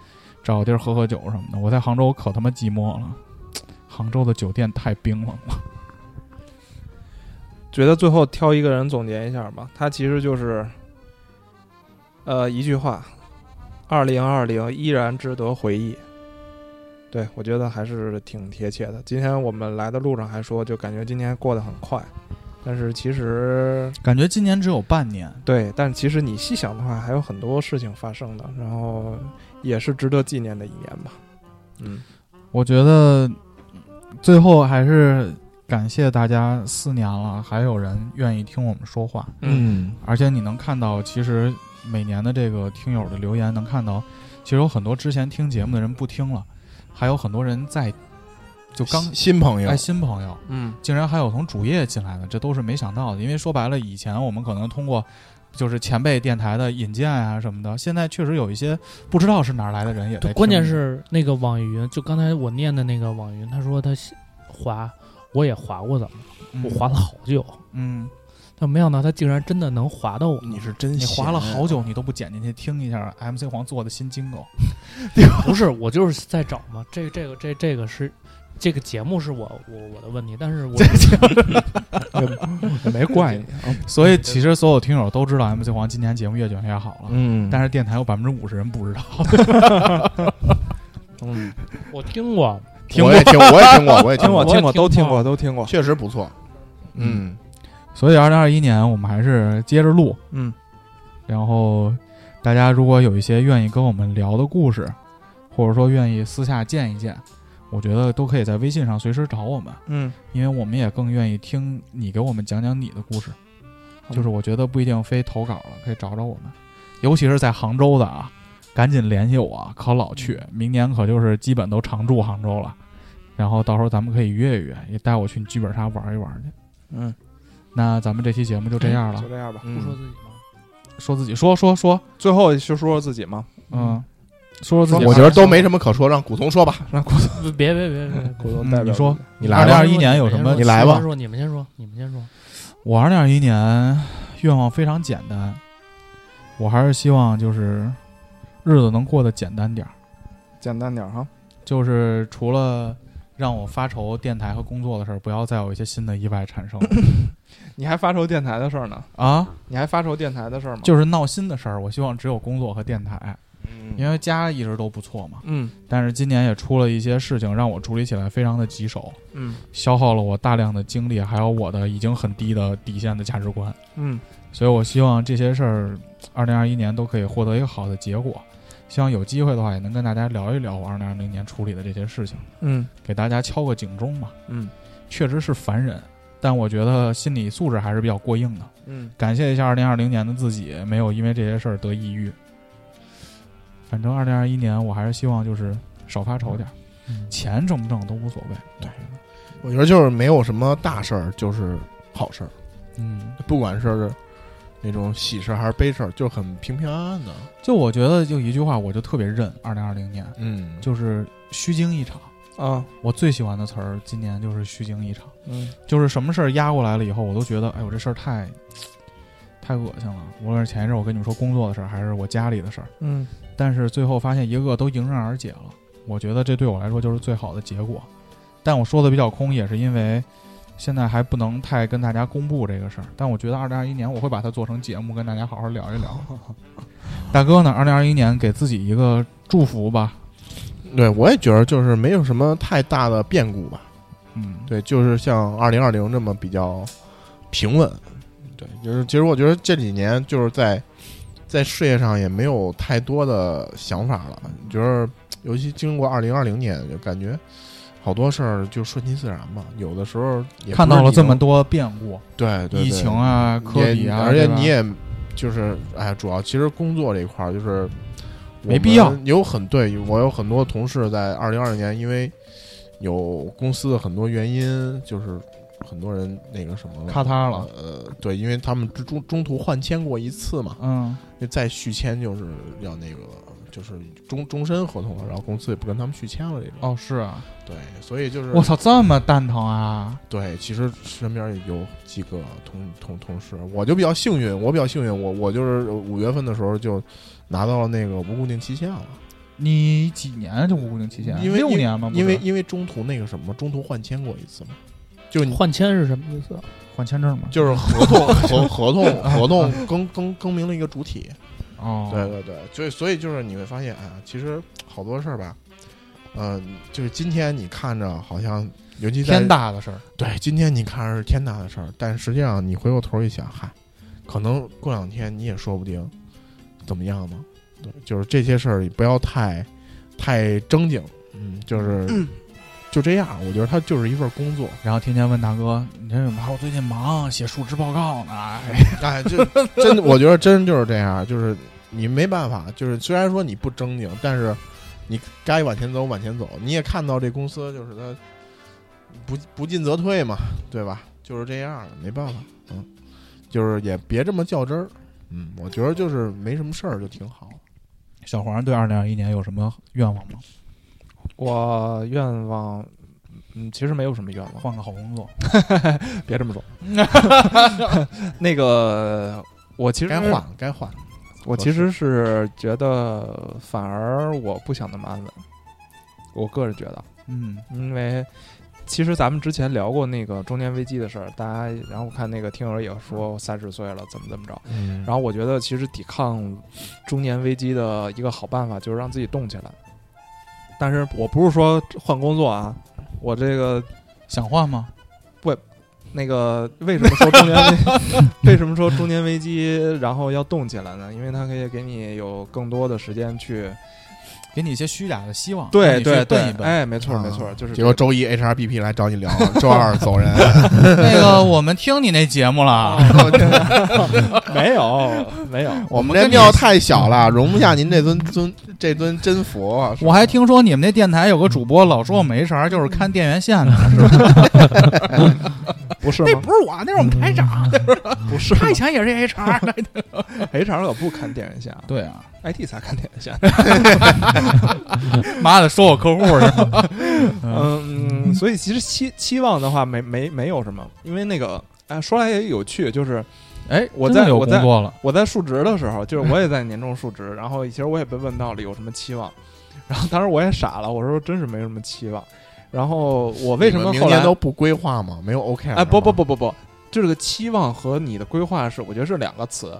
Speaker 2: 找个地儿喝喝酒什么的。我在杭州可他妈寂寞了， [laughs] 杭州的酒店太冰冷了。 [laughs]
Speaker 3: 觉得最后挑一个人总结一下吧，他其实就是，呃，一句话：二零二零依然值得回忆。对，我觉得还是挺贴切的。今天我们来的路上还说，就感觉今年过得很快，但是其实
Speaker 2: 感觉今年只有半年，
Speaker 3: 对，但其实你细想的话，还有很多事情发生的，然后也是值得纪念的一年吧。嗯，
Speaker 2: 我觉得最后还是感谢大家四年了，还有人愿意听我们说话。
Speaker 4: 嗯，
Speaker 2: 而且你能看到，其实每年的这个听友的留言能看到，其实有很多之前听节目的人不听了，还有很多人在就刚哎
Speaker 4: 新新朋友
Speaker 2: 爱，新朋友，
Speaker 3: 嗯，
Speaker 2: 竟然还有从主页进来的，这都是没想到的。因为说白了，以前我们可能通过就是前辈电台的引荐啊什么的，现在确实有一些不知道是哪儿来的人也在
Speaker 5: 对，
Speaker 2: 听
Speaker 5: 关键是那个网易云，就刚才我念的那个网易云，他说他滑，我也滑过怎么，
Speaker 2: 嗯
Speaker 5: 我滑了好久，
Speaker 2: 嗯，
Speaker 5: 但没想到他竟然真的能滑到我。
Speaker 4: 你是真
Speaker 2: 你
Speaker 4: 闲哎
Speaker 2: 划了好久，你都不剪进去听一下 MC 黄做的新金 [laughs] 狗，
Speaker 5: 不是，我就是在找嘛，这这个这这个是这个节目是我我我的问题，但是我
Speaker 3: 也 [laughs] 没怪你。
Speaker 2: 所以其实所有听友都知道 MC 黄今年节目越卷越好了，
Speaker 3: 嗯
Speaker 2: 但是电台有百分之五十人不知道。 [laughs]
Speaker 3: 嗯，
Speaker 5: 我听过，
Speaker 2: 听
Speaker 4: 我也听，我也听过，
Speaker 2: [laughs]
Speaker 4: 我也听
Speaker 3: 听
Speaker 4: 过
Speaker 3: 过，
Speaker 5: 我也
Speaker 3: 听过，
Speaker 5: 听
Speaker 3: 都听
Speaker 5: 过
Speaker 3: 过，都听过。
Speaker 4: 确实不错。嗯，
Speaker 2: 所以二零二一年我们还是接着录，
Speaker 3: 嗯，
Speaker 2: 然后大家如果有一些愿意跟我们聊的故事，或者说愿意私下见一见，我觉得都可以在微信上随时找我们，
Speaker 3: 嗯，
Speaker 2: 因为我们也更愿意听你给我们讲讲你的故事。就是我觉得不一定非投稿了，可以找找我们，尤其是在杭州的啊，赶紧联系我啊，可老
Speaker 4: 嗯
Speaker 2: 去，明年可就是基本都常驻杭州了，然后到时候咱们可以约一约，也带我去你剧本杀玩一玩去。
Speaker 3: 嗯，
Speaker 2: 那咱们这期节目就这样了
Speaker 3: 就，这样吧。
Speaker 5: 不
Speaker 4: 嗯
Speaker 5: 说自己吗？
Speaker 2: 说自己说说说，
Speaker 3: 最后就说说自己嘛，
Speaker 2: 嗯，说说自己，
Speaker 4: 我觉得都没什么可说，让古潼说吧，
Speaker 3: 让古
Speaker 5: 不别别别别，
Speaker 2: [laughs]
Speaker 3: 古潼
Speaker 2: 嗯
Speaker 3: 代表
Speaker 2: 你说
Speaker 4: 你
Speaker 2: 二
Speaker 4: 来
Speaker 2: 零
Speaker 4: 吧。
Speaker 2: 二一年有什么？
Speaker 4: 你来吧
Speaker 5: 先说你们先说，你们先说。
Speaker 2: 我二零二一年愿望非常简单，我还是希望就是日子能过得简单点儿，
Speaker 3: 简单点儿哈。
Speaker 2: 就是除了让我发愁电台和工作的事儿，不要再有一些新的意外产生
Speaker 3: 你还发愁电台的事儿呢？
Speaker 2: 啊，
Speaker 3: 你还发愁电台的事儿吗？
Speaker 2: 就是闹心的事儿。我希望只有工作和电台，
Speaker 4: 嗯
Speaker 2: 因为家一直都不错嘛，
Speaker 3: 嗯
Speaker 2: 但是今年也出了一些事情，让我处理起来非常的棘手。
Speaker 3: 嗯
Speaker 2: 消耗了我大量的精力，还有我的已经很低的底线的价值观。
Speaker 3: 嗯，
Speaker 2: 所以我希望这些事儿，二零二一年都可以获得一个好的结果。希望有机会的话，也能跟大家聊一聊我二零二零年处理的这些事情，
Speaker 3: 嗯
Speaker 2: 给大家敲个警钟嘛。
Speaker 3: 嗯
Speaker 2: 确实是烦人，但我觉得心理素质还是比较过硬的。
Speaker 3: 嗯，
Speaker 2: 感谢一下二零二零年的自己，没有因为这些事儿得抑郁。反正二零二一年，我还是希望就是少发愁点儿，钱挣不挣都无所谓。对，
Speaker 4: 我觉得就是没有什么大事儿，就是好事儿，
Speaker 2: 嗯。
Speaker 4: 不管是那种喜事儿还是悲事儿，就是很平平安安的。
Speaker 2: 就我觉得就一句话，我就特别认。二零二零年
Speaker 4: 嗯，
Speaker 2: 就是虚惊一场，
Speaker 3: 啊
Speaker 2: 我最喜欢的词儿今年就是虚惊一场，
Speaker 3: 嗯
Speaker 2: 就是什么事儿压过来了以后，我都觉得，哎呦，这事儿太，太恶心了。无论是前一阵我跟你们说工作的事儿，还是我家里的事儿，
Speaker 3: 嗯
Speaker 2: 但是最后发现一个个都迎刃而解了。我觉得这对我来说就是最好的结果。但我说的比较空，也是因为现在还不能太跟大家公布这个事儿。但我觉得二零二一年我会把它做成节目，跟大家好好聊一聊。 [laughs] 大哥呢？二零二一年给自己一个祝福吧。
Speaker 4: 对，我也觉得就是没有什么太大的变故吧。
Speaker 2: 嗯，
Speaker 4: 对，就是像二零二零这么比较平稳。对，就是其实我觉得这几年就是在在事业上也没有太多的想法了，就是尤其经过二零二零年，就感觉好多事儿就顺其自然吧。有的时候也不是
Speaker 2: 看到了这
Speaker 4: 你
Speaker 2: 么
Speaker 4: 能
Speaker 2: 多变故，
Speaker 4: 对对
Speaker 2: 疫
Speaker 4: 对
Speaker 2: 情啊、科
Speaker 4: 也
Speaker 2: 比啊，
Speaker 4: 而且
Speaker 2: 对吧
Speaker 4: 你也就是哎，主要其实工作这一块儿就是我
Speaker 2: 没
Speaker 4: 们
Speaker 2: 必要
Speaker 4: 有很对我有很多同事在二零二零年，因为有公司的很多原因，就是很多人那个什么了，
Speaker 2: 咔嚓了，
Speaker 4: 呃，对，因为他们中中中途换签过一次嘛，
Speaker 2: 嗯，
Speaker 4: 那再续签就是要那个就是终终身合同了，然后公司也不跟他们续签了这种。
Speaker 2: 哦，是啊，
Speaker 4: 对，所以就是
Speaker 2: 我操，这么蛋疼啊！
Speaker 4: 对，其实身边也有几个同同同事，我就比较幸运，我比较幸运，我我就是五月份的时候就拿到了那个无固定期限了，
Speaker 2: 你几年啊就无固定期限？
Speaker 4: 因为
Speaker 2: 六年吗？不是
Speaker 4: 因为因为中途那个什么，中途换签过一次嘛，就是你
Speaker 5: 换签是什么意思？
Speaker 2: 换签证嘛，
Speaker 4: [laughs] 就是合同合合同合同更更更名了一个主体，
Speaker 2: 哦，
Speaker 4: [laughs] 对，对对，所以所以就是你会发现，哎呀，其实好多事儿吧，呃，就是今天你看着好像，尤其在
Speaker 2: 天大的事儿，
Speaker 4: 对，今天你看是天大的事儿，但实际上你回过头一想，嗨，可能过两天你也说不定怎么样呢。对，就是这些事儿，你不要太太正经，嗯，就是、就这样。我觉得它就是一份工作，
Speaker 2: 然后天天问大哥，你这怎么？我最近忙，写述职报告呢。哎
Speaker 4: 哎，就真的，我觉得真就是这样，就是你没办法，就是虽然说你不正经，但是你该往前走往前走，你也看到这公司就是它不不进则退嘛，对吧？就是这样，没办法，嗯，就是也别这么较真儿，嗯，我觉得就是没什么事儿就挺好。
Speaker 2: 小黄对二零二一年有什么愿望吗？
Speaker 3: 我愿望，嗯，其实没有什么愿望，
Speaker 2: 换个好工作。
Speaker 3: 别这么说。 [laughs] 那个，我其实
Speaker 4: 该换了该换了，
Speaker 3: 我其实是觉得，反而我不想那么安稳。我个人觉得，
Speaker 2: 嗯，
Speaker 3: 因为其实咱们之前聊过那个中年危机的事儿，大家然后我看那个听友也说三十岁了怎么怎么着，
Speaker 4: 嗯，
Speaker 3: 然后我觉得其实抵抗中年危机的一个好办法就是让自己动起来。但是我不是说换工作啊，我这个
Speaker 2: 想换吗？
Speaker 3: 那个为什么说中年危 [laughs] 为什么说中年危机然后要动起来呢？因为它可以给你有更多的时间去
Speaker 2: 给你一些虚假的希望，让
Speaker 3: 对
Speaker 2: 你去
Speaker 3: 对对
Speaker 2: 奔一，奔。
Speaker 3: 哎，没错
Speaker 4: 啊
Speaker 3: 没错，就是
Speaker 4: 结果周一 HRBP 来找你聊，周二走人，
Speaker 2: 那个，我们听你那节目 [laughs] 了，
Speaker 3: 没有没有，
Speaker 4: 我们这庙太小了，容不下您这尊尊这尊真佛。啊
Speaker 2: 我还听说你们那电台有个主播老说我没啥，就是看电源线的，是吧？
Speaker 3: 不是
Speaker 2: 那
Speaker 3: 吗？ [laughs]
Speaker 2: 不是我，那是我们台
Speaker 4: [laughs]
Speaker 2: 长，
Speaker 3: 不是
Speaker 2: 他以前也是 HR 的。
Speaker 3: ，HR 可不看电人线啊
Speaker 2: 对啊，
Speaker 3: ，IT 才看电人线。
Speaker 2: 妈的，说我客户是
Speaker 3: [laughs]
Speaker 2: 吧？
Speaker 3: 嗯，嗯所以其实期期望的话，没没没有什么，因为那个哎，说来也有趣，就是
Speaker 2: 哎，
Speaker 3: 我
Speaker 2: 真的
Speaker 3: 在
Speaker 2: 有
Speaker 3: 我
Speaker 2: 工
Speaker 3: 在
Speaker 2: 作了，
Speaker 3: 我在述职的时候，就是我也在年终述职，然后其实我也被问到了有什么期望，然后当时我也傻了，我说真是没什么期望。然后我为什么
Speaker 4: 你们
Speaker 3: 后
Speaker 4: 明
Speaker 3: 来
Speaker 4: 年都不规划吗？没有 OK？啊
Speaker 3: 哎不不，不不不，这个期望和你的规划是我觉得是两个词，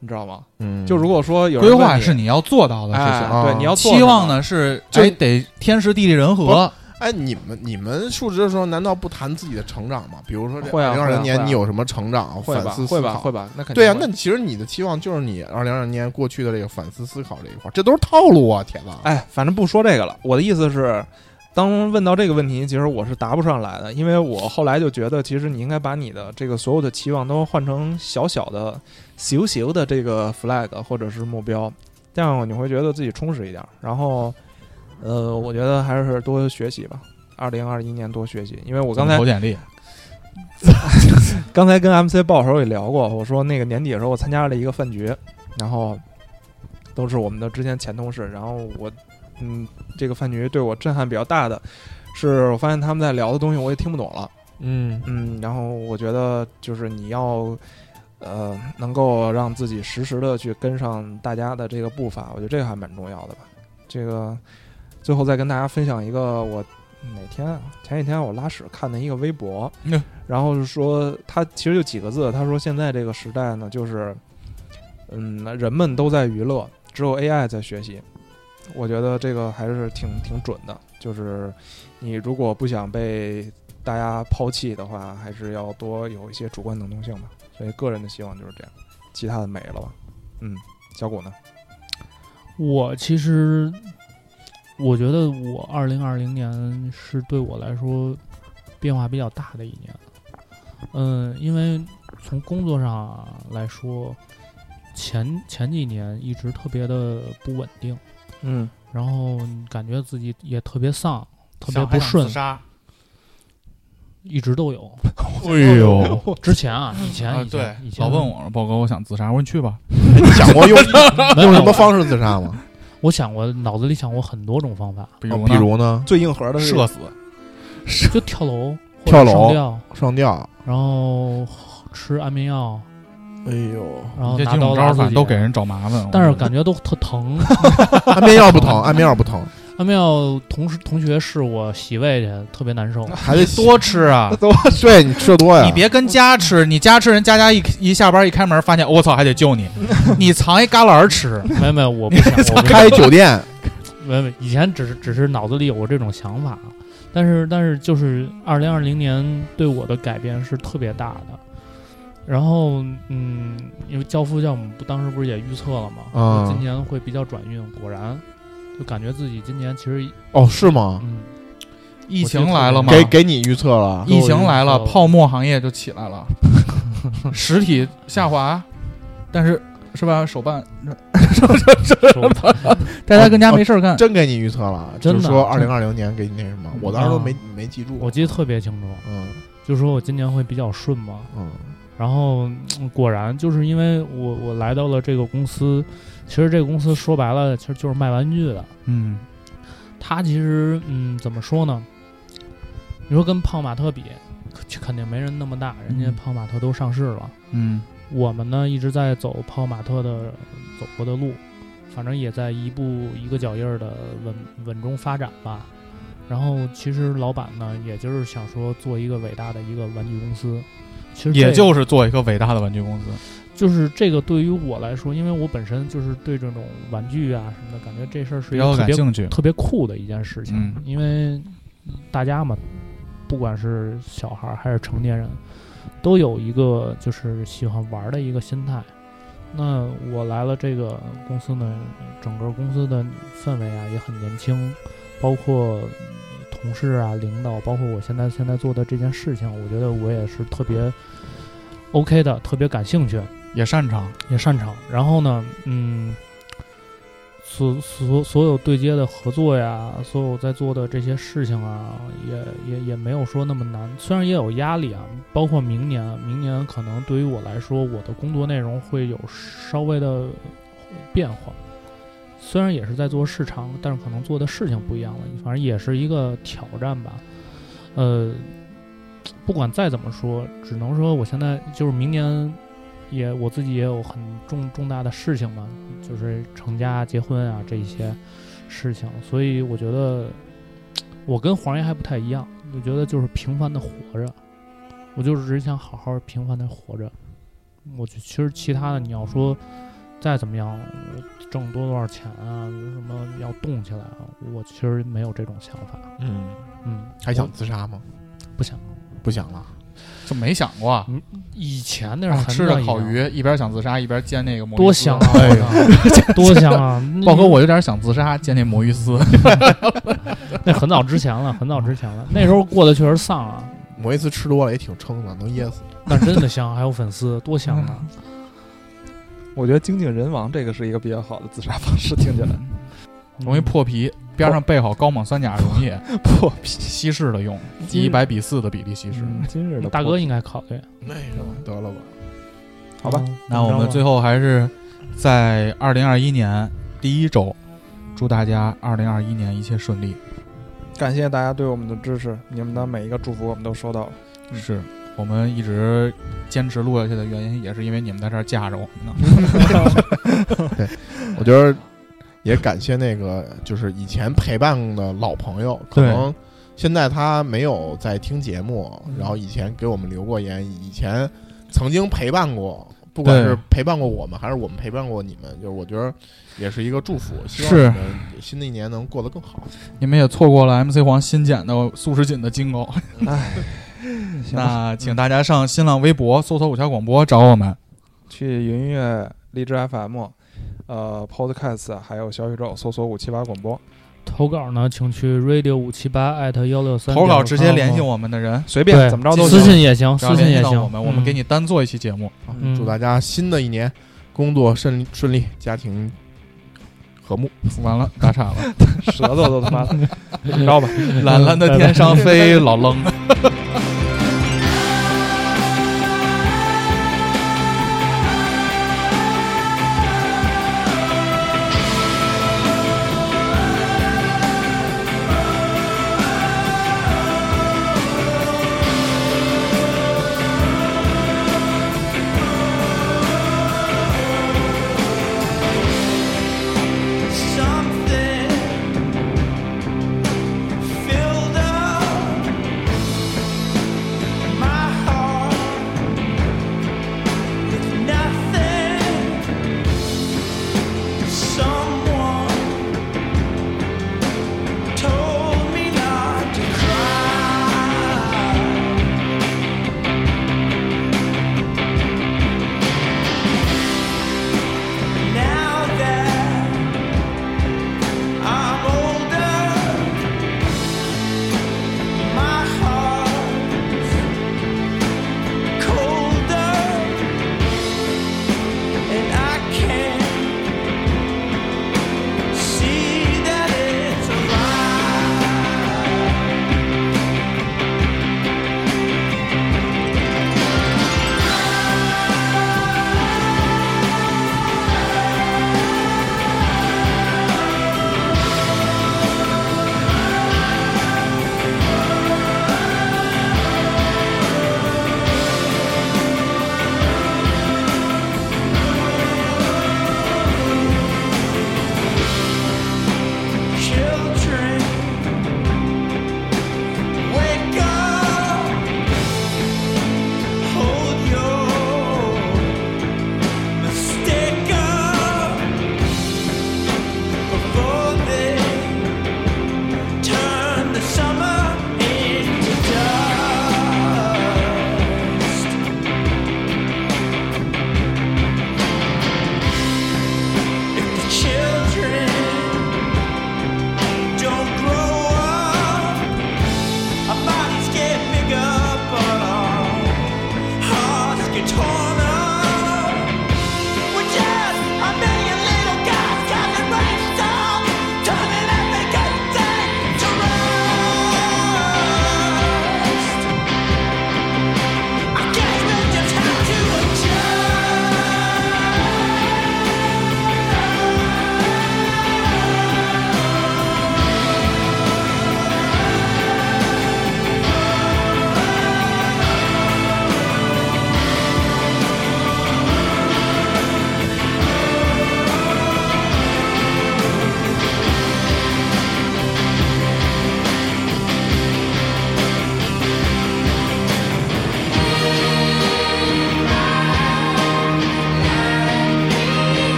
Speaker 3: 你知道吗？
Speaker 4: 嗯，
Speaker 3: 就如果说有人
Speaker 2: 规
Speaker 3: 问
Speaker 2: 划
Speaker 3: 你
Speaker 2: 是你要做到的事
Speaker 3: 哎
Speaker 2: 情。
Speaker 4: 啊
Speaker 3: 对你要做
Speaker 2: 期
Speaker 3: 什
Speaker 2: 望
Speaker 3: 么
Speaker 2: 呢是，
Speaker 4: 就
Speaker 2: 哎，得天时地利人和。
Speaker 4: 哎，你们你们述职的时候难道不谈自己的成长吗？比如说这
Speaker 3: 会啊
Speaker 4: 二零二零
Speaker 3: 会啊
Speaker 4: 年你有什么成长？
Speaker 3: 会
Speaker 4: 反
Speaker 3: 吧
Speaker 4: 思
Speaker 3: 会
Speaker 4: 思
Speaker 3: 吧会
Speaker 4: 考。
Speaker 3: 吧，那肯定
Speaker 4: 对啊，
Speaker 3: 会
Speaker 4: 那其实你的期望就是你二零二零年过去的这个反思思考这一块，这都是套路啊，铁子。
Speaker 3: 哎，反正不说这个了。我的意思是，当问到这个问题，其实我是答不上来的，因为我后来就觉得，其实你应该把你的这个所有的期望都换成小小的、小小的这个 flag 或者是目标，这样你会觉得自己充实一点。然后，呃，我觉得还是多学习吧。二零二一年多学习，因为我
Speaker 2: 我
Speaker 3: 刚才
Speaker 2: 投简历，
Speaker 3: 刚才跟 MC 报的时候也聊过，我说那个年底的时候我参加了一个饭局，然后都是我们的之前前同事，然后我嗯，这个饭局对我震撼比较大的是，我发现他们在聊的东西我也听不懂了，
Speaker 4: 嗯，
Speaker 3: 嗯，然后我觉得就是你要呃能够让自己实时的去跟上大家的这个步伐，我觉得这个还蛮重要的吧。这个最后再跟大家分享一个我哪天啊？前几天我拉屎看的一个微博，
Speaker 2: 嗯
Speaker 3: 然后是说他其实就几个字，他说现在这个时代呢，就是嗯，人们都在娱乐，只有 AI 在学习。我觉得这个还是挺挺准的，就是你如果不想被大家抛弃的话，还是要多有一些主观能动性吧。所以个人的希望就是这样，其他的没了吧。嗯，小谷呢？
Speaker 5: 我其实我觉得我二零二零年是对我来说变化比较大的一年。嗯，因为从工作上来说，前前几年一直特别的不稳定，
Speaker 3: 嗯
Speaker 5: 然后感觉自己也特别丧，特别
Speaker 2: 想
Speaker 5: 不顺
Speaker 2: 自，杀，
Speaker 5: 一直都有。
Speaker 2: 哎呦，
Speaker 4: 哦
Speaker 5: [laughs] 之前啊，以前
Speaker 2: 啊
Speaker 5: 以
Speaker 2: 对
Speaker 5: 前以前
Speaker 2: 老问我说：“豹哥，我想自杀。”我说：“你去吧。
Speaker 4: 你想
Speaker 3: [laughs]
Speaker 4: 过用
Speaker 5: 没有
Speaker 4: 用什
Speaker 5: 我
Speaker 4: 么方式自杀吗？
Speaker 5: 我想过，脑子里想过很多种方
Speaker 4: [laughs]
Speaker 5: 法，”
Speaker 2: 比
Speaker 4: 啊
Speaker 3: 哦
Speaker 2: 如
Speaker 4: 比
Speaker 2: 呢，
Speaker 4: 如呢，
Speaker 3: 最硬核的是
Speaker 2: 射死，
Speaker 5: 就跳楼、或者
Speaker 4: 跳楼
Speaker 5: 上吊，
Speaker 4: 上吊。啊
Speaker 5: 然后吃安眠药，
Speaker 4: 哎呦，
Speaker 5: 然后
Speaker 2: 你这
Speaker 5: 拿
Speaker 2: 几
Speaker 5: 刀
Speaker 2: 种招
Speaker 5: 拉
Speaker 2: 儿
Speaker 5: 自
Speaker 2: 反正
Speaker 5: 己
Speaker 2: 都给人找麻烦。
Speaker 5: 但是
Speaker 2: 我觉得
Speaker 5: 感觉都特
Speaker 2: [laughs]
Speaker 5: 疼。
Speaker 4: 安眠药不疼，安眠药不疼，
Speaker 5: 安眠药同事同学试我洗胃去，特别
Speaker 2: [laughs]
Speaker 5: 难受。
Speaker 4: 还得洗
Speaker 2: 多吃啊，
Speaker 4: [laughs] 对你吃的多呀。
Speaker 3: 啊
Speaker 2: 你别跟家吃，你家吃人家家一一下班一开门，发现我操还得救你，你藏一旮旯儿吃，
Speaker 5: 没有没有， [laughs] 我不想，
Speaker 2: [laughs]
Speaker 5: 我不
Speaker 4: 开
Speaker 3: [laughs]
Speaker 4: 酒店，
Speaker 5: 没有没有，以前只是只是脑子里有过这种想法，啊但是但是就是二零二零年对我的改变是特别大的。然后嗯，因为教父教母不当时不是也预测了吗？
Speaker 4: 啊
Speaker 5: 说今年会比较转运，果然就感觉自己今年其实
Speaker 4: 哦，是
Speaker 2: 啊
Speaker 4: 吗？
Speaker 5: 嗯，
Speaker 2: 疫情来了嘛，
Speaker 4: 给给你预测了，
Speaker 2: 疫情来了，
Speaker 5: 给我
Speaker 2: 泡沫行业就起来 [laughs] 了，实体下滑，但是是吧？手办， [laughs] 哦
Speaker 5: 说
Speaker 2: 大家跟家没事儿干，
Speaker 4: [laughs] 真给你预测了，
Speaker 5: 真的
Speaker 4: 就是说
Speaker 5: 真
Speaker 4: 二
Speaker 5: 的
Speaker 4: 零二零年给你那什么，我当时都
Speaker 5: 啊
Speaker 4: 没没记住。
Speaker 5: 我记得特别清楚，
Speaker 4: 嗯
Speaker 5: 就说我今年会比较顺嘛，
Speaker 4: 嗯
Speaker 5: 然后嗯果然就是因为我我来到了这个公司，其实这个公司说白了其实就是卖玩具的。
Speaker 2: 嗯，
Speaker 5: 它其实嗯怎么说呢？你说跟胖马特比，肯肯定没人那么大，人家
Speaker 2: 嗯
Speaker 5: 胖马特都上市了。
Speaker 2: 嗯，
Speaker 5: 我们呢一直在走胖马特的走过的路，反正也在一步一个脚印儿的稳稳中发展吧。然后其实老板呢，也就是想说做一个伟大的一个玩具公司，其实
Speaker 2: 也
Speaker 5: 这
Speaker 2: 就是做一个伟大的玩具公司，
Speaker 5: 就是这个对于我来说，因为我本身就是对这种玩具啊什么的，感觉这事儿是
Speaker 2: 比
Speaker 5: 一个
Speaker 2: 较
Speaker 5: 特
Speaker 2: 感
Speaker 5: 别
Speaker 2: 兴趣。
Speaker 5: 特别酷的一件事情。
Speaker 2: 嗯
Speaker 5: 因为大家嘛，不管是小孩儿还是成年人，都有一个就是喜欢玩儿的一个心态。那我来了这个公司呢，整个公司的氛围啊也很年轻，包括同事啊、领导，包括我现在现在做的这件事情，我觉得我也是特别 OK 的，特别感兴趣。
Speaker 2: [laughs] 也擅长，
Speaker 5: 也擅长。然后呢，嗯，所所所有对接的合作呀，所有在做的这些事情啊，也也也没有说那么难。虽然也有压力啊，包括明年，啊明年可能对于我来说，我的工作内容会有稍微的变化。虽然也是在做市场，但是可能做的事情不一样了，反正也是一个挑战吧。呃，不管再怎么说，只能说我现在就是明年也我自己也有很重重大的事情嘛，就是成家、结婚啊这一些事情，所以我觉得我跟黄爷还不太一样，我觉得就是平凡的活着，我就是只想好好平凡的活着。我就其实其他的你要说再怎么样呃挣多多少钱啊，什么要动起来啊，我其实没有这种想法。
Speaker 4: 嗯，
Speaker 5: 嗯，
Speaker 4: 还想自杀吗？
Speaker 5: 不想？
Speaker 4: 不想了。
Speaker 2: 就没想过啊。
Speaker 5: 以前那是很
Speaker 2: 吃
Speaker 5: 早
Speaker 2: 着
Speaker 5: 以
Speaker 2: 烤
Speaker 5: 前
Speaker 2: 鱼，一边想自杀，一边煎那个魔芋丝
Speaker 5: 多香啊！
Speaker 2: 哎 [laughs]
Speaker 5: 我操多香啊！那
Speaker 2: 豹哥，我有点想自杀，煎那魔芋丝。
Speaker 5: 那很早之前了，很早之前了。那时候过得确实
Speaker 2: [laughs]
Speaker 5: 丧啊，
Speaker 4: 我一次吃多了也挺撑的，能噎死。
Speaker 5: 但真的香，还有粉丝，多香啊！
Speaker 2: 嗯
Speaker 3: 我觉得精尽人亡这个是一个比较好的自杀方式，听起来
Speaker 5: 嗯
Speaker 2: 容易破皮，边上备好高锰酸钾，容易 [laughs]
Speaker 3: 破皮。
Speaker 2: 稀释的用，以一百比四的比例稀释。
Speaker 3: 嗯今日的
Speaker 5: 大
Speaker 3: 破
Speaker 5: 哥
Speaker 3: 皮
Speaker 5: 应该考虑，
Speaker 4: 那什么，得了吧。
Speaker 3: 好吧，
Speaker 5: 嗯
Speaker 2: 那我们最后还是在二零二一年第一周，祝大家二零二一年一切顺利。
Speaker 3: 感谢大家对我们的支持，你们的每一个祝福我们都收到了。嗯
Speaker 2: 是我们一直坚持录下去的原因，也是因为你们在这儿架着我们呢。
Speaker 4: 我觉得也感谢那个就是以前陪伴的老朋友，可
Speaker 2: 对
Speaker 4: 能现在他没有在听节目
Speaker 5: 嗯，
Speaker 4: 然后以前给我们留过言，以前曾经陪伴过。不管
Speaker 2: 对
Speaker 4: 是陪伴过我们，还是我们陪伴过你们，就是我觉得也是一个祝福，希望
Speaker 2: 是
Speaker 4: 你们新的一年能过得更好。
Speaker 2: 你们也错过了 MC 黄新剪的素食锦的金
Speaker 5: [laughs]
Speaker 2: 钩。
Speaker 5: 嗯
Speaker 3: 行吧，
Speaker 2: 那请大家上新浪微博搜索“五条广播”找我们。
Speaker 3: 去云音呃乐、荔枝 FM、呃 Podcast，还有小宇宙搜索五七八广播。
Speaker 5: 投稿呢，请去 radio 五七八艾特幺六三
Speaker 2: 投稿直接联系我们的人，
Speaker 3: 随
Speaker 5: 对
Speaker 3: 便怎么着都
Speaker 5: 私
Speaker 3: 行。
Speaker 5: 信也行，
Speaker 2: 只要
Speaker 5: 嗯私信
Speaker 2: 联系
Speaker 5: 也
Speaker 2: 到
Speaker 5: 行，嗯
Speaker 2: 我们，我们给
Speaker 5: 你
Speaker 2: 你单做一期节
Speaker 5: [laughs]
Speaker 2: 目。
Speaker 5: 嗯
Speaker 4: 祝大家新的一年工作顺利顺利，家庭和睦。
Speaker 2: 完了，打岔
Speaker 5: [laughs]
Speaker 2: 了，
Speaker 3: 舌头都他妈的，你知道吧？
Speaker 5: [laughs]
Speaker 2: 蓝蓝的天上飞，老愣。